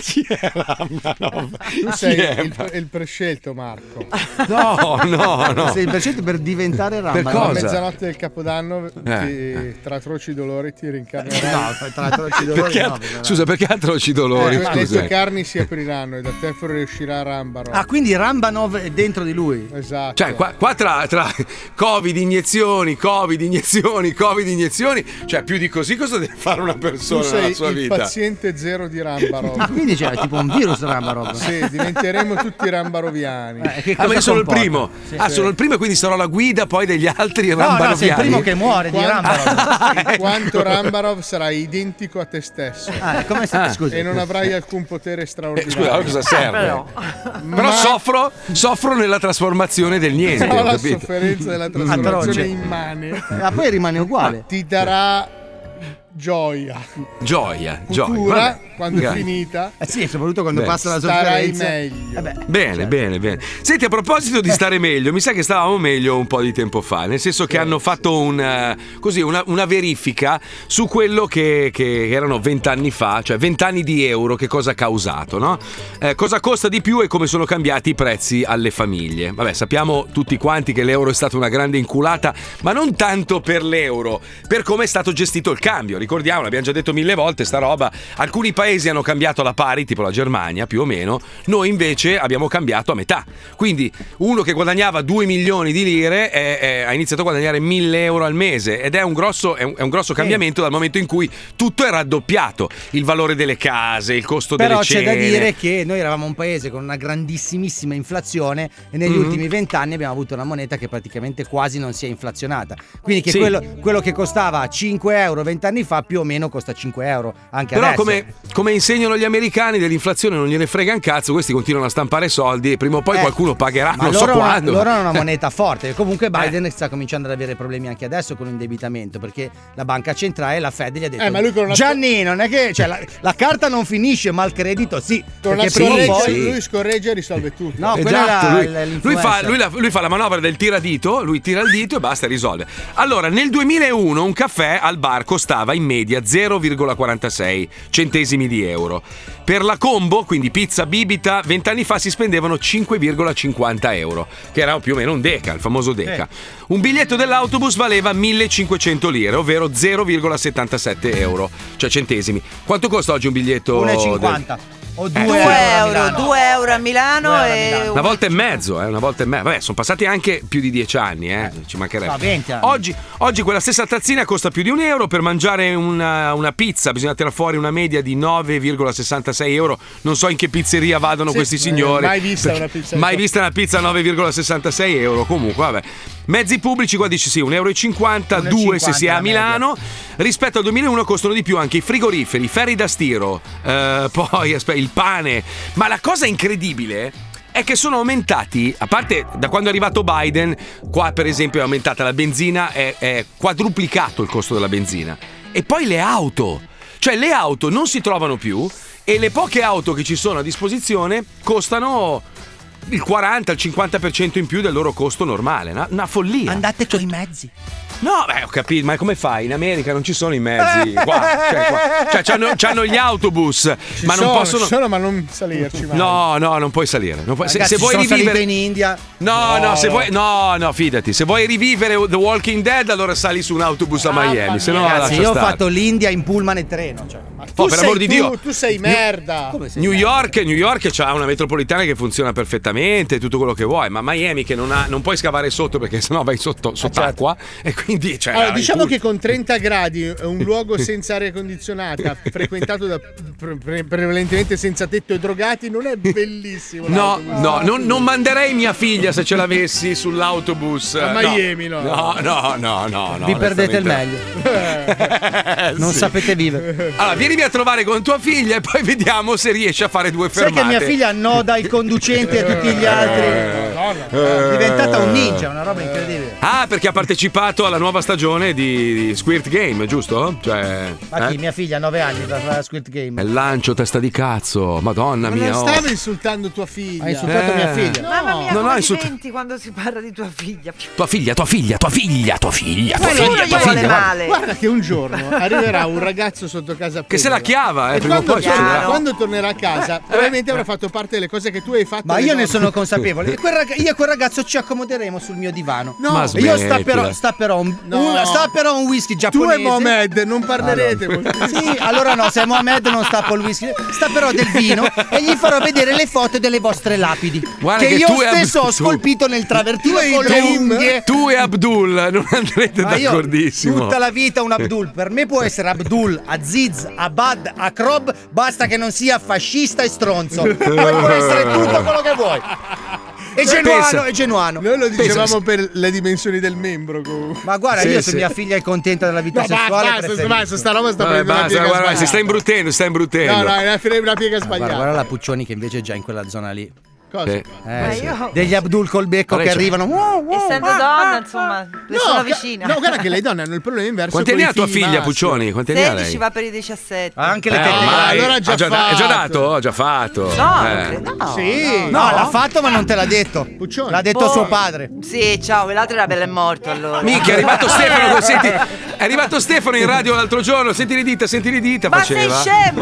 [SPEAKER 2] Chi è Rambanov?
[SPEAKER 6] Tu sei il, il prescelto, (laughs) Marco.
[SPEAKER 2] No, no, no.
[SPEAKER 13] Sei il prescelto per diventare Rambanov.
[SPEAKER 2] Per cosa?
[SPEAKER 6] A mezzanotte del Capodanno, ti-
[SPEAKER 2] Eh.
[SPEAKER 6] tra atroci dolori, ti reincarnerai.
[SPEAKER 13] No, tra atroci
[SPEAKER 2] Perché at- scusa, perché atroci dolori?
[SPEAKER 6] Eh, ma le
[SPEAKER 2] Scusa.
[SPEAKER 6] tue carni si apriranno e da te fuoriuscirà Rambano.
[SPEAKER 13] Ah, quindi Rambanov è dentro di lui.
[SPEAKER 6] Esatto.
[SPEAKER 2] Cioè, qua, qua tra, tra Covid, iniezioni, Covid, iniezioni, Covid, iniezioni, cioè più di così cosa deve fare una
[SPEAKER 6] tu
[SPEAKER 2] persona
[SPEAKER 6] sei
[SPEAKER 2] nella
[SPEAKER 6] il
[SPEAKER 2] sua vita?
[SPEAKER 6] paziente zero di Rambarov.
[SPEAKER 2] Ah, quindi c'è tipo un virus Rambarov.
[SPEAKER 6] (laughs) Sì, diventeremo tutti Rambaroviani.
[SPEAKER 2] Ah, ma io sono il primo. ah, sono il primo e quindi sarò la guida poi degli altri rambanoviani.
[SPEAKER 6] (laughs)
[SPEAKER 2] (laughs)
[SPEAKER 6] Rambarov. In quanto
[SPEAKER 2] ecco.
[SPEAKER 6] Rambarov sarai identico a te stesso.
[SPEAKER 2] Ah, e come sta- scusi.
[SPEAKER 6] E non avrai alcun potere
[SPEAKER 2] Eh,
[SPEAKER 6] straordinario.
[SPEAKER 2] scusa, allora cosa serve? Però,
[SPEAKER 6] Ma-
[SPEAKER 2] soffro, soffro nella trasformazione del niente.
[SPEAKER 6] Però
[SPEAKER 2] ho
[SPEAKER 6] la
[SPEAKER 2] capito?
[SPEAKER 6] sofferenza della
[SPEAKER 2] Mm. Atroce.
[SPEAKER 6] trasformazione immane.
[SPEAKER 13] Ma poi rimane uguale.
[SPEAKER 6] Ti darà gioia.
[SPEAKER 2] Gioia,
[SPEAKER 6] Futura,
[SPEAKER 2] gioia.
[SPEAKER 6] quando è
[SPEAKER 2] Vabbè.
[SPEAKER 6] finita.
[SPEAKER 13] Eh sì, soprattutto quando
[SPEAKER 2] Beh.
[SPEAKER 13] passa la
[SPEAKER 6] Starai
[SPEAKER 13] sofferenza.
[SPEAKER 6] meglio.
[SPEAKER 2] Bene, bene, bene. Senti, a proposito di stare meglio, mi sa che stavamo meglio un po' di tempo fa, nel senso che hanno fatto un, eh, così, una, una verifica su quello che, che erano vent'anni fa, cioè vent'anni di euro, che cosa ha causato, no? Eh, cosa costa di più e come sono cambiati i prezzi alle famiglie. Vabbè, sappiamo tutti quanti che l'euro è stata una grande inculata, ma non tanto per l'euro, per come è stato gestito il cambio. Ricordiamo, l'abbiamo già detto mille volte, sta roba. Alcuni paesi hanno cambiato alla pari, tipo la Germania più o meno, noi invece abbiamo cambiato a metà. Quindi uno che guadagnava 2 milioni di lire eh, eh, ha iniziato a guadagnare 1000 euro al mese ed è un grosso, è un, è un grosso cambiamento dal momento in cui tutto è raddoppiato, il valore delle case, il costo
[SPEAKER 5] Però
[SPEAKER 2] delle
[SPEAKER 5] c'è
[SPEAKER 2] cene.
[SPEAKER 5] da dire che noi eravamo un paese con una grandissimissima inflazione e negli
[SPEAKER 2] Mhm.
[SPEAKER 5] ultimi vent'anni abbiamo avuto una moneta che praticamente quasi non si è inflazionata. Quindi che
[SPEAKER 2] Sì.
[SPEAKER 5] quello, quello che costava 5 euro vent'anni fa più o meno costa 5 euro anche
[SPEAKER 2] Però
[SPEAKER 5] adesso.
[SPEAKER 2] come, come insegnano gli americani dell'inflazione non gliene frega un cazzo, questi continuano a stampare soldi e prima o poi
[SPEAKER 5] Eh,
[SPEAKER 2] qualcuno pagherà,
[SPEAKER 5] Ma
[SPEAKER 2] Ah, non
[SPEAKER 5] loro,
[SPEAKER 2] so quando. Eh.
[SPEAKER 5] loro hanno
[SPEAKER 2] (laughs)
[SPEAKER 5] una moneta forte. Comunque Biden sta cominciando ad avere problemi anche adesso con l'indebitamento perché la banca centrale, la Fed, gli ha detto:
[SPEAKER 13] Eh, ma lui con una-
[SPEAKER 5] Gianni, non è che cioè, la, la carta non finisce, ma il credito sì.
[SPEAKER 6] Con la
[SPEAKER 5] perché prima o
[SPEAKER 6] scorreggia,
[SPEAKER 5] poi-
[SPEAKER 6] lui scorreggia e risolve tutto.
[SPEAKER 5] No, quello
[SPEAKER 2] Esatto,
[SPEAKER 5] era
[SPEAKER 2] lui,
[SPEAKER 5] l- l'influencer.
[SPEAKER 2] lui fa, lui la- lui fa la manovra del tiradito, lui tira il dito e basta, risolve. Allora, nel 2001 un caffè al bar costava in media 0,46 centesimi di euro. Per la combo, quindi pizza, bibita, vent'anni fa si spendevano 5,50 euro, che era più o meno un deca, il famoso deca.
[SPEAKER 5] Eh.
[SPEAKER 2] Un biglietto dell'autobus valeva 1500 lire, ovvero 0,77 euro, cioè centesimi. Quanto costa oggi un biglietto?
[SPEAKER 5] 1,50 o 2
[SPEAKER 4] 2 euro, 2 euro a Milano e
[SPEAKER 2] Una volta e mezzo, eh, una volta e mezzo. Vabbè, sono passati anche più di dieci anni, eh, ci mancherebbe.
[SPEAKER 5] Fa 20 anni.
[SPEAKER 2] Oggi, oggi quella stessa tazzina costa più di un euro. Per mangiare una, una pizza bisogna tirare fuori una media di 9,66 euro. Non so in che pizzeria vadano
[SPEAKER 6] Sì,
[SPEAKER 2] questi
[SPEAKER 6] eh,
[SPEAKER 2] signori.
[SPEAKER 6] mai vista
[SPEAKER 2] Perché-
[SPEAKER 6] una pizza.
[SPEAKER 2] Mai vista una pizza a 9,66 euro. Comunque, vabbè. Mezzi pubblici qua dici sì, 1,50 euro, 2 se si è
[SPEAKER 5] la
[SPEAKER 2] a Milano. Rispetto al 2001 costano di più anche i frigoriferi, i ferri da stiro, eh, poi (laughs) aspetta, il pane. Ma la cosa incredibile è che sono aumentati, a parte da quando è arrivato Biden, qua per esempio è aumentata la benzina, è, è quadruplicato il costo della benzina. E poi le auto, cioè le auto non si trovano più e le poche auto che ci sono a disposizione costano il 40, il 50% in più del loro costo normale, una, una follia.
[SPEAKER 5] Andate con i mezzi.
[SPEAKER 2] No, beh, ho capito, ma come fai? In America non ci sono i mezzi.
[SPEAKER 6] (laughs)
[SPEAKER 2] Qua, cioè, qua. Cioè, c'hanno, c'hanno gli autobus,
[SPEAKER 6] Ci
[SPEAKER 2] ma non
[SPEAKER 6] sono,
[SPEAKER 2] possono.
[SPEAKER 6] ci sono, ma non salirci. mai.
[SPEAKER 2] No, no, non puoi salire. non puoi- se-
[SPEAKER 6] Ragazzi,
[SPEAKER 2] se, vuoi
[SPEAKER 6] sono
[SPEAKER 2] rivivere.
[SPEAKER 6] salito
[SPEAKER 5] in India.
[SPEAKER 2] No, no,
[SPEAKER 6] No,
[SPEAKER 2] se
[SPEAKER 6] no.
[SPEAKER 2] vuoi. No, no, fidati. Se vuoi rivivere The Walking Dead, allora sali su un
[SPEAKER 6] Ah,
[SPEAKER 2] autobus a Miami. Se no,
[SPEAKER 5] Ragazzi,
[SPEAKER 2] lascia
[SPEAKER 5] io ho
[SPEAKER 2] stare.
[SPEAKER 5] fatto l'India in pullman e treno. Cioè.
[SPEAKER 2] Oh, per amor di Dio.
[SPEAKER 6] Tu sei merda.
[SPEAKER 2] New York, New York ha una metropolitana che funziona perfettamente, tutto quello che vuoi, ma Miami che non, ha- non puoi scavare sotto perché sennò vai sotto, sott'acqua Quindi, cioè,
[SPEAKER 6] allora, Eh, certo. diciamo
[SPEAKER 2] in
[SPEAKER 6] che con 30 gradi eh, un luogo senza
[SPEAKER 2] (laughs)
[SPEAKER 6] aria condizionata, frequentato da pre- pre- prevalentemente senza tetto e drogati, non è bellissimo.
[SPEAKER 2] No,
[SPEAKER 6] l'autobus.
[SPEAKER 2] no, non, non manderei mia figlia se ce
[SPEAKER 6] (laughs)
[SPEAKER 2] l'avessi sull'autobus.
[SPEAKER 6] A
[SPEAKER 2] No.
[SPEAKER 6] Miami, no.
[SPEAKER 2] No, no, no, no. no,
[SPEAKER 5] Vi perdete il
[SPEAKER 2] onestamente.
[SPEAKER 5] meglio.
[SPEAKER 2] (laughs)
[SPEAKER 5] Non
[SPEAKER 2] sì.
[SPEAKER 5] sapete vivere.
[SPEAKER 2] Allora, vienimi a trovare con tua figlia e poi vediamo se riesci a fare due
[SPEAKER 5] Sai
[SPEAKER 2] fermate.
[SPEAKER 5] che mia figlia annoda il conducente e tutti gli
[SPEAKER 6] Eh.
[SPEAKER 5] altri. Eh, È diventata un ninja, una roba incredibile.
[SPEAKER 2] Eh. Ah, perché ha partecipato alla nuova stagione di di Squirt Game, giusto? Cioè.
[SPEAKER 5] Ma chi?
[SPEAKER 2] eh?
[SPEAKER 5] Mia figlia ha 9 anni per fare la Squid Game.
[SPEAKER 2] È il lancio, testa di cazzo. Madonna
[SPEAKER 6] Ma
[SPEAKER 2] mia.
[SPEAKER 6] non
[SPEAKER 2] oh.
[SPEAKER 6] stavo insultando tua figlia.
[SPEAKER 2] Hai insultato Eh. mia figlia.
[SPEAKER 6] No.
[SPEAKER 4] Mamma mia,
[SPEAKER 2] No,
[SPEAKER 4] come
[SPEAKER 2] no,
[SPEAKER 4] ti
[SPEAKER 2] insult-
[SPEAKER 4] penti quando si parla di tua figlia?
[SPEAKER 2] Tua figlia, tua figlia, tua figlia, tua figlia, tua
[SPEAKER 6] Guarda,
[SPEAKER 2] figlia, tua figlia. guarda.
[SPEAKER 6] Guarda che un giorno arriverà un ragazzo sotto casa
[SPEAKER 2] Che se
[SPEAKER 6] Pedro.
[SPEAKER 2] la chiava, eh,
[SPEAKER 6] e
[SPEAKER 2] prima o
[SPEAKER 6] quando,
[SPEAKER 2] poi Eh,
[SPEAKER 6] tornerà-
[SPEAKER 2] succederà.
[SPEAKER 6] quando tornerà a casa, probabilmente avrà fatto parte delle cose che tu hai fatto.
[SPEAKER 5] Ma
[SPEAKER 6] alle
[SPEAKER 5] io ne
[SPEAKER 6] nonne.
[SPEAKER 5] sono (laughs) consapevole. E quel raga- io e quel ragazzo ci accomoderemo sul mio divano.
[SPEAKER 6] No. Ma
[SPEAKER 5] E io
[SPEAKER 6] smettila.
[SPEAKER 5] stapperò, stapperò, un,
[SPEAKER 6] No.
[SPEAKER 5] un- stapperò un whisky giapponese.
[SPEAKER 6] Tu e Mohamed non parlerete.
[SPEAKER 5] Allora. (laughs) Sì, allora no, se Mohamed non stappo il whisky, stapperò del vino e gli farò vedere le foto delle vostre lapidi.
[SPEAKER 2] Guarda che
[SPEAKER 5] io
[SPEAKER 2] tu e Ab-
[SPEAKER 5] stesso ho
[SPEAKER 2] tu-
[SPEAKER 5] scolpito nel travertino
[SPEAKER 2] Tu-
[SPEAKER 5] con le unghie.
[SPEAKER 2] Tu e Abdul non andrete
[SPEAKER 5] Ma io
[SPEAKER 2] d'accordissimo.
[SPEAKER 5] Tutta la vita un Abdul. Per me può essere Abdul, Aziz, Abad, Akrob. Basta che non sia fascista e stronzo. Poi può essere tutto quello che vuoi. E genuano, e genuano.
[SPEAKER 6] Noi lo
[SPEAKER 5] Pensa-
[SPEAKER 6] dicevamo per le dimensioni del membro. Comunque.
[SPEAKER 5] Ma guarda, io se mia figlia è contenta della vita
[SPEAKER 6] No, basta,
[SPEAKER 5] sessuale.
[SPEAKER 6] basta,
[SPEAKER 5] preferisco.
[SPEAKER 6] basta, sta roba sta
[SPEAKER 2] Vabbè, basta,
[SPEAKER 6] prendendo una piega
[SPEAKER 2] guarda, guarda, si Eh,
[SPEAKER 6] sbagliata.
[SPEAKER 2] sta imbruttendo, si sta imbruttendo.
[SPEAKER 6] No, no, è una, è una piega
[SPEAKER 5] Guarda,
[SPEAKER 6] sbagliata.
[SPEAKER 5] guarda la Puccioni che invece è già in quella zona lì.
[SPEAKER 6] Cosa?
[SPEAKER 2] Eh.
[SPEAKER 5] Eh,
[SPEAKER 4] Ma
[SPEAKER 5] sì.
[SPEAKER 4] io-
[SPEAKER 5] Degli Abdul col becco
[SPEAKER 2] Vabbè,
[SPEAKER 5] che
[SPEAKER 2] cioè-
[SPEAKER 5] arrivano.
[SPEAKER 4] Essendo donna, insomma, le
[SPEAKER 6] No,
[SPEAKER 4] sono
[SPEAKER 6] ca-
[SPEAKER 4] vicina.
[SPEAKER 6] no, guarda
[SPEAKER 4] (laughs)
[SPEAKER 6] che le donne hanno il problema inverso.
[SPEAKER 2] Quanti
[SPEAKER 6] con
[SPEAKER 2] anni
[SPEAKER 6] i
[SPEAKER 2] ha tua
[SPEAKER 6] figli
[SPEAKER 2] figlia,
[SPEAKER 6] maschi.
[SPEAKER 2] Puccioni? Quanti anni ha
[SPEAKER 4] 16
[SPEAKER 2] lei?
[SPEAKER 4] va per i 17.
[SPEAKER 5] Anche
[SPEAKER 2] Eh, ormai-
[SPEAKER 6] allora ha già
[SPEAKER 2] ha già, da- è già
[SPEAKER 6] fatto.
[SPEAKER 2] dato? Ha già fatto.
[SPEAKER 4] No,
[SPEAKER 2] Eh.
[SPEAKER 5] Sì.
[SPEAKER 2] No.
[SPEAKER 5] No, l'ha fatto, ma non te l'ha detto. L'ha detto
[SPEAKER 4] Boh.
[SPEAKER 5] suo padre.
[SPEAKER 4] Sì, ciao, quell'altro era bello e morto allora.
[SPEAKER 2] Minchia, è
[SPEAKER 4] (laughs)
[SPEAKER 2] arrivato Stefano. con- senti, è arrivato Stefano in radio l'altro giorno. Senti le dita, senti le dita.
[SPEAKER 4] Ma sei
[SPEAKER 2] faceva. (laughs)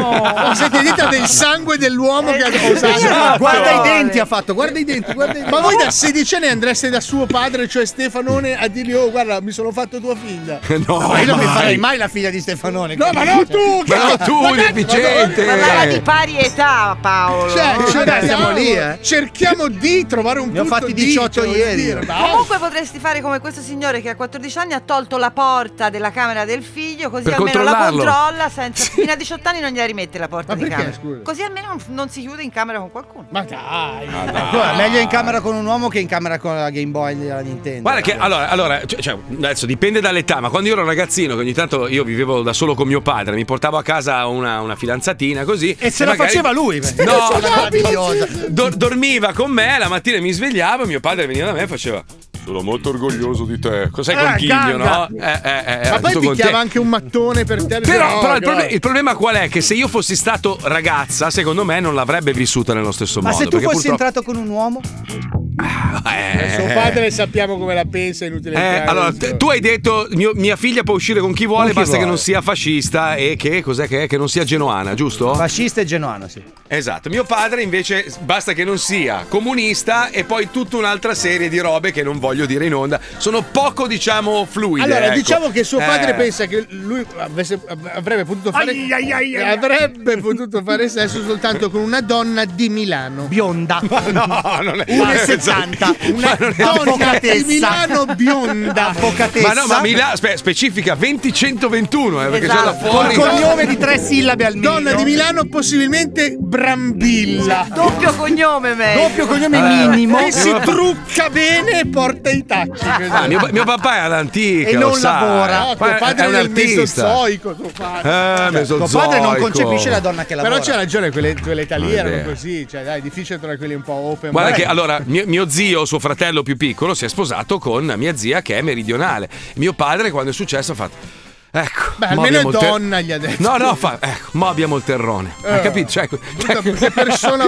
[SPEAKER 6] Oh, siete dita del sangue dell'uomo (laughs) che ha usato.
[SPEAKER 2] Esatto.
[SPEAKER 5] Guarda i denti ha fatto, guarda i denti, guarda i denti.
[SPEAKER 6] Ma voi da sedicenne andreste da suo padre, cioè Stefanone, a dirgli: Oh, guarda, mi sono fatto
[SPEAKER 5] (laughs)
[SPEAKER 6] tua figlia.
[SPEAKER 2] No,
[SPEAKER 5] ma io non mi
[SPEAKER 2] mai.
[SPEAKER 5] farei mai la figlia di Stefanone.
[SPEAKER 6] No, ma no, tu!
[SPEAKER 2] Ma no, tu, deficiente.
[SPEAKER 4] Parlava di pari età, Paolo.
[SPEAKER 6] Cioè,
[SPEAKER 5] No,
[SPEAKER 6] cioè,
[SPEAKER 5] dai, siamo
[SPEAKER 6] cavolo,
[SPEAKER 5] lì, eh.
[SPEAKER 6] Cerchiamo di trovare un
[SPEAKER 5] Ne ho
[SPEAKER 6] punto
[SPEAKER 5] fatti
[SPEAKER 6] di,
[SPEAKER 5] 18
[SPEAKER 6] cioè, voglio
[SPEAKER 5] ieri. Eh,
[SPEAKER 6] dire, ma-
[SPEAKER 4] Comunque potresti fare come questo signore che a 14 anni ha tolto la porta della camera del figlio, così
[SPEAKER 2] Per
[SPEAKER 4] almeno la
[SPEAKER 2] controllarlo.
[SPEAKER 4] controlla senza. Fino a 18 anni non gliela rimette la porta
[SPEAKER 6] Ma
[SPEAKER 4] di
[SPEAKER 6] perché,
[SPEAKER 4] camera.
[SPEAKER 6] scusa?
[SPEAKER 4] Così almeno non, non si chiude in camera con qualcuno.
[SPEAKER 6] Ma
[SPEAKER 2] Ah,
[SPEAKER 6] dai!
[SPEAKER 5] Ancora, meglio in camera con un uomo che in camera con la Game Boy della Nintendo.
[SPEAKER 2] Guarda che allora, allora, cioè- cioè, adesso dipende dall'età, ma quando io ero ragazzino, che ogni tanto io vivevo da solo con mio padre, mi portavo a casa una, una fidanzatina così.
[SPEAKER 5] E se la
[SPEAKER 2] magari-
[SPEAKER 5] faceva lui, (laughs) beh.
[SPEAKER 2] No,
[SPEAKER 5] Era meravigliosa.
[SPEAKER 2] dor- dormiva con me, la mattina mi svegliavo, mio padre veniva da me e faceva. Sono molto orgoglioso di te. Cos'è
[SPEAKER 6] Eh,
[SPEAKER 2] conchiglio,
[SPEAKER 6] ganga.
[SPEAKER 2] no? Eh, eh, eh, era
[SPEAKER 6] Ma poi
[SPEAKER 2] tutto
[SPEAKER 6] picchiava
[SPEAKER 2] contento.
[SPEAKER 6] anche un mattone per te.
[SPEAKER 2] Però,
[SPEAKER 6] Oh,
[SPEAKER 2] però il,
[SPEAKER 6] guarda.
[SPEAKER 2] proble- il problema qual è? Che se io fossi stato ragazza, secondo me non l'avrebbe vissuta nello stesso
[SPEAKER 5] Ma
[SPEAKER 2] modo.
[SPEAKER 5] se tu fossi
[SPEAKER 2] perché purtroppo-
[SPEAKER 5] entrato con un uomo?
[SPEAKER 2] (laughs) Eh,
[SPEAKER 6] Suo padre sappiamo come la pensa, è
[SPEAKER 2] eh,
[SPEAKER 6] inutile. entrare.
[SPEAKER 2] allora, te- tu hai detto mio- mia figlia può uscire con chi vuole,
[SPEAKER 5] chi
[SPEAKER 2] basta che
[SPEAKER 5] vuole.
[SPEAKER 2] non sia fascista e
[SPEAKER 6] Eh,
[SPEAKER 2] che cos'è che è? Che non sia genoana, giusto?
[SPEAKER 5] Fascista e genuano, sì.
[SPEAKER 2] Esatto, mio padre invece basta che non sia comunista e poi tutta un'altra serie di robe che non voglio dire in onda. Sono poco, diciamo, fluide.
[SPEAKER 6] Allora,
[SPEAKER 2] ecco.
[SPEAKER 6] diciamo che suo padre
[SPEAKER 2] Eh. (laughs)
[SPEAKER 6] pensa che lui avesse- avrebbe potuto fare
[SPEAKER 5] Ai, ai, ai, ai.
[SPEAKER 6] avrebbe potuto fare sesso soltanto con una donna di Milano.
[SPEAKER 5] Bionda.
[SPEAKER 2] No, non è
[SPEAKER 5] 1,70.
[SPEAKER 6] Una
[SPEAKER 2] non è-
[SPEAKER 6] donna di
[SPEAKER 5] Avvocatessa.
[SPEAKER 6] Milano bionda.
[SPEAKER 5] Avvocatessa.
[SPEAKER 2] Ma no, ma Milano, aspetta, specifica 20-121, eh, perché c'è da
[SPEAKER 5] Esatto.
[SPEAKER 2] fuori.
[SPEAKER 5] Col cognome di tre sillabe almeno.
[SPEAKER 6] Donna di Milano, possibilmente Brambilla.
[SPEAKER 4] Doppio cognome, me.
[SPEAKER 5] Doppio cognome
[SPEAKER 2] Eh.
[SPEAKER 5] minimo.
[SPEAKER 6] Che si trucca bene e porta i esatto. tacchi.
[SPEAKER 2] Ah, mio, mio papà è all'antica.
[SPEAKER 5] E
[SPEAKER 2] lo
[SPEAKER 5] non
[SPEAKER 2] sai.
[SPEAKER 5] lavora.
[SPEAKER 6] No,
[SPEAKER 2] Pa-
[SPEAKER 6] tuo Ecco, padre
[SPEAKER 2] è
[SPEAKER 6] è
[SPEAKER 2] un
[SPEAKER 6] nel
[SPEAKER 2] artista.
[SPEAKER 6] mesozoico. Tuo padre.
[SPEAKER 2] Eh,
[SPEAKER 5] Tuo
[SPEAKER 2] mesozoico.
[SPEAKER 5] padre non concepisce la donna che lavora.
[SPEAKER 6] Però c'è ragione, quelle, quelle
[SPEAKER 2] Non
[SPEAKER 6] italiane
[SPEAKER 2] è
[SPEAKER 6] erano
[SPEAKER 2] vero.
[SPEAKER 6] così. Cioè, dai, è difficile trovare quelli un po' open.
[SPEAKER 2] Guarda
[SPEAKER 6] mind.
[SPEAKER 2] che allora mio, mio zio, suo fratello più piccolo, si è sposato con mia zia che è meridionale. Mio padre, quando è successo, ha fatto. Ecco.
[SPEAKER 6] Beh,
[SPEAKER 2] mo
[SPEAKER 6] almeno è
[SPEAKER 2] abbiamo il ter-
[SPEAKER 6] donna, gli ha detto.
[SPEAKER 2] No, no, fa, ecco, mo abbiamo il terrone. Hai
[SPEAKER 6] Eh.
[SPEAKER 2] capito? Cioè,
[SPEAKER 6] Brutta- brutta persona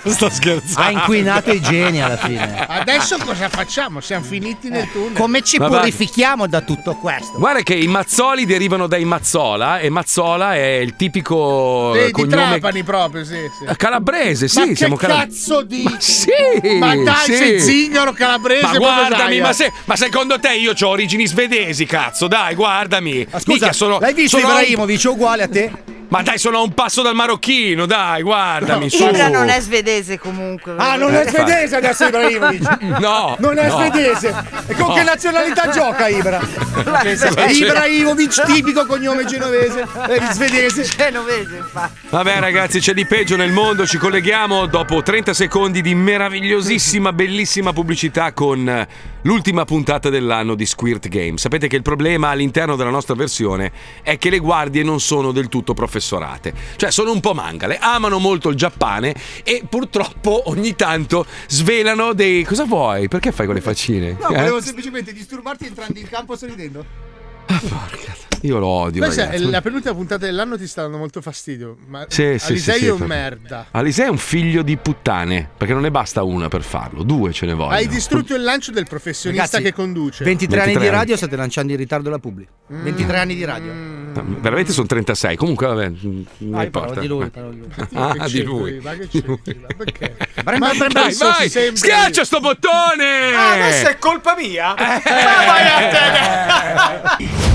[SPEAKER 2] (laughs) Sto scherzando.
[SPEAKER 5] Ha inquinato i geni alla fine.
[SPEAKER 6] Adesso cosa facciamo? Siamo finiti nel tunnel.
[SPEAKER 5] Come ci
[SPEAKER 2] Eh. Ma va-
[SPEAKER 5] purifichiamo da tutto questo?
[SPEAKER 2] Guarda che i mazzoli derivano dai Mazzola e Mazzola è il tipico eh,
[SPEAKER 6] Sì, di
[SPEAKER 2] cognome
[SPEAKER 6] Trapani proprio, sì, sì.
[SPEAKER 2] calabrese, sì,
[SPEAKER 6] ma
[SPEAKER 2] siamo
[SPEAKER 6] che
[SPEAKER 2] calabresi.
[SPEAKER 6] cazzo di
[SPEAKER 2] Sì,
[SPEAKER 6] Ma dai,
[SPEAKER 2] sì.
[SPEAKER 6] sei zingaro calabrese,
[SPEAKER 2] Ma guardami,
[SPEAKER 6] Bodosaia.
[SPEAKER 2] ma, se- ma secondo te io ho origini svedesi, cazzo, dai, guardami.
[SPEAKER 5] Ma scusa,
[SPEAKER 2] Mica sono-
[SPEAKER 5] l'hai visto
[SPEAKER 2] sono-
[SPEAKER 5] Ibrahimovic uguale a te?
[SPEAKER 2] Ma dai, sono a un passo dal marocchino, dai, guardami. su.
[SPEAKER 4] Ibra non è svedese comunque.
[SPEAKER 5] Ah, non è svedese adesso Ibrahimovic.
[SPEAKER 2] No.
[SPEAKER 5] Non è
[SPEAKER 2] no.
[SPEAKER 5] svedese. E con
[SPEAKER 2] No.
[SPEAKER 5] che nazionalità gioca
[SPEAKER 2] (laughs)
[SPEAKER 5] Ibra?
[SPEAKER 2] Pensavo c'era-
[SPEAKER 5] Ibrahimovic, tipico cognome genovese. eh, Svedese.
[SPEAKER 13] Cioè,
[SPEAKER 4] Genovese,
[SPEAKER 2] Eh.
[SPEAKER 4] infatti.
[SPEAKER 2] Vabbè ragazzi, c'è di peggio nel mondo, ci colleghiamo dopo 30 secondi di meravigliosissima, bellissima pubblicità con eh, l'ultima puntata dell'anno di Squirt Game. Sapete che il problema all'interno della nostra versione è che le guardie non sono del tutto professorate, cioè sono un po' mangale, amano molto il Giappone e purtroppo ogni tanto svelano dei... Cosa vuoi? Perché fai quelle faccine?
[SPEAKER 6] No,
[SPEAKER 2] Eh?
[SPEAKER 6] volevo semplicemente disturbarti entrando in campo sorridendo.
[SPEAKER 2] Io lo odio.
[SPEAKER 6] Questa è
[SPEAKER 2] ragazzi.
[SPEAKER 6] la penultima puntata dell'anno ti sta dando molto fastidio. Ma
[SPEAKER 2] Sì, sì,
[SPEAKER 6] Alisei
[SPEAKER 2] sì, sì,
[SPEAKER 6] è un
[SPEAKER 2] proprio.
[SPEAKER 6] merda.
[SPEAKER 2] Alisei è un figlio di puttane, perché non ne basta una per farlo, due ce ne vogliono.
[SPEAKER 6] Hai distrutto il lancio del professionista
[SPEAKER 5] Ragazzi,
[SPEAKER 6] che conduce. Mm.
[SPEAKER 5] 23 anni
[SPEAKER 2] 23
[SPEAKER 5] di
[SPEAKER 2] anni.
[SPEAKER 5] radio state lanciando in ritardo la pubblica. 23 anni di radio.
[SPEAKER 2] Eh, Veramente sono 36, comunque vabbè, non
[SPEAKER 5] Ah, io
[SPEAKER 2] importa.
[SPEAKER 5] parlo di lui, parlo di lui.
[SPEAKER 2] Ah,
[SPEAKER 5] Che
[SPEAKER 2] di
[SPEAKER 5] c'entro
[SPEAKER 2] lui.
[SPEAKER 5] io,
[SPEAKER 6] ma che
[SPEAKER 5] Ma-
[SPEAKER 2] Dai,
[SPEAKER 5] ma-
[SPEAKER 2] vai,
[SPEAKER 5] sono sempre-
[SPEAKER 2] schiaccia sto bottone!
[SPEAKER 13] Ah, adesso è eh. colpa mia? Ma
[SPEAKER 2] Eh.
[SPEAKER 13] (laughs) vai a te!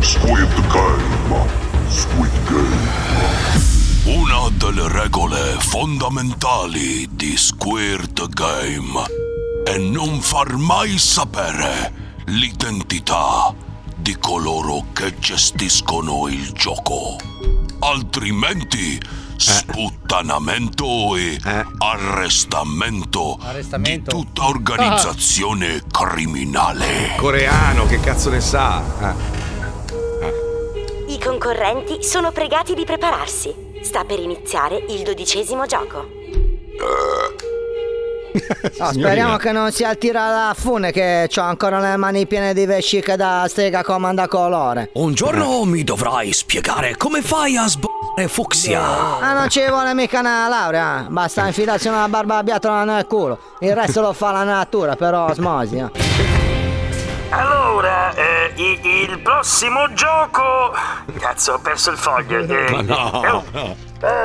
[SPEAKER 7] Squid Game. Squid Game. Una delle regole fondamentali di Squid Game è non far mai sapere l'identità di coloro che gestiscono il gioco. Altrimenti sputtanamento e arrestamento di
[SPEAKER 5] Arrestamento.
[SPEAKER 7] tutta organizzazione criminale.
[SPEAKER 2] Coreano, che cazzo ne sa? Ah.
[SPEAKER 24] I concorrenti sono pregati di prepararsi. Sta per iniziare il dodicesimo gioco.
[SPEAKER 8] No, speriamo che non si attira la fune che ho ancora le mani piene di vescica da strega comanda colore.
[SPEAKER 22] Un giorno mi dovrai spiegare come fai a sboccare Fuxia.
[SPEAKER 8] Ah, non ci vuole mica una laurea, basta infilarsi una barba biatola nel culo. Il resto lo fa la natura, però osmosi. eh.
[SPEAKER 25] Allora, eh, i- il prossimo gioco. Cazzo, ho perso il foglio. eh.
[SPEAKER 22] Ma no,
[SPEAKER 25] Eh, oh,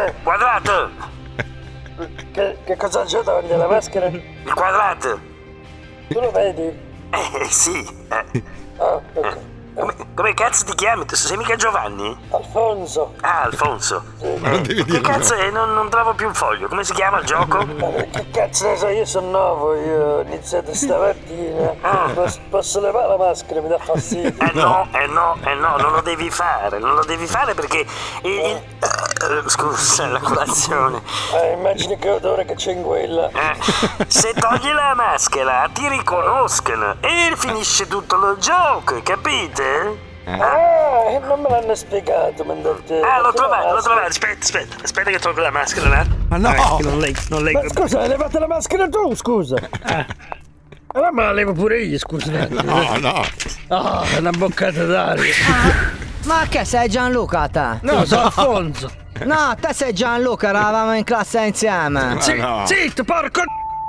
[SPEAKER 25] eh, quadrato!
[SPEAKER 26] Che, che cosa c'è davanti alla maschera?
[SPEAKER 25] Il quadrato!
[SPEAKER 26] Tu lo vedi? Ah,
[SPEAKER 25] Eh sì! eh. Come, come cazzo ti chiami? Tu sei mica Giovanni?
[SPEAKER 26] Alfonso,
[SPEAKER 25] Ah, Alfonso!
[SPEAKER 26] Ma non devi
[SPEAKER 25] Eh, che
[SPEAKER 26] dirlo.
[SPEAKER 25] cazzo è? Non, non trovo più un foglio. Come si chiama il gioco? Eh,
[SPEAKER 26] che cazzo ne so, io sono nuovo, io ho iniziato stamattina. Posso, posso levare la maschera, mi dà fastidio.
[SPEAKER 25] Ah. (laughs) Eh no, eh no, eh no, non lo devi fare, non lo devi fare perché. il- il- eh, Scusa, la colazione. Eh,
[SPEAKER 26] Eh, immagini che odore che c'è in quella.
[SPEAKER 25] Se togli la maschera ti riconoscono e finisce tutto lo gioco, capite?
[SPEAKER 26] Ah, eh, non me l'hanno spiegato, mi hanno detto.
[SPEAKER 25] Ah, l'ho
[SPEAKER 26] "Metti
[SPEAKER 24] Eh,
[SPEAKER 26] la
[SPEAKER 25] trovato, l'ho
[SPEAKER 26] maschera".
[SPEAKER 25] trovato, aspetta, aspetta, aspetta che tolgo la maschera, là.
[SPEAKER 26] Ma no!
[SPEAKER 25] Eh, che non leggo, non leggo. Eh.
[SPEAKER 26] Ma scusa, hai levato la maschera tu, scusa. Allora me la levo pure io, scusa.
[SPEAKER 25] No, no.
[SPEAKER 26] Ah, una boccata d'aria.
[SPEAKER 8] Ma che sei Gianluca te?
[SPEAKER 26] No, sono Alfonso.
[SPEAKER 8] No, te sei Gianluca, eravamo in classe insieme.
[SPEAKER 26] Sì, Zitto, porco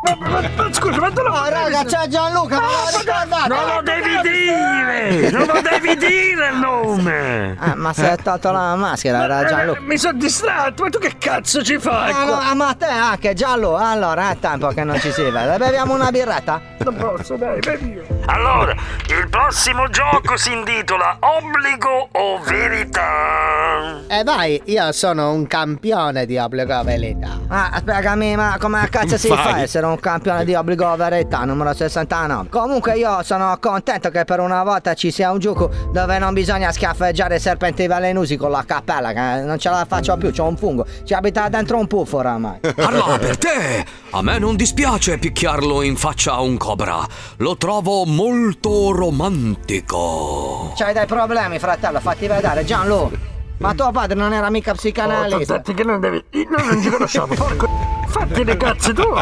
[SPEAKER 26] ma, ma- ma- scusa, ma tu lo
[SPEAKER 8] Oh, raga, c'è Gianluca, ma lo ricordate?
[SPEAKER 26] Non lo devi dire!
[SPEAKER 8] Non lo devi
[SPEAKER 26] dire il nome! eh,
[SPEAKER 8] Eh, ma se hai tolto la maschera, era
[SPEAKER 25] Ah,
[SPEAKER 8] Gianluca.
[SPEAKER 26] Mi sono distratto, ma tu che cazzo ci fai?
[SPEAKER 8] Ah, no,
[SPEAKER 26] qua?
[SPEAKER 8] ah, ma te anche Giallo, allora è tempo che non ci si (laughs) vede. Beviamo una birretta?
[SPEAKER 26] Non posso, dai, bevi.
[SPEAKER 25] Allora, il prossimo gioco si intitola Obbligo o Verità.
[SPEAKER 8] E Eh, vai, io sono un campione di obbligo verità. Ah, spiegami, ma come cazzo si
[SPEAKER 26] Vai.
[SPEAKER 8] fa a essere un campione di obbligo verità numero 69? Comunque io sono contento che per una volta ci sia un gioco dove non bisogna schiaffeggiare serpenti velenosi con la cappella, che non ce la faccio più, c'ho un fungo. Ci abita dentro un puffo (laughs) oramai.
[SPEAKER 22] Parla per te! A me non dispiace picchiarlo in faccia a un cobra. Lo trovo molto romantico.
[SPEAKER 8] C'hai dei problemi, fratello, fatti vedere, Gianlu. Ma tuo padre non era mica psicanalista.
[SPEAKER 26] Oh, che non devi. Noi non
[SPEAKER 8] (laughs)
[SPEAKER 26] ci conosciamo, porco. Fatti le cazze eh? tue!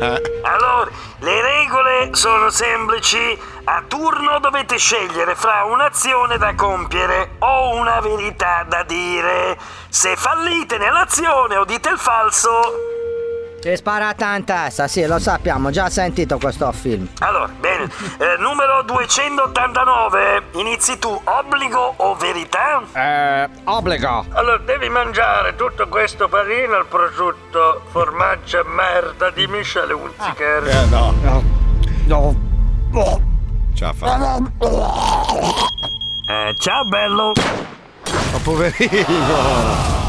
[SPEAKER 25] Allora, le regole sono semplici. A turno dovete scegliere fra un'azione da compiere o una verità da dire. Se fallite nell'azione o dite il falso.
[SPEAKER 8] Ci sparata in testa, sì, lo sappiamo, già sentito questo film.
[SPEAKER 25] Allora, bene. Eh, numero 289. Inizi tu, obbligo o verità?
[SPEAKER 26] Eh,
[SPEAKER 22] obbligo.
[SPEAKER 26] Allora, devi mangiare tutto questo panino al prosciutto, formaggio e merda di Michele Hunziker.
[SPEAKER 27] Eh, no.
[SPEAKER 26] Ah, No.
[SPEAKER 27] Ce la fa.
[SPEAKER 26] no.
[SPEAKER 25] Eh, Eh, ciao bello!
[SPEAKER 22] Ma poverino!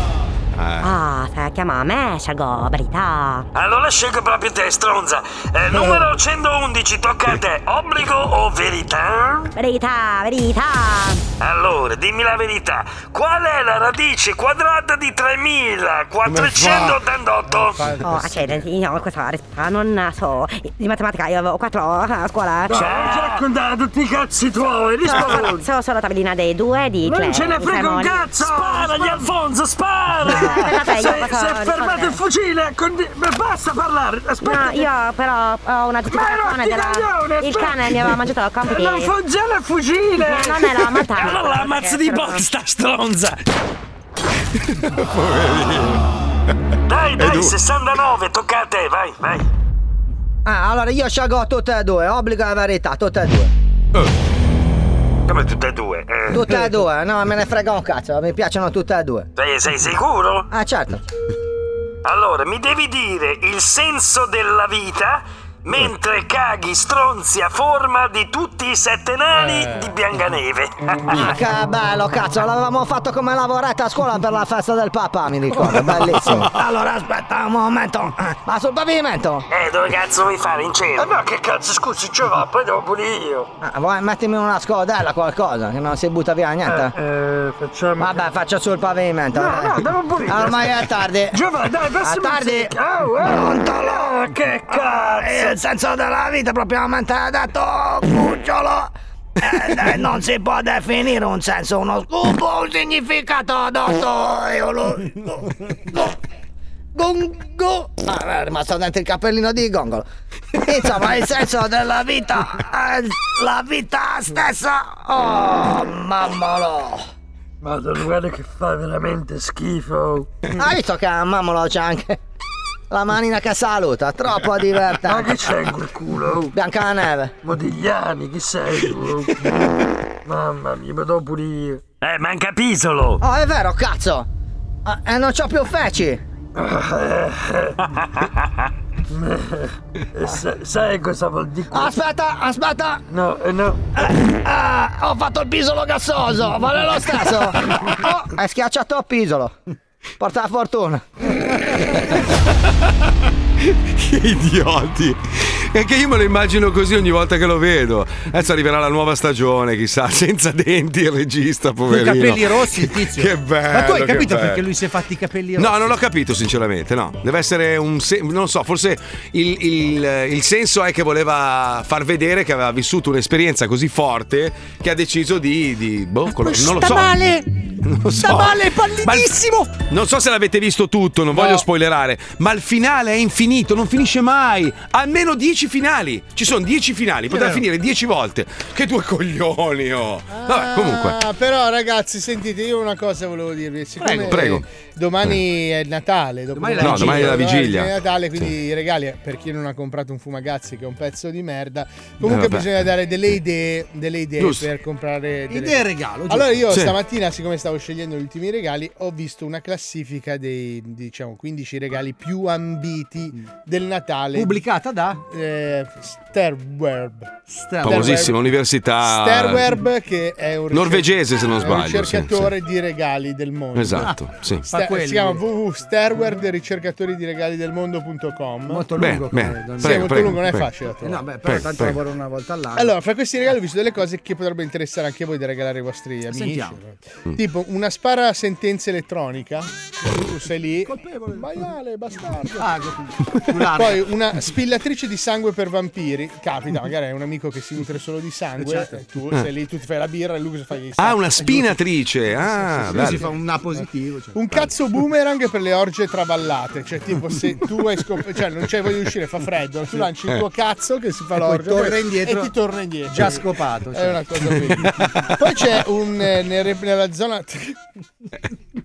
[SPEAKER 24] Ah, chiama me, sciago, verità.
[SPEAKER 25] Allora Eh, scelgo proprio te, stronza. Eh, numero 111, tocca a te. Obbligo o verità?
[SPEAKER 24] Verità, verità.
[SPEAKER 25] Allora, dimmi la verità. Qual è la radice quadrata di 3488?
[SPEAKER 24] Oh, accidenti, io questa risposta non la so. Di matematica io avevo 4 a scuola.
[SPEAKER 25] Ci hai raccontato tutti i cazzi tuoi,
[SPEAKER 24] No,
[SPEAKER 25] rispondi!
[SPEAKER 24] so solo la tabellina dei due di
[SPEAKER 25] Non
[SPEAKER 24] Claire,
[SPEAKER 25] ce ne
[SPEAKER 24] di
[SPEAKER 25] frega un
[SPEAKER 24] Tremoli.
[SPEAKER 25] cazzo! Sparagli, Alfonso, spara!
[SPEAKER 24] vabbè, io
[SPEAKER 25] Se,
[SPEAKER 24] posso
[SPEAKER 25] se è
[SPEAKER 24] rispondere.
[SPEAKER 25] fermato il fucile, condi- beh, basta parlare! Aspetta!
[SPEAKER 24] No, io però ho una giustificazione della... Il cane mi aveva mangiato la compiti.
[SPEAKER 25] Non funziona il fucile!
[SPEAKER 24] Mia nonna l'aveva matato.
[SPEAKER 25] Allora la ammazza di box, sta stronza! Dai, dai,
[SPEAKER 22] È duro.
[SPEAKER 25] 69, tocca a te, vai, vai!
[SPEAKER 8] Ah, allora io sciagò tutte e due, obbligo e verità, tutte e due.
[SPEAKER 25] Come tutte e due? eh?
[SPEAKER 8] Tutte e due, no, me ne frega un cazzo, mi piacciono tutte e due.
[SPEAKER 25] Sei, sei sicuro?
[SPEAKER 8] Ah, certo.
[SPEAKER 25] Allora, mi devi dire il senso della vita mentre caghi stronzi a forma di tutti i sette nani di
[SPEAKER 8] (laughs)
[SPEAKER 25] Biancaneve.
[SPEAKER 8] Ah, che bello, cazzo, l'avevamo fatto come lavoretta a scuola per la festa del papà, mi
[SPEAKER 26] (laughs)
[SPEAKER 8] ricordo, bellissimo.
[SPEAKER 25] Allora,
[SPEAKER 8] aspetta un momento. Ma sul pavimento?
[SPEAKER 25] Eh, dove cazzo vuoi fare? In cielo? Eh, Ma che cazzo, scusi, ci va, poi devo pure io.
[SPEAKER 8] Ah, vuoi mettimi una scodella qualcosa, che non si butta via niente? eh,
[SPEAKER 25] facciamo...
[SPEAKER 8] Vabbè, faccio sul pavimento.
[SPEAKER 25] No,
[SPEAKER 8] dai. Ah,
[SPEAKER 25] no, devo pulire.
[SPEAKER 8] Ormai è tardi.
[SPEAKER 25] Giovanni, dai,
[SPEAKER 8] È
[SPEAKER 25] prossima
[SPEAKER 8] tardi.
[SPEAKER 25] zecca. Oh, eh.
[SPEAKER 8] Brontolo,
[SPEAKER 25] che cazzo?
[SPEAKER 8] Ah, il senso della vita propriamente detto, cucciolo. (laughs) Eh, eh, non si può definire un senso, uno scopo, un significato adotto. Io lo... Go, go, go. Ah, è rimasto dentro il cappellino di gongolo. Insomma, il senso della vita è la vita stessa. Oh, mammolo.
[SPEAKER 25] Ma guarda che fa veramente schifo.
[SPEAKER 8] Hai visto che a mammolo c'è anche la manina che saluta, troppo divertente.
[SPEAKER 25] Eh, Ma che c'è in quel culo? Oh.
[SPEAKER 8] Biancaneve.
[SPEAKER 25] Modigliani, chi sei
[SPEAKER 8] (laughs)
[SPEAKER 25] tu? Mamma mia, ma dopo pure io. Eh, manca (laughs) Pisolo!
[SPEAKER 8] Oh, è vero, cazzo! Ah, E non c'ho più feci!
[SPEAKER 25] Eh, sa- sai cosa vuol dire?
[SPEAKER 8] Aspetta, aspetta!
[SPEAKER 25] No, eh, no.
[SPEAKER 8] Ah, ho fatto il pisolo gassoso! Vale lo stesso!
[SPEAKER 25] Ah.
[SPEAKER 8] Oh, hai schiacciato il pisolo! Porta la fortuna!
[SPEAKER 2] Che idioti! E che io me lo immagino così ogni volta che lo vedo. Adesso arriverà la nuova stagione, chissà, (laughs) senza denti il regista, poverino.
[SPEAKER 5] I capelli
[SPEAKER 13] (laughs)
[SPEAKER 5] rossi, il tizio.
[SPEAKER 2] Che bello!
[SPEAKER 5] Ma tu hai
[SPEAKER 2] che
[SPEAKER 5] capito
[SPEAKER 2] bello.
[SPEAKER 5] perché lui si è fatti i capelli rossi?
[SPEAKER 2] No, non l'ho capito sinceramente, no. Deve essere un... se- non lo so, forse il, il- il senso è che voleva far vedere che aveva vissuto un'esperienza così forte che ha deciso di... di boh, quello- non lo so. Non so.
[SPEAKER 5] pallidissimo!
[SPEAKER 2] Non so se l'avete visto tutto, non voglio spoilerare, ma il finale è infinito, non finisce mai. Almeno 10 finali. Ci sono 10 finali, potrà
[SPEAKER 6] vero.
[SPEAKER 2] finire 10 volte. Che due coglioni, oh. Vabbè, comunque.
[SPEAKER 6] Ah, però ragazzi, sentite, io una cosa volevo dirvi. Siccome
[SPEAKER 2] Prego, prego.
[SPEAKER 6] Domani è Natale, dopo-
[SPEAKER 2] Domani è la No, domani è la vigilia.
[SPEAKER 6] è Natale, quindi i regali per chi non ha comprato un fumagazzi che è un pezzo di merda.
[SPEAKER 2] Eh,
[SPEAKER 6] Comunque
[SPEAKER 2] vabbè.
[SPEAKER 6] bisogna dare delle idee, delle idee
[SPEAKER 2] Giusto.
[SPEAKER 6] per comprare delle...
[SPEAKER 5] Idee e regalo, giusto.
[SPEAKER 6] Allora io
[SPEAKER 5] Sì.
[SPEAKER 6] stamattina, siccome stavo scegliendo gli ultimi regali, ho visto una classifica dei diciamo 15 regali più ambiti del Natale.
[SPEAKER 5] Pubblicata da
[SPEAKER 6] eh, Sterwerb.
[SPEAKER 2] Famosissima università.
[SPEAKER 6] Sterwerb che è un ricerc-
[SPEAKER 2] Norvegese, se non
[SPEAKER 6] è
[SPEAKER 2] sbaglio,
[SPEAKER 6] un
[SPEAKER 2] sì,
[SPEAKER 6] ricercatore di regali del mondo. Ah,
[SPEAKER 2] Esatto, sì.
[SPEAKER 6] Sta-
[SPEAKER 2] Fa quello,
[SPEAKER 6] si chiama www.sterwerb ricercatori di regali del mondo.com. Molto
[SPEAKER 2] Bene, lungo, bene. credo.
[SPEAKER 6] Sì,
[SPEAKER 2] Prego,
[SPEAKER 6] è molto
[SPEAKER 2] prego,
[SPEAKER 6] lungo, non è
[SPEAKER 2] prego.
[SPEAKER 6] facile da trovare.
[SPEAKER 5] Eh, No, beh, però
[SPEAKER 2] Prego,
[SPEAKER 5] tanto
[SPEAKER 2] prego.
[SPEAKER 5] lavoro una volta all'anno.
[SPEAKER 6] Allora, fra questi regali ho visto delle cose che potrebbero interessare anche a voi da regalare ai vostri amici.
[SPEAKER 5] Sentiamo.
[SPEAKER 6] Mm. Tipo una spara sentenza elettronica. Tu sei lì. Maiale, bastardo.
[SPEAKER 13] Ah,
[SPEAKER 6] (laughs) Poi una spillatrice di sangue per vampiri. Capita, magari è un amico che si nutre solo di sangue.
[SPEAKER 5] Certo.
[SPEAKER 6] e Tu
[SPEAKER 2] Eh.
[SPEAKER 6] sei lì, tu ti fai la birra e lui cosa fa? Gli
[SPEAKER 2] Ah,
[SPEAKER 6] sa-
[SPEAKER 2] una spinatrice. Ah,
[SPEAKER 6] sì,
[SPEAKER 2] bello.
[SPEAKER 6] sì, fa
[SPEAKER 5] un A positivo. cioè.
[SPEAKER 6] Un cazzo boomerang per le orge traballate. Cioè, tipo, se tu hai scop- cioè, non c'hai voglia di uscire, fa freddo. Tu lanci il tuo
[SPEAKER 27] Eh.
[SPEAKER 6] cazzo che si fa
[SPEAKER 5] E poi
[SPEAKER 6] l'orge
[SPEAKER 5] torna
[SPEAKER 6] e-
[SPEAKER 5] indietro.
[SPEAKER 6] e ti torna indietro.
[SPEAKER 5] Già scopato,
[SPEAKER 6] È
[SPEAKER 5] cioè.
[SPEAKER 6] una cosa bella. Poi c'è un eh, nelle- nella zona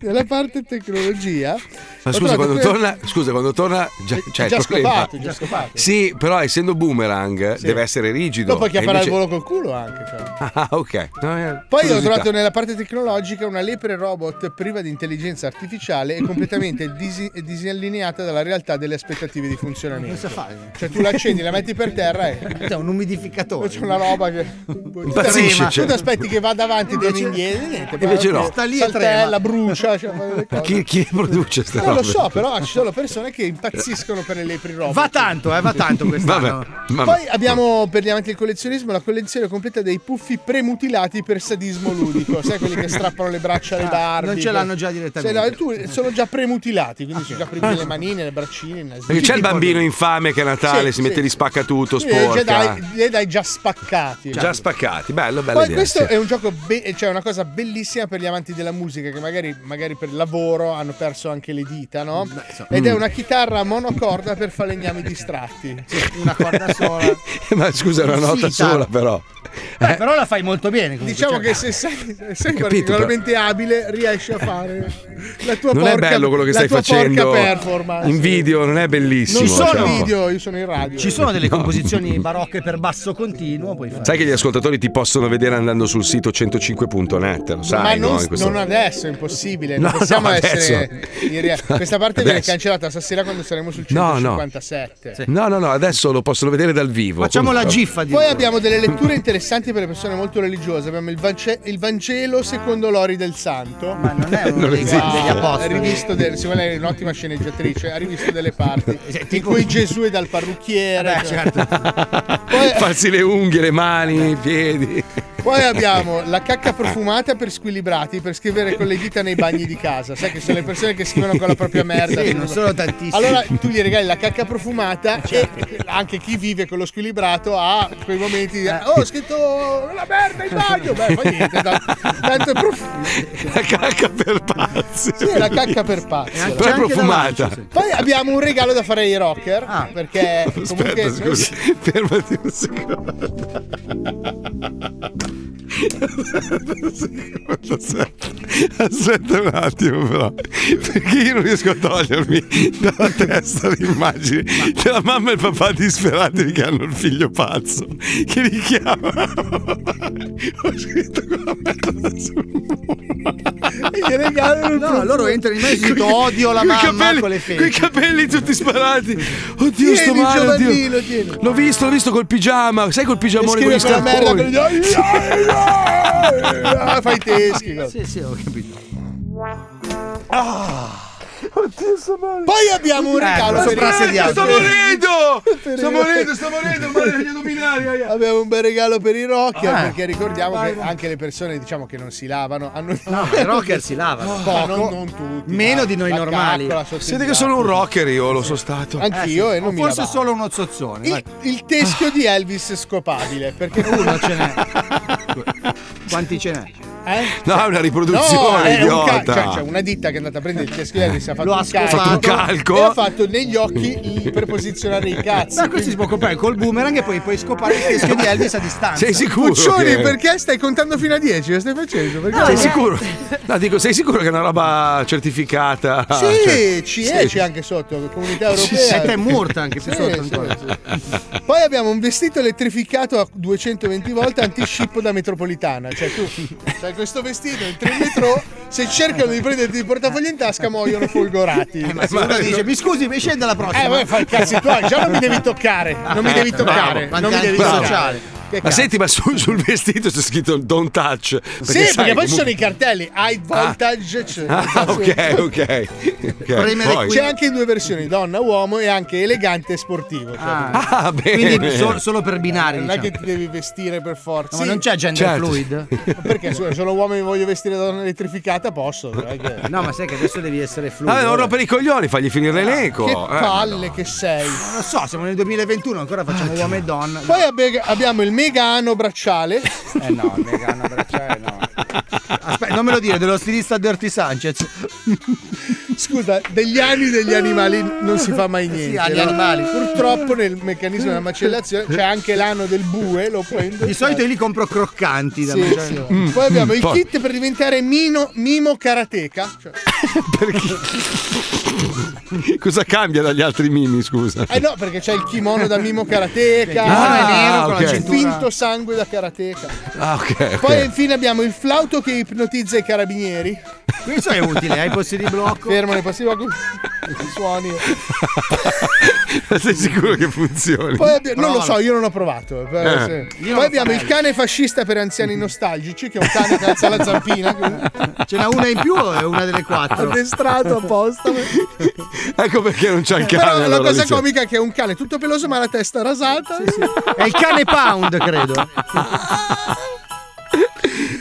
[SPEAKER 6] nella parte tecnologia.
[SPEAKER 27] Ma
[SPEAKER 6] ho
[SPEAKER 27] scusa,
[SPEAKER 6] trovato
[SPEAKER 27] quando
[SPEAKER 6] que-
[SPEAKER 27] torna, scusa, quando torna già, c'è il
[SPEAKER 6] già
[SPEAKER 27] problema.
[SPEAKER 6] scopato, già scopato.
[SPEAKER 27] Sì, però essendo boomerang deve essere rigido.
[SPEAKER 6] Dopo
[SPEAKER 27] e
[SPEAKER 6] chiappare il
[SPEAKER 27] invece-
[SPEAKER 6] volo col culo anche. cioè.
[SPEAKER 27] (laughs) Ah, ok. No, eh,
[SPEAKER 6] Poi ho
[SPEAKER 27] curiosità.
[SPEAKER 6] trovato (laughs) nella parte tecnologica una lepre robot priva di intelligenza artificiale e
[SPEAKER 27] (laughs)
[SPEAKER 6] completamente disi- disallineata dalla realtà delle aspettative di funzionamento.
[SPEAKER 13] Cosa fai?
[SPEAKER 6] Cioè tu la accendi, la metti per terra eh.
[SPEAKER 13] (laughs)
[SPEAKER 6] e...
[SPEAKER 13] C'è un umidificatore.
[SPEAKER 6] C'è una roba che...
[SPEAKER 13] Impazzisce,
[SPEAKER 6] Tu
[SPEAKER 13] cioè.
[SPEAKER 6] ti aspetti che vada avanti e torni indietro, niente.
[SPEAKER 27] Invece no.
[SPEAKER 6] Sta lì saltella, brucia,
[SPEAKER 27] (laughs)
[SPEAKER 6] cioè, fa delle
[SPEAKER 27] Ma
[SPEAKER 6] cose.
[SPEAKER 27] Chi, chi le produce ste
[SPEAKER 6] Non lo
[SPEAKER 27] robe?
[SPEAKER 6] so, però ci sono persone che impazziscono per le lepri robot.
[SPEAKER 13] Va tanto, eh, va tanto quest'anno.
[SPEAKER 27] Vabbè, vabbè.
[SPEAKER 6] Poi abbiamo per gli amanti del collezionismo la collezione completa dei puffi premutilati per sadismo ludico, sai quelli che strappano le braccia alle
[SPEAKER 13] Ah,
[SPEAKER 6] Barbie.
[SPEAKER 13] non ce l'hanno
[SPEAKER 6] que-
[SPEAKER 13] già direttamente. Ah,
[SPEAKER 6] Cioè, no, tu- sono già premutilati, quindi sono già presi le manine, le braccine, il nasino.
[SPEAKER 27] Perché c'è il bambino infame che a Natale
[SPEAKER 6] Sì,
[SPEAKER 27] si mette
[SPEAKER 6] sì.
[SPEAKER 27] lì spacca tutto,
[SPEAKER 6] Quindi le
[SPEAKER 27] sporca.
[SPEAKER 6] Jedi- le dai già spaccati.
[SPEAKER 27] Già spaccati, bello, bello.
[SPEAKER 6] Poi questo è un gioco, be- cioè una cosa bellissima per gli amanti della musica che magari, magari per lavoro hanno perso anche le dita, no? Ed è
[SPEAKER 27] Mm.
[SPEAKER 6] una chitarra monocorda per falegnami
[SPEAKER 27] (laughs)
[SPEAKER 6] distratti. una
[SPEAKER 2] (laughs)
[SPEAKER 6] corda sola.
[SPEAKER 27] Ma scusa, è una nota
[SPEAKER 6] Sì,
[SPEAKER 27] sola, però.
[SPEAKER 13] Beh, però la fai molto bene. comunque,
[SPEAKER 6] Diciamo
[SPEAKER 13] cioè,
[SPEAKER 6] che se sei, se sei
[SPEAKER 27] Capito,
[SPEAKER 6] particolarmente abile riesci a fare la tua
[SPEAKER 27] Non
[SPEAKER 6] porca
[SPEAKER 27] è bello quello che
[SPEAKER 6] la
[SPEAKER 27] stai
[SPEAKER 6] tua
[SPEAKER 27] facendo
[SPEAKER 6] porca performance.
[SPEAKER 27] in video, non è bellissimo.
[SPEAKER 6] Non sono
[SPEAKER 27] diciamo.
[SPEAKER 6] video, io sono in radio.
[SPEAKER 13] Ci sono delle
[SPEAKER 27] No.
[SPEAKER 5] (laughs)
[SPEAKER 13] composizioni barocche per basso continuo, puoi fare.
[SPEAKER 27] Sai che gli ascoltatori ti possono vedere andando sul sito 105.net, lo
[SPEAKER 6] Ma
[SPEAKER 27] sai,
[SPEAKER 6] non,
[SPEAKER 27] no? In eh, questo-
[SPEAKER 6] non adesso, è impossibile. Non
[SPEAKER 27] No,
[SPEAKER 6] possiamo
[SPEAKER 27] no,
[SPEAKER 6] essere. in rea- Questa parte viene
[SPEAKER 27] Adesso.
[SPEAKER 6] cancellata stasera quando saremo sul
[SPEAKER 27] No, no.
[SPEAKER 6] 157.
[SPEAKER 27] No, no, no, adesso lo possono vedere dal vivo.
[SPEAKER 6] Poi abbiamo delle letture interessanti per le persone molto religiose. Abbiamo il, Vance- il Vangelo secondo l'ori del santo. Ma (laughs) non è
[SPEAKER 27] uno Non dei- esiste. degli apostoli.
[SPEAKER 6] Ha rivisto del- secondo lei è un'ottima sceneggiatrice, ha rivisto delle parti. in cui Gesù è dal parrucchiere. cioè.
[SPEAKER 27] Farsi le unghie, le mani, i piedi.
[SPEAKER 6] Poi abbiamo la cacca profumata per squilibrati per scrivere con le dita nei bagni di casa. Sai che sono le persone che scrivono con la propria merda.
[SPEAKER 13] Sì, non sono tantissimi.
[SPEAKER 6] Allora tu gli regali la cacca profumata e anche chi vive con lo squilibrato ha quei momenti. di, Oh, ho scritto la merda in bagno! Beh, fa niente, tanto, tanto è profumo.
[SPEAKER 27] La cacca per pazzi.
[SPEAKER 6] Sì, la cacca per pazzi.
[SPEAKER 27] Però è profumata.
[SPEAKER 6] Poi abbiamo un regalo da fare ai rocker. Perché comunque.
[SPEAKER 27] Aspetta, scusa, fermati un secondo. Aspetta un attimo, però, perché io non riesco a togliermi dalla testa l'immagine della mamma e il papà disperati che hanno il figlio pazzo che li chiama. Ho scritto quella merda sul
[SPEAKER 6] E gli (laughs) regalano il
[SPEAKER 13] No, loro entrano in me e dicono,
[SPEAKER 6] Coi-
[SPEAKER 13] odio la
[SPEAKER 6] coi
[SPEAKER 13] mamma
[SPEAKER 6] capelli-
[SPEAKER 13] con le fette.
[SPEAKER 27] coi capelli tutti sparati. Oddio,
[SPEAKER 6] Tieni,
[SPEAKER 27] sto male. oddio.
[SPEAKER 6] Giovannino, tieni.
[SPEAKER 27] L'ho visto, l'ho visto col pigiama. Sai col pigiamone con
[SPEAKER 6] scrive
[SPEAKER 27] gli
[SPEAKER 6] quella merda con
[SPEAKER 27] scarponi.
[SPEAKER 6] gli
[SPEAKER 27] (laughs)
[SPEAKER 6] Ah, fai i teschi. Sì,
[SPEAKER 13] sì, ho capito.
[SPEAKER 6] Poi abbiamo un regalo per i-
[SPEAKER 2] Sto morendo! Sto morendo, sto morendo, ma
[SPEAKER 6] Abbiamo un bel regalo per i rocker
[SPEAKER 2] Ah.
[SPEAKER 6] perché ricordiamo
[SPEAKER 2] Vai,
[SPEAKER 6] che
[SPEAKER 2] vai.
[SPEAKER 6] anche le persone diciamo che non si lavano hanno
[SPEAKER 13] No,
[SPEAKER 6] (laughs)
[SPEAKER 13] i rocker si lavano.
[SPEAKER 6] Ma non-
[SPEAKER 13] Poco.
[SPEAKER 6] non tutti,
[SPEAKER 13] Meno
[SPEAKER 6] dai.
[SPEAKER 13] di noi
[SPEAKER 6] La
[SPEAKER 13] normali.
[SPEAKER 6] cacca, la sottigliata.
[SPEAKER 27] Siete che sono un rocker io, lo sono stato.
[SPEAKER 5] Eh,
[SPEAKER 6] Anch'io e non mi
[SPEAKER 13] Forse
[SPEAKER 6] lavavo.
[SPEAKER 13] solo uno zozzone.
[SPEAKER 6] Il, il teschio di Elvis scopabile perché uno ce (laughs) n'è.
[SPEAKER 13] Quanti ce n'è?
[SPEAKER 6] Eh?
[SPEAKER 27] No, è una
[SPEAKER 6] No,
[SPEAKER 27] riproduzione,
[SPEAKER 6] è un ca-
[SPEAKER 27] idiota.
[SPEAKER 6] cioè, c'è una ditta che è andata a prendere il teschio
[SPEAKER 13] (laughs)
[SPEAKER 6] di Elvis ha fatto,
[SPEAKER 13] Lo ha
[SPEAKER 6] un, calco,
[SPEAKER 13] scopato.
[SPEAKER 27] Fatto un calco.
[SPEAKER 6] e ha fatto negli occhi il- per posizionare i cazzi.
[SPEAKER 13] Ma questo si può comprare col boomerang e poi puoi scopare il teschio di Elvis a distanza.
[SPEAKER 6] Puccioni,
[SPEAKER 27] che-
[SPEAKER 6] perché stai contando fino a 10? Lo stai facendo? Perché-
[SPEAKER 27] sei sicuro? No, dico, sei sicuro che è una roba certificata?
[SPEAKER 6] Sì,
[SPEAKER 27] Cioè-
[SPEAKER 6] ci
[SPEAKER 27] Sì.
[SPEAKER 6] è, c'è anche sotto, comunità europea.
[SPEAKER 27] Sì, sì. E te Murta
[SPEAKER 13] anche più
[SPEAKER 6] Sì,
[SPEAKER 13] sotto
[SPEAKER 6] sì,
[SPEAKER 27] Cioè.
[SPEAKER 13] ancora.
[SPEAKER 6] sì. Poi abbiamo un vestito elettrificato a 220 volte antiscippo da metropolitana. Cioè tu c'hai questo vestito, entri in metro, se cercano di prenderti il portafoglio in tasca muoiono folgorati.
[SPEAKER 27] Eh,
[SPEAKER 13] Ma se uno dice, mi scusi, mi scende la prossima.
[SPEAKER 6] Eh, vabbè, fai i cazzi tuoi, già non mi devi toccare, non mi
[SPEAKER 27] Eh,
[SPEAKER 6] devi toccare,
[SPEAKER 13] Bravo.
[SPEAKER 6] non mi devi
[SPEAKER 13] Bravo.
[SPEAKER 6] toccare. Che
[SPEAKER 27] Ma
[SPEAKER 6] cazzo.
[SPEAKER 27] senti, ma su- sul vestito c'è scritto don't touch. Perché
[SPEAKER 6] sì, perché
[SPEAKER 27] sai,
[SPEAKER 6] poi ci
[SPEAKER 27] comunque-
[SPEAKER 6] sono i cartelli high voltage. c'è-
[SPEAKER 27] Ah, ok, ok. ok. Poi-
[SPEAKER 6] C'è anche in due versioni, donna, uomo e anche elegante e sportivo. cioè,
[SPEAKER 27] Ah, bene.
[SPEAKER 13] Quindi so- solo per binari. diciamo.
[SPEAKER 6] non è che ti devi vestire per forza.
[SPEAKER 13] ma non c'è gender
[SPEAKER 27] Certo.
[SPEAKER 13] fluid?
[SPEAKER 6] Ma perché scusa, sono uomo e mi voglio vestire da donna elettrificata, posso. non è che-
[SPEAKER 13] No, ma sai che adesso devi essere fluido.
[SPEAKER 27] Vabbè, non rompere i coglioni, fagli finire l'elenco.
[SPEAKER 6] Che
[SPEAKER 27] Eh,
[SPEAKER 6] palle che sei.
[SPEAKER 13] Non lo so, siamo nel 2021, ancora facciamo uomo e donna.
[SPEAKER 6] Poi abbe- abbiamo il megano bracciale.
[SPEAKER 13] Eh no, il vegano abbracciare eh,
[SPEAKER 5] (laughs)
[SPEAKER 13] no. Aspetta, non me lo dire, dello stilista Dirty Sanchez.
[SPEAKER 6] (laughs) Scusa, degli anni degli animali non si fa mai niente.
[SPEAKER 13] agli
[SPEAKER 6] no?
[SPEAKER 13] animali.
[SPEAKER 6] Purtroppo nel meccanismo della macellazione c'è anche l'ano del bue, lo puoi indossare.
[SPEAKER 13] Di solito io li compro croccanti da
[SPEAKER 6] Sì, Mm.
[SPEAKER 13] mangiare.
[SPEAKER 6] sì. Poi abbiamo il kit per diventare mino- mimo karateka. Cioè,
[SPEAKER 2] Cosa cambia dagli altri mimi, scusa?
[SPEAKER 6] Eh no, perché c'è il kimono da Mimo Karateka,
[SPEAKER 2] Il kimono è nero con la
[SPEAKER 6] il
[SPEAKER 2] cintura.
[SPEAKER 6] finto sangue da Karateka.
[SPEAKER 2] Ah, ok. ok.
[SPEAKER 6] Poi infine abbiamo il flauto che ipnotizza i carabinieri.
[SPEAKER 2] Questo è utile, hai
[SPEAKER 6] posti di blocco. Fermo nei posti di blocco. Suoni.
[SPEAKER 2] Sei sicuro che funzioni?
[SPEAKER 6] Poi abbia- non lo so, io non ho provato. però
[SPEAKER 2] Eh.
[SPEAKER 6] sì.
[SPEAKER 2] Io
[SPEAKER 6] Poi
[SPEAKER 2] non
[SPEAKER 6] abbiamo il
[SPEAKER 2] farei.
[SPEAKER 6] cane fascista per anziani nostalgici, che è un cane che alza la zampina.
[SPEAKER 5] Ce n'ha una in più o è una delle quattro?
[SPEAKER 6] Addestrato apposta.
[SPEAKER 2] Ecco perché non c'ha il cane.
[SPEAKER 6] Però la
[SPEAKER 2] allora,
[SPEAKER 6] cosa
[SPEAKER 2] dice.
[SPEAKER 6] comica è che è un cane tutto peloso ma la testa rasata.
[SPEAKER 5] È il cane pound, credo.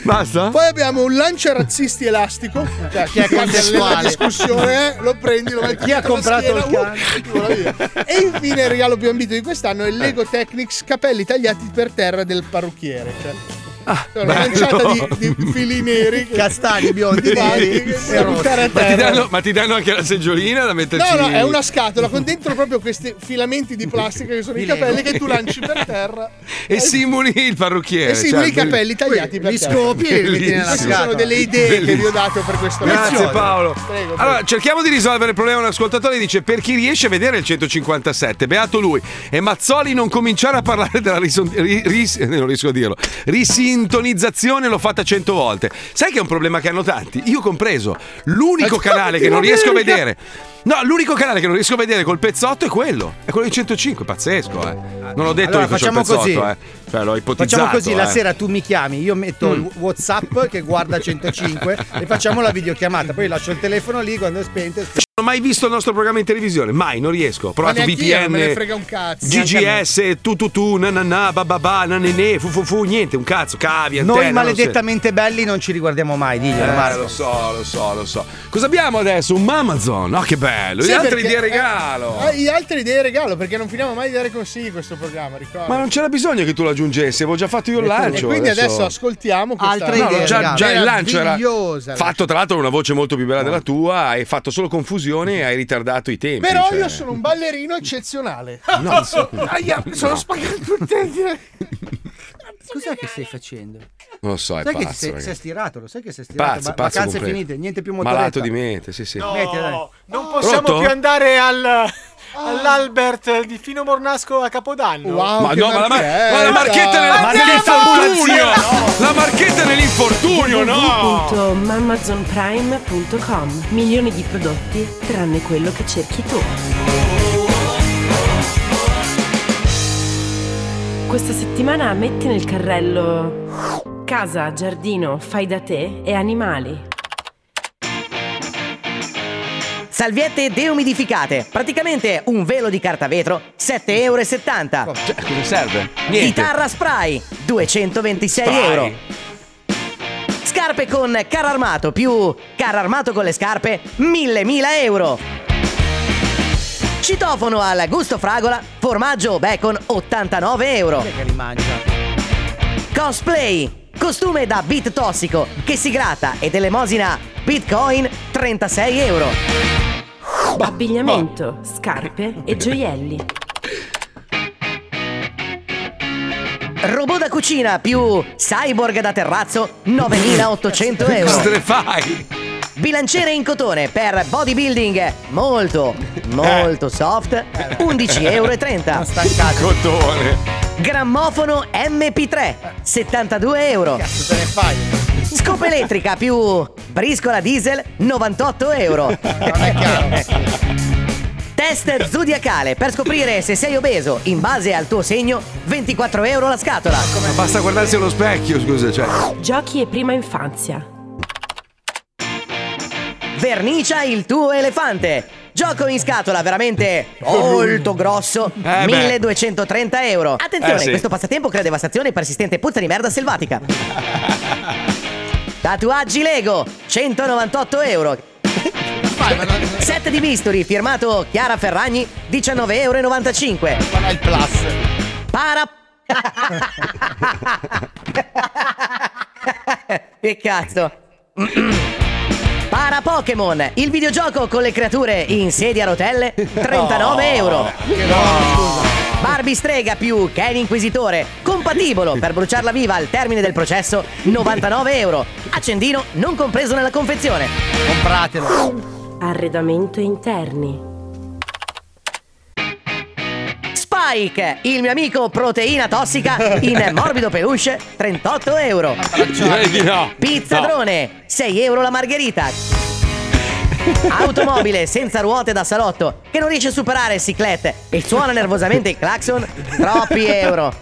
[SPEAKER 2] Basta?
[SPEAKER 6] Poi abbiamo un lancia razzisti elastico. Cioè, chi è
[SPEAKER 5] contestuale.
[SPEAKER 6] la discussione eh, lo prendi, lo metti
[SPEAKER 5] Chi ha
[SPEAKER 6] tutta la
[SPEAKER 5] comprato
[SPEAKER 6] schiena,
[SPEAKER 5] il
[SPEAKER 6] uh, ti vola via. E infine il regalo più ambito di quest'anno è il
[SPEAKER 2] Eh.
[SPEAKER 6] Lego Technics capelli tagliati per terra del parrucchiere. Cioè, è una lanciata
[SPEAKER 2] Ah, bello.
[SPEAKER 6] di, di fili neri,
[SPEAKER 5] castani, biondi,
[SPEAKER 6] bianchi,
[SPEAKER 5] neri
[SPEAKER 6] che buttare a
[SPEAKER 2] Ma ti,
[SPEAKER 6] terra.
[SPEAKER 2] danno, ma ti danno anche la seggiolina da metterci?
[SPEAKER 6] No, no, è una scatola con dentro proprio questi filamenti di plastica che sono i
[SPEAKER 2] Di Lego.
[SPEAKER 6] capelli che tu lanci per terra
[SPEAKER 2] (laughs) E simuli il parrucchiere.
[SPEAKER 6] e simuli i
[SPEAKER 2] cioè,
[SPEAKER 6] capelli tagliati per
[SPEAKER 2] Li
[SPEAKER 6] terra.
[SPEAKER 2] scopi e li metti nella
[SPEAKER 6] Queste sono
[SPEAKER 2] scatola.
[SPEAKER 6] delle idee che vi ho
[SPEAKER 2] Bellissimo.
[SPEAKER 6] dato per questo
[SPEAKER 2] Grazie
[SPEAKER 6] regalo.
[SPEAKER 2] Paolo.
[SPEAKER 6] Prego, prego.
[SPEAKER 2] Allora, cerchiamo di risolvere il problema. Un ascoltatore dice: Per chi riesce a vedere il 157, beato lui. E Mazzoli non cominciare a parlare della rison- ri- ris- eh, non riesco a dirlo. risintonizzazione, l'ho fatta cento volte. Sai che è un problema che hanno tanti? Io compreso. L'unico canale che non riesco a vedere. No, l'unico canale che non riesco a vedere col pezzotto è quello. È quello di 105, pazzesco, eh. Non ho detto io che
[SPEAKER 5] Allora,
[SPEAKER 2] c'ho il
[SPEAKER 5] facciamo
[SPEAKER 2] pezzotto,
[SPEAKER 5] così.
[SPEAKER 2] eh. Cioè, l'ho ipotizzato.
[SPEAKER 5] Facciamo così, la
[SPEAKER 2] eh.
[SPEAKER 5] sera tu mi chiami, io
[SPEAKER 2] Mm.
[SPEAKER 5] metto il WhatsApp
[SPEAKER 2] (laughs)
[SPEAKER 5] che guarda 105 e facciamo la videochiamata, poi lascio il telefono lì quando è spento. sp-
[SPEAKER 2] Non ho mai visto il nostro programma in televisione, mai, non riesco. Ho provato
[SPEAKER 6] Ma neanche io,
[SPEAKER 2] VPN.
[SPEAKER 6] non me ne frega un cazzo.
[SPEAKER 2] GGS, tu tu tu, na na na, ba ba ba, na ne ne, fu fu fu, niente, un cazzo, cavi, antenne.
[SPEAKER 5] Noi maledettamente belli non ci riguardiamo mai, diglielo
[SPEAKER 2] Eh,
[SPEAKER 5] Marco.
[SPEAKER 2] lo so, lo so, lo so. Cosa abbiamo adesso? Un Mamazon, oh che bello,
[SPEAKER 6] Sì,
[SPEAKER 2] gli altri
[SPEAKER 6] perché-
[SPEAKER 2] di regalo.
[SPEAKER 6] eh, eh, gli altri idee regalo, perché non finiamo mai di dare consigli in questo programma, ricordo.
[SPEAKER 2] Ma non c'era bisogno che tu lo aggiungessi, avevo già fatto io il
[SPEAKER 6] e
[SPEAKER 2] lancio.
[SPEAKER 6] quindi adesso, ascoltiamo questa
[SPEAKER 2] No, no, già, già il lancio era
[SPEAKER 6] Meravigliosa. Ah.
[SPEAKER 2] fatto tra l'altro con una voce molto più bella della tua, hai fatto solo confusione e hai ritardato i tempi.
[SPEAKER 6] Però
[SPEAKER 2] cioè.
[SPEAKER 6] io sono un ballerino eccezionale. (laughs)
[SPEAKER 2] No, so-
[SPEAKER 6] Aia, mi sono
[SPEAKER 2] no.
[SPEAKER 6] spaccato tutte.
[SPEAKER 5] Cos'è che stai facendo?
[SPEAKER 2] Non lo so, è
[SPEAKER 5] sai che
[SPEAKER 2] pazzo.
[SPEAKER 5] ti sei,
[SPEAKER 2] ragazzi.
[SPEAKER 5] sei stirato, lo sai che sei stirato?
[SPEAKER 2] Pazzo,
[SPEAKER 5] Va-
[SPEAKER 2] pazzo
[SPEAKER 5] vacanze
[SPEAKER 2] completo.
[SPEAKER 5] finite, niente più motoretta.
[SPEAKER 2] Malato di mente, sì, sì.
[SPEAKER 5] Metti, dai.
[SPEAKER 13] Non possiamo
[SPEAKER 2] Pronto?
[SPEAKER 13] più andare al, all'Albert di Fino Mornasco a Capodanno.
[SPEAKER 2] ma no, ma la, mar- ma
[SPEAKER 15] eh.
[SPEAKER 2] la marchetta
[SPEAKER 13] Eh, Ma
[SPEAKER 2] nel-
[SPEAKER 13] andiamo
[SPEAKER 2] nell'infortunio!
[SPEAKER 13] pure!
[SPEAKER 2] La marchetta nell'infortunio, no!
[SPEAKER 19] www.mamazonprime.com Milioni di prodotti tranne quello che cerchi tu. Questa settimana metti nel carrello casa, giardino, fai da te e animali.
[SPEAKER 15] Salviette deumidificate, praticamente un velo di carta vetro, 7,70 euro.
[SPEAKER 2] Oh, cioè, Cosa serve? Niente.
[SPEAKER 15] Chitarra spray, 226
[SPEAKER 2] Spray.
[SPEAKER 15] euro. Scarpe con carro armato più carro armato con le scarpe, 1000-1000 euro. Citofono al gusto fragola, formaggio o bacon, 89 euro.
[SPEAKER 5] Chi è che li mangia?
[SPEAKER 15] Cosplay, costume da beat tossico che si gratta ed elemosina bitcoin, 36 euro.
[SPEAKER 19] Abbigliamento, scarpe e gioielli.
[SPEAKER 15] Robot da cucina più cyborg da terrazzo 9800 euro.
[SPEAKER 2] Strefai!
[SPEAKER 15] Bilanciere in cotone per bodybuilding molto, molto soft 11,30 euro.
[SPEAKER 2] Cotone!
[SPEAKER 15] Grammofono MP3 72 euro. Scopa elettrica più briscola diesel 98 euro.
[SPEAKER 6] Eh,
[SPEAKER 15] Test zodiacale per scoprire se sei obeso in base al tuo segno 24 euro la scatola.
[SPEAKER 2] Ma basta guardarsi allo specchio, scusa, cioè.
[SPEAKER 15] Giochi e prima infanzia. Vernicia il tuo elefante. Gioco in scatola veramente molto grosso,
[SPEAKER 19] Eh, beh.
[SPEAKER 15] 1230 euro. Attenzione,
[SPEAKER 19] Eh, sì.
[SPEAKER 15] questo passatempo crea devastazione e persistente puzza di merda selvatica. Tatuaggi Lego, 198 euro. Set di bisturi firmato Chiara Ferragni, 19,95 euro. il plus. Para (laughs) che cazzo? Para Pokémon, il videogioco con le creature in sedia a rotelle, 39
[SPEAKER 19] No.
[SPEAKER 15] euro. Barbie strega più Ken inquisitore, compatibile per bruciarla viva al termine del processo, 99 euro. Accendino non compreso nella confezione. Compratelo.
[SPEAKER 19] Arredamento interni.
[SPEAKER 15] Spike, il mio amico proteina tossica in morbido peluche, 38 euro.
[SPEAKER 2] Direi di no.
[SPEAKER 15] Pizzadrone, 6 euro la margherita. Automobile senza ruote da salotto che non riesce a superare ciclette e suona nervosamente il clacson, troppi euro.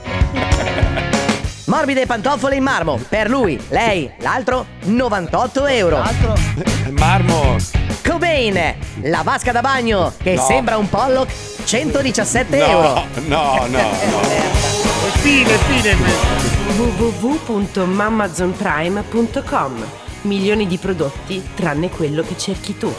[SPEAKER 15] Morbide pantofole in marmo, per lui, lei, l'altro, 98 euro.
[SPEAKER 2] Eh, Marmo.
[SPEAKER 15] Cobain, la vasca da bagno che
[SPEAKER 2] No.
[SPEAKER 15] sembra un Pollock, 117 euro.
[SPEAKER 2] No, no, no,
[SPEAKER 6] Eh,
[SPEAKER 2] no.
[SPEAKER 19] Fine, fine www.mamazonprime.com Milioni di prodotti tranne quello che cerchi tu.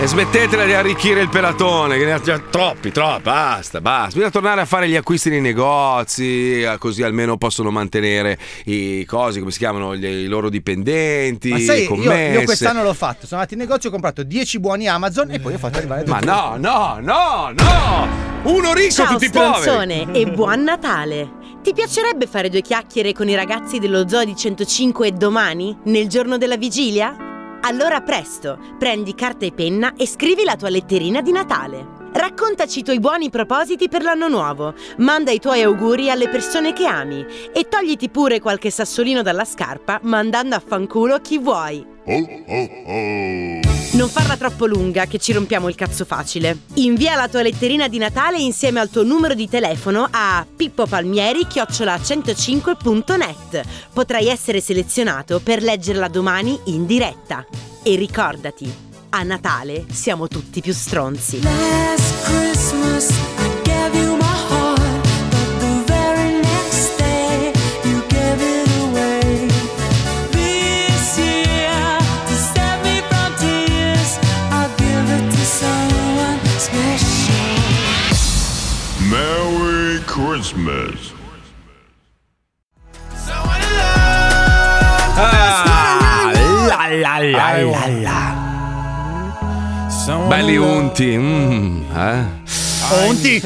[SPEAKER 2] E smettetela di arricchire il pelatone, che ne ha già troppi, troppi, basta, basta. Bisogna tornare a fare gli acquisti nei negozi, eh, così almeno possono mantenere i cosi, come si chiamano, gli- i loro dipendenti,
[SPEAKER 5] Ma sai,
[SPEAKER 2] le
[SPEAKER 5] io,
[SPEAKER 2] commesse.
[SPEAKER 5] io quest'anno l'ho fatto. Sono andato in negozio, ho comprato 10 buoni Amazon e poi ho fatto arrivare
[SPEAKER 2] Ma
[SPEAKER 5] tutti.
[SPEAKER 2] no, no, no, no! Uno ricco,
[SPEAKER 18] Ciao
[SPEAKER 2] tutti poveri!
[SPEAKER 18] stronzone e buon Natale! Ti piacerebbe fare due chiacchiere con i ragazzi dello zoo di 105 domani, nel giorno della vigilia? Allora presto, prendi carta e penna e scrivi la tua letterina di Natale. Raccontaci i tuoi buoni propositi per l'anno nuovo, manda i tuoi auguri alle persone che ami e togliti pure qualche sassolino dalla scarpa mandando a fanculo chi vuoi. Non farla troppo lunga che ci rompiamo il cazzo facile. Invia la tua letterina di Natale insieme al tuo numero di telefono a pippopalmieri-105.net. Potrai essere selezionato per leggerla domani in diretta. E ricordati, a Natale siamo tutti più stronzi.
[SPEAKER 22] Last Christmas I gave you my heart, but the very next day you gave it away. This year to save me from tears, I'll give it to someone special.
[SPEAKER 14] Merry Christmas.
[SPEAKER 2] Ah, la, la, la, la, la. Belli unti, mm, eh.
[SPEAKER 13] Ah,
[SPEAKER 6] Onti!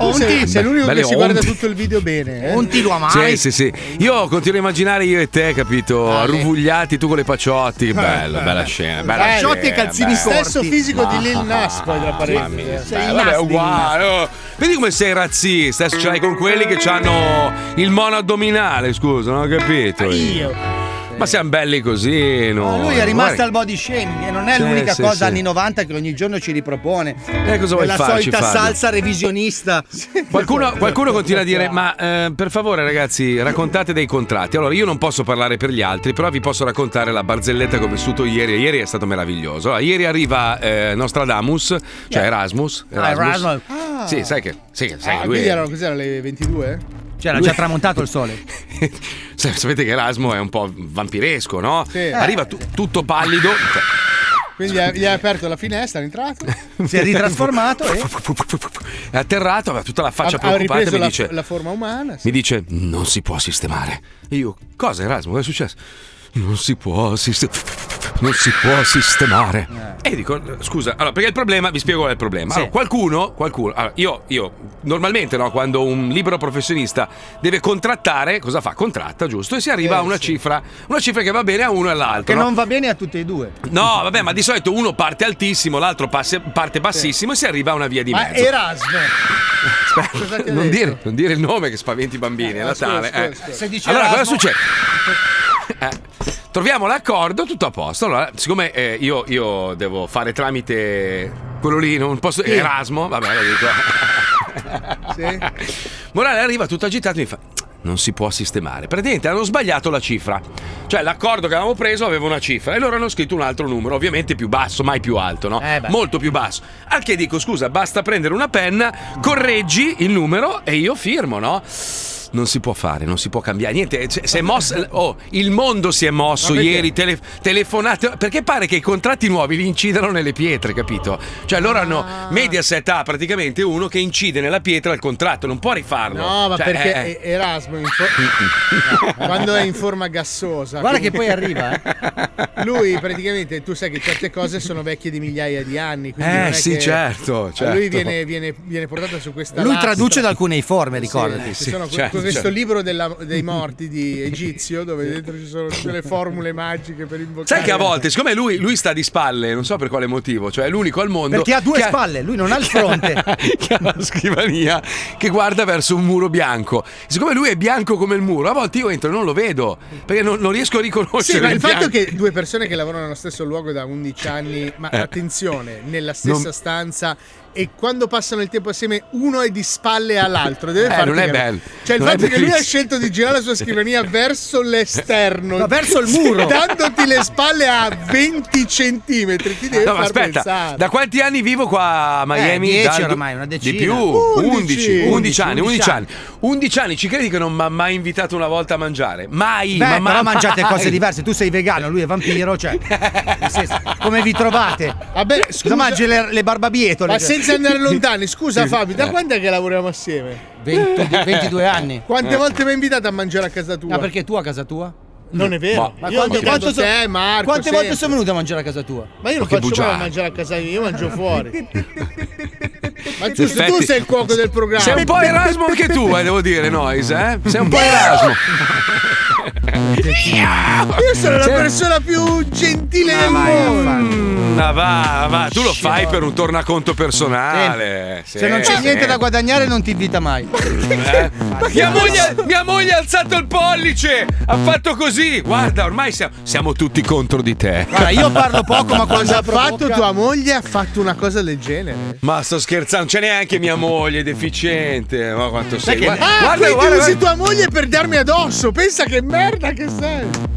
[SPEAKER 2] Onti.
[SPEAKER 6] Sei, sei l'unico
[SPEAKER 2] Belli
[SPEAKER 6] che si guarda
[SPEAKER 2] onti.
[SPEAKER 6] tutto il video bene. Eh?
[SPEAKER 2] Onti
[SPEAKER 6] lo
[SPEAKER 2] Sì, sì, sì. Io continuo a immaginare io e te, capito?
[SPEAKER 5] Ah,
[SPEAKER 2] Arruvugliati, tu con le pacciotti.
[SPEAKER 5] Eh,
[SPEAKER 2] Che bello, bella scena. Bella
[SPEAKER 6] Pacciotti
[SPEAKER 2] scena,
[SPEAKER 6] e calzini
[SPEAKER 2] bella.
[SPEAKER 6] corti. Stesso fisico di Lil
[SPEAKER 2] Ah,
[SPEAKER 6] Nas, poi, tra parentesi.
[SPEAKER 2] mamma
[SPEAKER 6] eh.
[SPEAKER 2] mia.
[SPEAKER 6] Sei
[SPEAKER 2] Beh, vabbè, è
[SPEAKER 6] Nas di
[SPEAKER 2] uguale. oh. Vedi come sei razzista. Adesso ce l'hai con quelli che hanno il mono addominale, scusa, non ho capito.
[SPEAKER 5] Ah, Io.
[SPEAKER 2] Ma siamo belli così, no?
[SPEAKER 5] Ma lui è rimasto
[SPEAKER 2] Guarda-
[SPEAKER 5] al body shaming e non è
[SPEAKER 2] Sì,
[SPEAKER 5] l'unica
[SPEAKER 2] sì,
[SPEAKER 5] cosa
[SPEAKER 2] sì.
[SPEAKER 5] anni 90 che ogni giorno ci ripropone.
[SPEAKER 2] Eh, cosa vuoi
[SPEAKER 5] La
[SPEAKER 2] farci,
[SPEAKER 5] solita
[SPEAKER 2] Fabio?
[SPEAKER 5] salsa revisionista.
[SPEAKER 2] Qualcuno, qualcuno continua a dire: Ma eh, per favore, ragazzi, raccontate dei contratti. Allora, io non posso parlare per gli altri, però vi posso raccontare la barzelletta che ho vissuto ieri. Ieri è stato meraviglioso. Allora, ieri arriva eh, Nostradamus, cioè Erasmus.
[SPEAKER 6] Erasmus. Eh. Ah.
[SPEAKER 2] Sì, sai che. Sì, sai
[SPEAKER 6] Ah,
[SPEAKER 2] che lui
[SPEAKER 6] quindi
[SPEAKER 2] (laughs) è-
[SPEAKER 6] erano, cos'era, le 22?
[SPEAKER 2] C'era già
[SPEAKER 5] tramontato il sole.
[SPEAKER 2] sa- Sapete che Erasmo è un po' vampiresco, no?
[SPEAKER 6] Sì. Eh.
[SPEAKER 2] Arriva tu- tutto pallido. cioè
[SPEAKER 6] Quindi ha- gli hai aperto la finestra, è entrato.
[SPEAKER 2] Si è (laughs) ritrasformato e- È atterrato, aveva tutta la faccia
[SPEAKER 6] ha, ha
[SPEAKER 2] preoccupata
[SPEAKER 6] ripreso
[SPEAKER 2] e mi
[SPEAKER 6] la,
[SPEAKER 2] dice:
[SPEAKER 6] la forma umana. sì.
[SPEAKER 2] Mi dice: Non si può sistemare. E Io, cosa Erasmo? Cosa è successo? Non si può sistemare.
[SPEAKER 6] eh.
[SPEAKER 2] Non si può sistemare. E dico: Scusa, allora, perché il problema, vi spiego qual è il problema. Allora, qualcuno, qualcuno, allora, io, io, normalmente, no, quando un libero professionista deve contrattare, cosa fa? Contratta, giusto? E si arriva
[SPEAKER 5] Eh,
[SPEAKER 2] a una
[SPEAKER 5] sì.
[SPEAKER 2] cifra, una cifra che va bene a uno e all'altro.
[SPEAKER 5] Che
[SPEAKER 2] no?
[SPEAKER 5] non va bene a tutti e due.
[SPEAKER 2] No, vabbè, ma di solito uno parte altissimo, l'altro passe- parte bassissimo e si arriva a una via di
[SPEAKER 6] Ma
[SPEAKER 2] mezzo.
[SPEAKER 6] Erasmo.
[SPEAKER 2] Aspetta, (laughs)
[SPEAKER 6] ti ha
[SPEAKER 2] non
[SPEAKER 6] detto?
[SPEAKER 2] dire, non dire il nome che spaventi i bambini, è Natale.
[SPEAKER 6] scusa,
[SPEAKER 2] eh.
[SPEAKER 6] scusa, scusa. Se dici
[SPEAKER 2] allora, cosa
[SPEAKER 6] Erasmo-
[SPEAKER 2] succede? Eh, troviamo l'accordo, tutto a posto. Allora, siccome eh, io, io devo fare tramite quello lì, non posso.
[SPEAKER 6] Sì.
[SPEAKER 2] Erasmo, vabbè, lo dico.
[SPEAKER 6] Sì.
[SPEAKER 2] Morale arriva tutto agitato e mi fa. Non si può sistemare. Praticamente hanno sbagliato la cifra. Cioè, l'accordo che avevamo preso aveva una cifra e loro hanno scritto un altro numero, ovviamente più basso, mai più alto, no?
[SPEAKER 5] Eh beh.
[SPEAKER 2] Molto più basso. Al che dico, scusa, basta prendere una penna, correggi il numero e io firmo, no? Non si può fare, non si può cambiare niente. cioè, si è mosso- oh, il mondo si è mosso
[SPEAKER 5] Ma perché?
[SPEAKER 2] ieri, tele- telefonate. Perché pare che i contratti nuovi li incidano nelle pietre, capito? Cioè, loro hanno
[SPEAKER 5] Ah.
[SPEAKER 2] Mediaset ha praticamente uno che incide nella pietra il contratto, non può rifarlo.
[SPEAKER 6] No, ma
[SPEAKER 2] Cioè,
[SPEAKER 6] perché
[SPEAKER 2] eh, eh.
[SPEAKER 6] e- Erasmo in
[SPEAKER 5] Mm,
[SPEAKER 6] for- quando è in forma gassosa.
[SPEAKER 5] Guarda che
[SPEAKER 6] quindi-
[SPEAKER 5] poi arriva,
[SPEAKER 2] eh.
[SPEAKER 6] (laughs) Lui praticamente, tu sai che certe cose sono vecchie di migliaia di anni. quindi
[SPEAKER 2] Eh,
[SPEAKER 6] non è
[SPEAKER 2] sì,
[SPEAKER 6] che-
[SPEAKER 2] certo,
[SPEAKER 6] Lui
[SPEAKER 2] certo.
[SPEAKER 6] viene, viene- viene portato su questa.
[SPEAKER 5] Lui
[SPEAKER 6] lastra. eh,
[SPEAKER 5] traduce da alcune forme, ricordati.
[SPEAKER 6] Ci sono que-
[SPEAKER 5] Cioè.
[SPEAKER 2] certo,
[SPEAKER 6] con questo
[SPEAKER 28] Cioè.
[SPEAKER 6] libro della- dei morti di Egizio, dove dentro ci sono tutte le formule magiche per invocare.
[SPEAKER 2] Sai che a volte, siccome lui, lui sta di spalle, non so per quale motivo, cioè è l'unico al mondo.
[SPEAKER 5] Perché ha due
[SPEAKER 2] che
[SPEAKER 5] spalle, lui non ha il (laughs)
[SPEAKER 2] (laughs)
[SPEAKER 5] fronte.
[SPEAKER 2] che ha la scrivania che guarda verso un muro bianco. Siccome lui è bianco come il muro, a volte io entro e non lo vedo perché non, non riesco a riconoscere.
[SPEAKER 6] Sì, ma il fatto
[SPEAKER 2] bianco.
[SPEAKER 6] che due persone che lavorano nello stesso luogo da 11 anni, ma
[SPEAKER 2] Eh.
[SPEAKER 6] attenzione, nella stessa
[SPEAKER 2] Non-
[SPEAKER 6] stanza e quando passano il tempo assieme uno è di spalle all'altro, deve
[SPEAKER 2] Eh,
[SPEAKER 6] farti
[SPEAKER 2] non è
[SPEAKER 6] capire.
[SPEAKER 2] bello.
[SPEAKER 6] Cioè il
[SPEAKER 2] Non è
[SPEAKER 6] fatto che lui ha
[SPEAKER 2] bellissimo.
[SPEAKER 6] scelto di girare la sua scrivania verso l'esterno,
[SPEAKER 2] No, verso il muro.
[SPEAKER 6] (laughs) dandoti le spalle a 20 centimetri, ti deve
[SPEAKER 2] Ah, No, ma
[SPEAKER 6] far
[SPEAKER 2] aspetta,
[SPEAKER 6] pensare.
[SPEAKER 2] da quanti anni vivo qua a Miami?
[SPEAKER 6] Eh, 10
[SPEAKER 2] Dal-
[SPEAKER 6] ormai, una decina.
[SPEAKER 2] Di più,
[SPEAKER 6] 11,
[SPEAKER 2] 11, 11,
[SPEAKER 6] 11
[SPEAKER 2] anni, 11
[SPEAKER 6] 11
[SPEAKER 2] anni. 11 anni, ci credi che non mi ha mai invitato una volta a mangiare? Mai,
[SPEAKER 5] Beh,
[SPEAKER 2] ma
[SPEAKER 5] però
[SPEAKER 2] mai.
[SPEAKER 5] mangiate cose diverse. Tu sei vegano, lui è vampiro, (laughs) cioè. nel senso, come vi trovate?
[SPEAKER 6] Vabbè,
[SPEAKER 5] scusa, mangi le, le barbabietole.
[SPEAKER 6] Ma
[SPEAKER 5] cioè.
[SPEAKER 6] senza
[SPEAKER 29] (laughs)
[SPEAKER 6] andare lontani, scusa
[SPEAKER 5] Sì.
[SPEAKER 6] Fabio, da
[SPEAKER 5] Eh.
[SPEAKER 6] quando è che lavoriamo assieme? (laughs)
[SPEAKER 29] 20 22 anni.
[SPEAKER 6] Quante
[SPEAKER 29] Eh.
[SPEAKER 6] volte mi hai invitato a mangiare a casa tua?
[SPEAKER 29] Ma perché tu a casa tua?
[SPEAKER 6] Non è vero.
[SPEAKER 29] Ma
[SPEAKER 6] Io ho
[SPEAKER 29] quanto,
[SPEAKER 6] invitato
[SPEAKER 29] quanto so-
[SPEAKER 6] te, Marco,
[SPEAKER 29] quante volte
[SPEAKER 6] sempre.
[SPEAKER 29] sono venuto a mangiare a casa tua?
[SPEAKER 6] Ma io non faccio mai a mangiare a casa mia, io mangio fuori. Ma
[SPEAKER 2] In
[SPEAKER 6] giusto, tu
[SPEAKER 2] effetti-
[SPEAKER 6] sei il cuoco del programma.
[SPEAKER 2] Sei un po' Erasmo anche tu, eh, devo dire, Nois, eh? Sei un po' Erasmo. (laughs)
[SPEAKER 6] Io sono la
[SPEAKER 2] Sei-
[SPEAKER 6] persona più gentile del mondo.
[SPEAKER 2] Ma Ah, va, va, tu lo fai per un tornaconto personale. Sì,
[SPEAKER 5] Se non c'è
[SPEAKER 2] sì.
[SPEAKER 5] niente da guadagnare, non ti invita (laughs) mai.
[SPEAKER 2] Eh? Ma mia
[SPEAKER 5] (laughs)
[SPEAKER 2] moglie, mia moglie ha alzato il pollice! Ha fatto così! Guarda, ormai siamo, siamo tutti contro di te.
[SPEAKER 6] cosa ha fatto tua moglie? Ha fatto una cosa del genere.
[SPEAKER 2] Ma sto scherzando, c'è neanche mia moglie, è deficiente. Ma quanto
[SPEAKER 6] Sai
[SPEAKER 2] sei.
[SPEAKER 6] che-
[SPEAKER 2] Guarda,
[SPEAKER 6] ah,
[SPEAKER 2] guarda,
[SPEAKER 6] quindi
[SPEAKER 2] guarda,
[SPEAKER 6] usi
[SPEAKER 2] guarda.
[SPEAKER 6] tua moglie per darmi addosso. Pensa che merda che sei.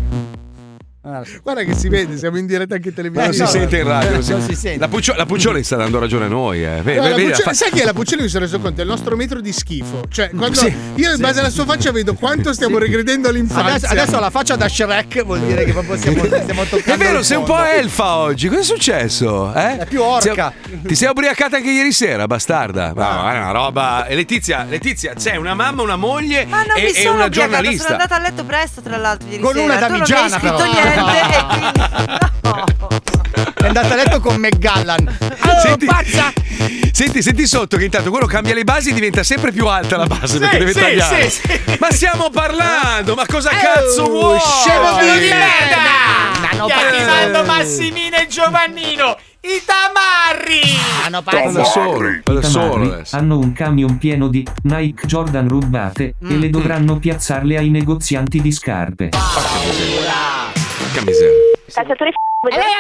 [SPEAKER 6] Guarda che si vede, siamo in diretta anche in
[SPEAKER 2] Ma
[SPEAKER 6] televisione.
[SPEAKER 2] non si sente in radio, non si,
[SPEAKER 6] Non si sente.
[SPEAKER 2] La, Puccio- la Puccioli sta dando ragione a noi, eh. Vedi,
[SPEAKER 6] No, la
[SPEAKER 2] vedi,
[SPEAKER 6] Puccioli-
[SPEAKER 2] fa-
[SPEAKER 6] Sai che la Puccioli mi sono reso conto? È il nostro metro di schifo. Cioè, quando
[SPEAKER 2] Sì.
[SPEAKER 6] io in base alla sua faccia vedo quanto stiamo regredendo all'infanzia.
[SPEAKER 5] Adesso, adesso la faccia da Shrek vuol dire che proprio siamo, stiamo
[SPEAKER 2] (laughs)
[SPEAKER 5] toccando.
[SPEAKER 2] È vero,
[SPEAKER 5] il
[SPEAKER 2] sei un
[SPEAKER 5] fondo.
[SPEAKER 2] po' elfa oggi. Cosa è successo? Eh?
[SPEAKER 5] È più orca.
[SPEAKER 2] Sei- ti sei ubriacata anche ieri sera, bastarda. Ma guarda, è una roba. E Letizia, Letizia, c'è una mamma, una moglie
[SPEAKER 4] Ma non
[SPEAKER 2] e,
[SPEAKER 4] mi
[SPEAKER 2] e
[SPEAKER 4] sono ubriacata,
[SPEAKER 2] una
[SPEAKER 4] sono
[SPEAKER 2] giornalista.
[SPEAKER 4] andata a letto presto, tra l'altro, ieri
[SPEAKER 5] Con
[SPEAKER 4] sera.
[SPEAKER 5] una
[SPEAKER 4] Tu non mi hai
[SPEAKER 5] damigiana,
[SPEAKER 4] scritto
[SPEAKER 5] però.
[SPEAKER 2] (laughs)
[SPEAKER 4] niente. e quindi-
[SPEAKER 5] È andata a letto con McGallan.
[SPEAKER 4] Oh,
[SPEAKER 2] senti, (laughs) senti, senti sotto che intanto quello cambia le basi e diventa sempre più alta la base perché deve tagliare. Ma stiamo parlando, ma
[SPEAKER 4] Oh,
[SPEAKER 2] cosa cazzo vuoi?
[SPEAKER 30] scemo di
[SPEAKER 2] merda!
[SPEAKER 13] Chiamando Massimino e Giovannino, i tamarri!
[SPEAKER 5] Hanno
[SPEAKER 31] Tamarri.
[SPEAKER 2] da
[SPEAKER 31] I
[SPEAKER 2] solo eh.
[SPEAKER 31] tamarri hanno un camion pieno di Nike Jordan rubate e le dovranno piazzarle ai negozianti di scarpe.
[SPEAKER 2] Che miseria.
[SPEAKER 32] Calciatore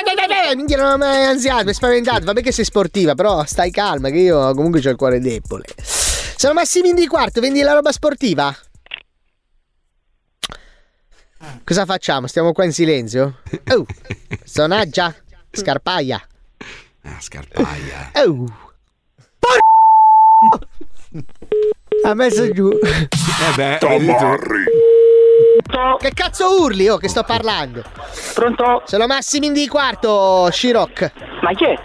[SPEAKER 32] eh, Minchia, non ho mai ansiato, mi è spaventato. Vabbè che sei sportiva, però stai calma che io comunque ho il cuore debole. Sono Massimino di quarto, vendi la roba sportiva? Cosa facciamo? Stiamo qua
[SPEAKER 13] (laughs)
[SPEAKER 32] in silenzio? Oh, sonaggia, scarpaia.
[SPEAKER 2] Ah, Scarpaia.
[SPEAKER 32] Oh.
[SPEAKER 13] (laughs)
[SPEAKER 32] Ha messo giù.
[SPEAKER 2] Eh beh,
[SPEAKER 17] ah.
[SPEAKER 32] Che cazzo urli, oh, che sto parlando? Pronto? Sono Massimin di quarto, Shiroc. Ma chi è?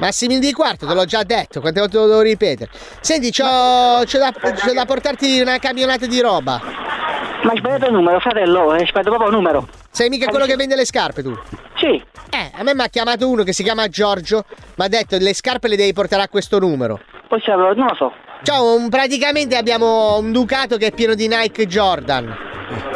[SPEAKER 32] Massimin di quarto, te l'ho già detto, quante volte lo devo ripetere? Senti, c'ho, c'ho da, c'ho da portarti una camionata di roba. Ma hai sbagliato il numero, fratello, hai sbagliato proprio il numero. Sei mica quello che vende le scarpe tu? Sì. Eh, a me mi ha chiamato uno che si chiama Giorgio, mi ha detto le scarpe le devi portare a questo numero. Poi non lo so. Ciao, un- praticamente abbiamo un ducato che è pieno di Nike Jordan.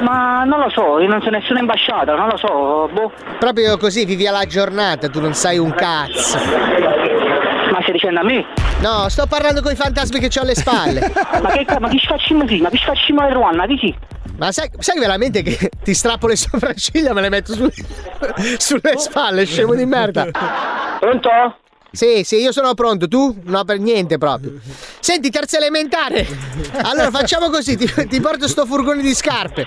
[SPEAKER 32] Ma non lo so, non c'è nessuna imbasciata, non lo so, boh. Proprio così vivi alla giornata, tu non sai un cazzo. Ma stai dicendo a me? No, sto parlando con i fantasmi che ho alle spalle. (laughs) ma che ma chi facciamo sì? Ma chi facciamo il Ruanna, chi sì? Ma sai, sai veramente che ti strappo le sopracciglia e me le metto su- sulle spalle, scemo di merda. Pronto? Sì, sì, io sono pronto, tu? No, per niente proprio. Senti, terza elementare. Allora facciamo così, ti, ti porto sto furgone di scarpe.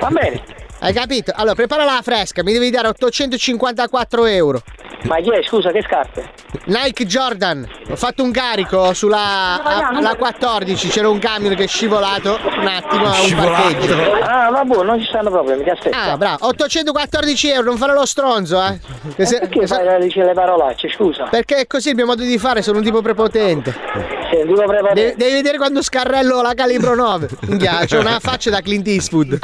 [SPEAKER 32] Va bene. Hai capito? Allora, prepara la fresca, mi devi dare 854 euro. Ma chi è? Scusa, che scarpe? Nike Jordan. Ho fatto un carico sulla a- la 14, c'era un camion che è scivolato un attimo a un
[SPEAKER 31] Scivolato.
[SPEAKER 32] parcheggio. Ah, ma buono, non ci stanno problemi, ti aspetto. Ah, bravo. 814 euro, non farò lo stronzo, eh. Che se-
[SPEAKER 31] Perché fai dice le parolacce, scusa?
[SPEAKER 32] perché è così il mio modo di fare, sono un tipo prepotente. Devi, devi vedere quando scarrello la calibro 9. Minchia, c'ho una faccia da Clint Eastwood.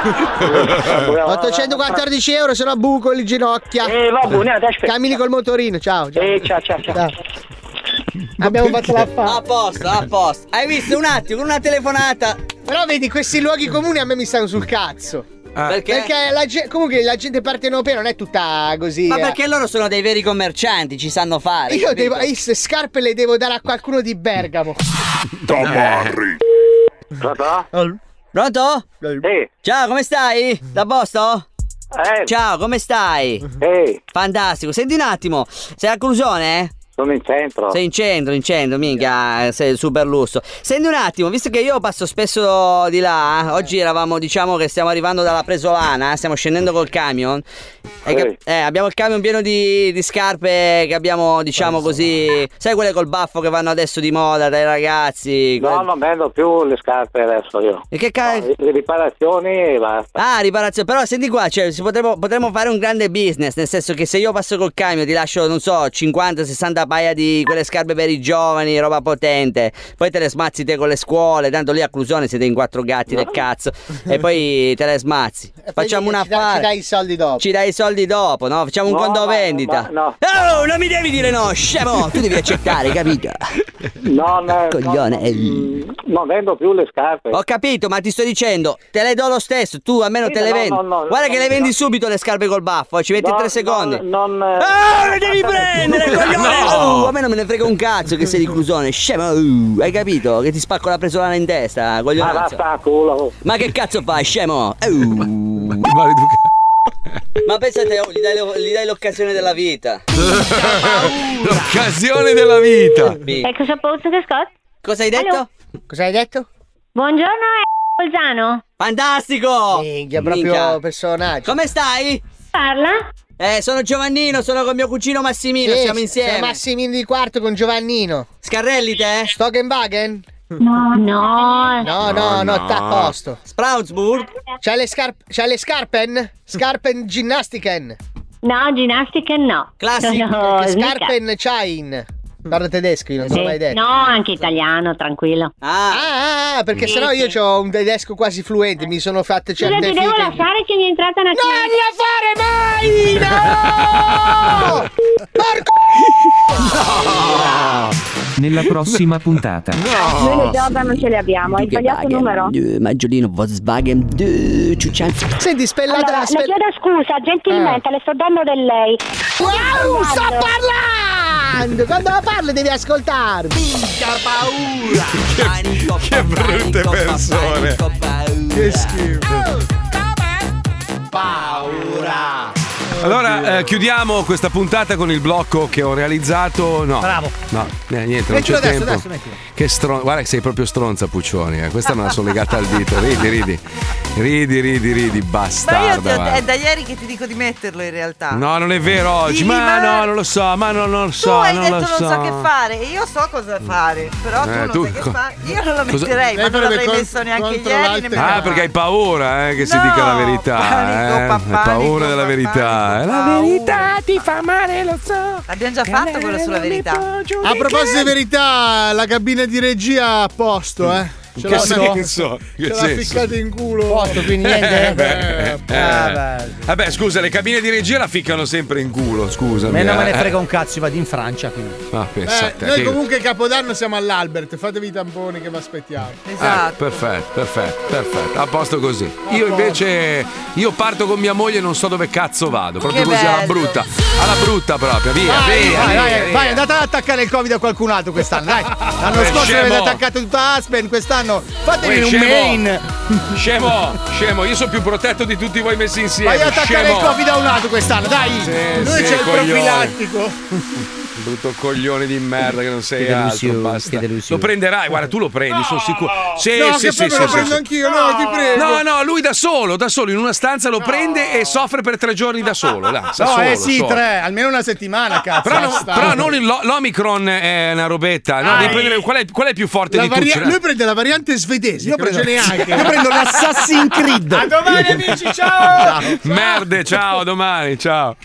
[SPEAKER 32] 814 euro, se no buco le ginocchia. Eh, va
[SPEAKER 31] buono,
[SPEAKER 32] Cammini col motorino, ciao. ciao. Eh, ciao, ciao, ciao. Abbiamo fatto la fa.
[SPEAKER 26] A posto, a posto. Hai visto un attimo, con una telefonata
[SPEAKER 32] Però vedi, questi luoghi comuni a me mi stanno sul cazzo.
[SPEAKER 26] Ah. Perché?
[SPEAKER 32] la ge- comunque la gente partenopea non è tutta così.
[SPEAKER 26] Ma
[SPEAKER 32] eh.
[SPEAKER 26] perché loro sono dei veri commercianti, ci sanno fare.
[SPEAKER 32] Io
[SPEAKER 26] capito?
[SPEAKER 32] devo, eh, queste scarpe le devo dare a qualcuno di Bergamo.
[SPEAKER 26] Tamarri. Pronto? Pronto? Ciao, come stai? Da posto? Ciao, come stai? Fantastico. Senti un attimo, sei a Clusone?
[SPEAKER 22] Sono in centro.
[SPEAKER 26] Sei in centro, in centro, minchia, sei super lusso. Senti un attimo, visto che io passo spesso di là, eh,
[SPEAKER 22] Eh.
[SPEAKER 26] oggi eravamo, diciamo che stiamo arrivando dalla Presolana, eh, stiamo scendendo col camion. e cap- eh, abbiamo il camion pieno di, di scarpe che abbiamo, diciamo così, sai quelle col baffo che vanno adesso di moda dai ragazzi?
[SPEAKER 22] No, non vendo più le scarpe adesso io.
[SPEAKER 26] E che cazzo?
[SPEAKER 22] Le riparazioni e basta.
[SPEAKER 26] Ah, riparazione. Però senti qua, cioè, si potremmo, potremmo fare un grande business, nel senso che se io passo col camion ti lascio, non so, 50-60 paia di quelle scarpe per i giovani, roba potente. Poi te le smazzi te con le scuole, tanto lì a Clusone siete in quattro gatti del
[SPEAKER 32] (laughs)
[SPEAKER 26] cazzo. E poi te le smazzi. Facciamo un
[SPEAKER 32] Ci dai-
[SPEAKER 26] affare.
[SPEAKER 32] Ci dai i soldi dopo.
[SPEAKER 26] Ci dai i soldi dopo, no? Facciamo un
[SPEAKER 32] No,
[SPEAKER 26] conto
[SPEAKER 32] ma-
[SPEAKER 26] vendita.
[SPEAKER 22] ma
[SPEAKER 26] Oh, non mi devi dire no, scemo! Tu devi accettare, capito?
[SPEAKER 22] (laughs) No, no, Mm.
[SPEAKER 26] Coglione. eh.
[SPEAKER 22] non vendo più le scarpe.
[SPEAKER 26] Ho capito, ma ti sto dicendo, te le do lo stesso, tu almeno
[SPEAKER 22] Sì,
[SPEAKER 26] te le
[SPEAKER 22] no,
[SPEAKER 26] vendi.
[SPEAKER 22] no, no,
[SPEAKER 26] Guarda
[SPEAKER 22] no,
[SPEAKER 26] che le
[SPEAKER 22] no.
[SPEAKER 26] vendi subito le scarpe col baffo, ci metti
[SPEAKER 22] No,
[SPEAKER 26] tre
[SPEAKER 22] no,
[SPEAKER 26] secondi.
[SPEAKER 22] Non. eh.
[SPEAKER 26] Ah, le devi
[SPEAKER 22] (laughs)
[SPEAKER 26] prendere, coglione!
[SPEAKER 22] No.
[SPEAKER 26] Oh, a me non me ne frega un cazzo che sei di Clusone, scemo! uh, hai capito? Che ti spacco la presolana in testa, coglione!
[SPEAKER 22] Ma vaffa a culo.
[SPEAKER 26] Ma che cazzo fai, scemo? Oh. Uh. Ma pensate, oh, gli dai, lo- gli dai l'occasione della vita.
[SPEAKER 2] L'occasione della vita.
[SPEAKER 11] Ecco, sono Pozzo che Scott.
[SPEAKER 26] Cosa hai detto?
[SPEAKER 11] Cosa hai detto? Buongiorno, eh, Bolzano.
[SPEAKER 26] Fantastico! Minchia,
[SPEAKER 11] proprio
[SPEAKER 26] personaggio. Come stai?
[SPEAKER 11] Parla?
[SPEAKER 26] Eh, sono Giovannino, sono con mio cugino Massimino,
[SPEAKER 32] Sì,
[SPEAKER 26] siamo insieme.
[SPEAKER 32] siamo Massimino di quarto con Giovannino.
[SPEAKER 26] Scarrelli te?
[SPEAKER 32] Stogenwagen?
[SPEAKER 11] No, no.
[SPEAKER 32] No, no, no,
[SPEAKER 22] no.
[SPEAKER 32] sta a posto.
[SPEAKER 26] Sprausburg?
[SPEAKER 32] C'ha le, scarp- c'ha le scarpen? Scarpen ginnastiken?
[SPEAKER 11] No, ginnastica no. Sono
[SPEAKER 32] che
[SPEAKER 11] smica.
[SPEAKER 32] scarpen c'hai in? Parla tedesco, io non te l'ho
[SPEAKER 11] Sì.
[SPEAKER 32] mai detto.
[SPEAKER 11] No, anche italiano, tranquillo.
[SPEAKER 32] Ah, ah, perché
[SPEAKER 11] Sì,
[SPEAKER 32] sennò io
[SPEAKER 11] sì.
[SPEAKER 32] ho un tedesco quasi fluente, mi sono fatte cioè,
[SPEAKER 11] Scusa,
[SPEAKER 32] certe
[SPEAKER 11] ti devo
[SPEAKER 32] finte.
[SPEAKER 11] lasciare che mi è entrata una
[SPEAKER 32] Non la fare mai! No!
[SPEAKER 31] Nella prossima puntata.
[SPEAKER 33] Noi le Giorda non ce le abbiamo, hai sbagliato numero.
[SPEAKER 26] eh. Maggiolino Volkswagen Ciuccianzi.
[SPEAKER 32] Senti, spellata
[SPEAKER 33] Allora,
[SPEAKER 32] la
[SPEAKER 33] le
[SPEAKER 32] spell-
[SPEAKER 33] chiedo
[SPEAKER 11] scusa, gentilmente, le sto dando del lei.
[SPEAKER 32] Wow, sto parlando! Quando parlo devi ascoltarmi! Minchia paura!
[SPEAKER 26] Che,
[SPEAKER 34] che brutte persone!
[SPEAKER 32] Che schifo!
[SPEAKER 26] Oh. Paura!
[SPEAKER 2] Allora, eh, chiudiamo questa puntata con il blocco che ho realizzato. No.
[SPEAKER 13] Bravo.
[SPEAKER 2] No, eh, niente, non
[SPEAKER 13] Mettilo
[SPEAKER 2] c'è
[SPEAKER 13] adesso,
[SPEAKER 2] tempo.
[SPEAKER 13] adesso mettilo.
[SPEAKER 2] Che stronza. Guarda che sei proprio stronza, Puccioni. eh. Questa me la sono legata al dito. Ridi, ridi. Ridi, ridi, ridi,
[SPEAKER 4] Ma io ti
[SPEAKER 2] bastarda.
[SPEAKER 4] ho-
[SPEAKER 2] guarda.
[SPEAKER 4] è da ieri che ti dico di metterlo in realtà.
[SPEAKER 2] No, non è vero oggi.
[SPEAKER 4] Sì,
[SPEAKER 2] ma,
[SPEAKER 4] ma-
[SPEAKER 2] no, non lo so, ma no, non lo so.
[SPEAKER 4] tu hai detto
[SPEAKER 2] lo
[SPEAKER 4] non so. che fare e io so cosa fare, però tu
[SPEAKER 2] Eh,
[SPEAKER 4] non
[SPEAKER 2] tu
[SPEAKER 4] sai che
[SPEAKER 2] co-
[SPEAKER 4] fare. Io non lo
[SPEAKER 2] cosa-
[SPEAKER 4] metterei, ma
[SPEAKER 2] Lei
[SPEAKER 4] non
[SPEAKER 2] farebbe
[SPEAKER 4] l'avrei
[SPEAKER 2] con-
[SPEAKER 4] messo neanche
[SPEAKER 2] contro
[SPEAKER 4] ieri.
[SPEAKER 2] l'altro.
[SPEAKER 4] nemmeno
[SPEAKER 2] Ah,
[SPEAKER 4] domani.
[SPEAKER 2] perché hai paura eh, che si dica la verità.
[SPEAKER 4] panico, Ah,
[SPEAKER 2] eh.
[SPEAKER 4] pa-
[SPEAKER 2] hai paura
[SPEAKER 4] panico,
[SPEAKER 2] della
[SPEAKER 4] pa-
[SPEAKER 2] verità. eh.
[SPEAKER 4] panico.
[SPEAKER 2] La verità.
[SPEAKER 4] ti fa male, lo so. L'abbiamo già fatto quello sulla verità.
[SPEAKER 6] A proposito di verità, la cabina di regia a posto, eh.
[SPEAKER 2] In
[SPEAKER 6] Ce
[SPEAKER 2] che
[SPEAKER 6] l'ho-
[SPEAKER 2] senso?
[SPEAKER 6] Ce
[SPEAKER 2] Che
[SPEAKER 6] l'ha
[SPEAKER 2] senso?
[SPEAKER 6] ficcata in culo. Posto,
[SPEAKER 2] Eh,
[SPEAKER 6] (laughs)
[SPEAKER 2] beh, eh.
[SPEAKER 4] ah,
[SPEAKER 2] Vabbè, scusa, le cabine di regia la ficcano sempre in culo,
[SPEAKER 5] A
[SPEAKER 2] scusami.
[SPEAKER 5] me non me
[SPEAKER 2] eh.
[SPEAKER 5] ne frega un cazzo, io vado in Francia quindi.
[SPEAKER 2] Ma Ah, pensa a te,
[SPEAKER 6] Noi
[SPEAKER 2] che-
[SPEAKER 6] comunque Capodanno siamo all'Albert, fatevi i tamponi che vi aspettiamo.
[SPEAKER 2] Ah, perfetto, perfetto, perfetto. A posto così. Io invece io parto con mia moglie e non so dove cazzo vado. Proprio
[SPEAKER 5] Che
[SPEAKER 2] così alla
[SPEAKER 5] bello.
[SPEAKER 2] brutta. Alla brutta proprio, via,
[SPEAKER 5] Vai,
[SPEAKER 2] via.
[SPEAKER 5] vai,
[SPEAKER 2] via,
[SPEAKER 5] vai,
[SPEAKER 2] via.
[SPEAKER 5] vai, andate ad attaccare il Covid a qualcun altro quest'anno,
[SPEAKER 2] (laughs)
[SPEAKER 5] dai. L'anno
[SPEAKER 2] Eh,
[SPEAKER 5] scorso
[SPEAKER 2] scemo.
[SPEAKER 5] avete attaccato tutta Aspen, quest'anno fatevi
[SPEAKER 2] Uè,
[SPEAKER 5] un
[SPEAKER 2] scemo.
[SPEAKER 5] main.
[SPEAKER 2] Scemo, scemo, io sono più protetto di tutti voi messi insieme.
[SPEAKER 5] Vai ad attaccare
[SPEAKER 2] scemo.
[SPEAKER 5] il Covid a un altro quest'anno, dai.
[SPEAKER 2] Sì,
[SPEAKER 5] Noi
[SPEAKER 2] sì,
[SPEAKER 5] c'è il
[SPEAKER 2] coglione.
[SPEAKER 5] profilattico.
[SPEAKER 2] Brutto coglione di merda che non sei
[SPEAKER 5] Che
[SPEAKER 2] altro,
[SPEAKER 5] delusione,
[SPEAKER 2] basta. Lo prenderai, guarda, tu lo prendi, sono sicuro. Sì,
[SPEAKER 6] no,
[SPEAKER 2] sì,
[SPEAKER 6] che
[SPEAKER 2] sì,
[SPEAKER 6] poi me
[SPEAKER 2] sì,
[SPEAKER 6] lo
[SPEAKER 2] sì,
[SPEAKER 6] prendo
[SPEAKER 2] sì.
[SPEAKER 6] anch'io, no, ti prego.
[SPEAKER 2] No, no, lui da solo, da solo, in una stanza lo prende e soffre per tre giorni da solo.
[SPEAKER 6] (laughs)
[SPEAKER 2] là, da
[SPEAKER 5] No,
[SPEAKER 2] solo,
[SPEAKER 5] eh sì,
[SPEAKER 2] solo.
[SPEAKER 5] tre, almeno una settimana, cazzo.
[SPEAKER 2] Però, non- però non il- lo- l'Omicron è una robetta. No,
[SPEAKER 5] Ah,
[SPEAKER 2] devi
[SPEAKER 5] eh.
[SPEAKER 2] prendere qual è, qual è il più forte
[SPEAKER 6] La
[SPEAKER 2] di
[SPEAKER 6] varia-
[SPEAKER 2] tutti?
[SPEAKER 6] lui prende la variante svedese, io prendo,
[SPEAKER 2] (laughs)
[SPEAKER 5] io prendo l'Assassin's Creed.
[SPEAKER 6] A
[SPEAKER 5] domani,
[SPEAKER 6] amici,
[SPEAKER 5] ciao!
[SPEAKER 2] Merde, ciao, a domani, ciao.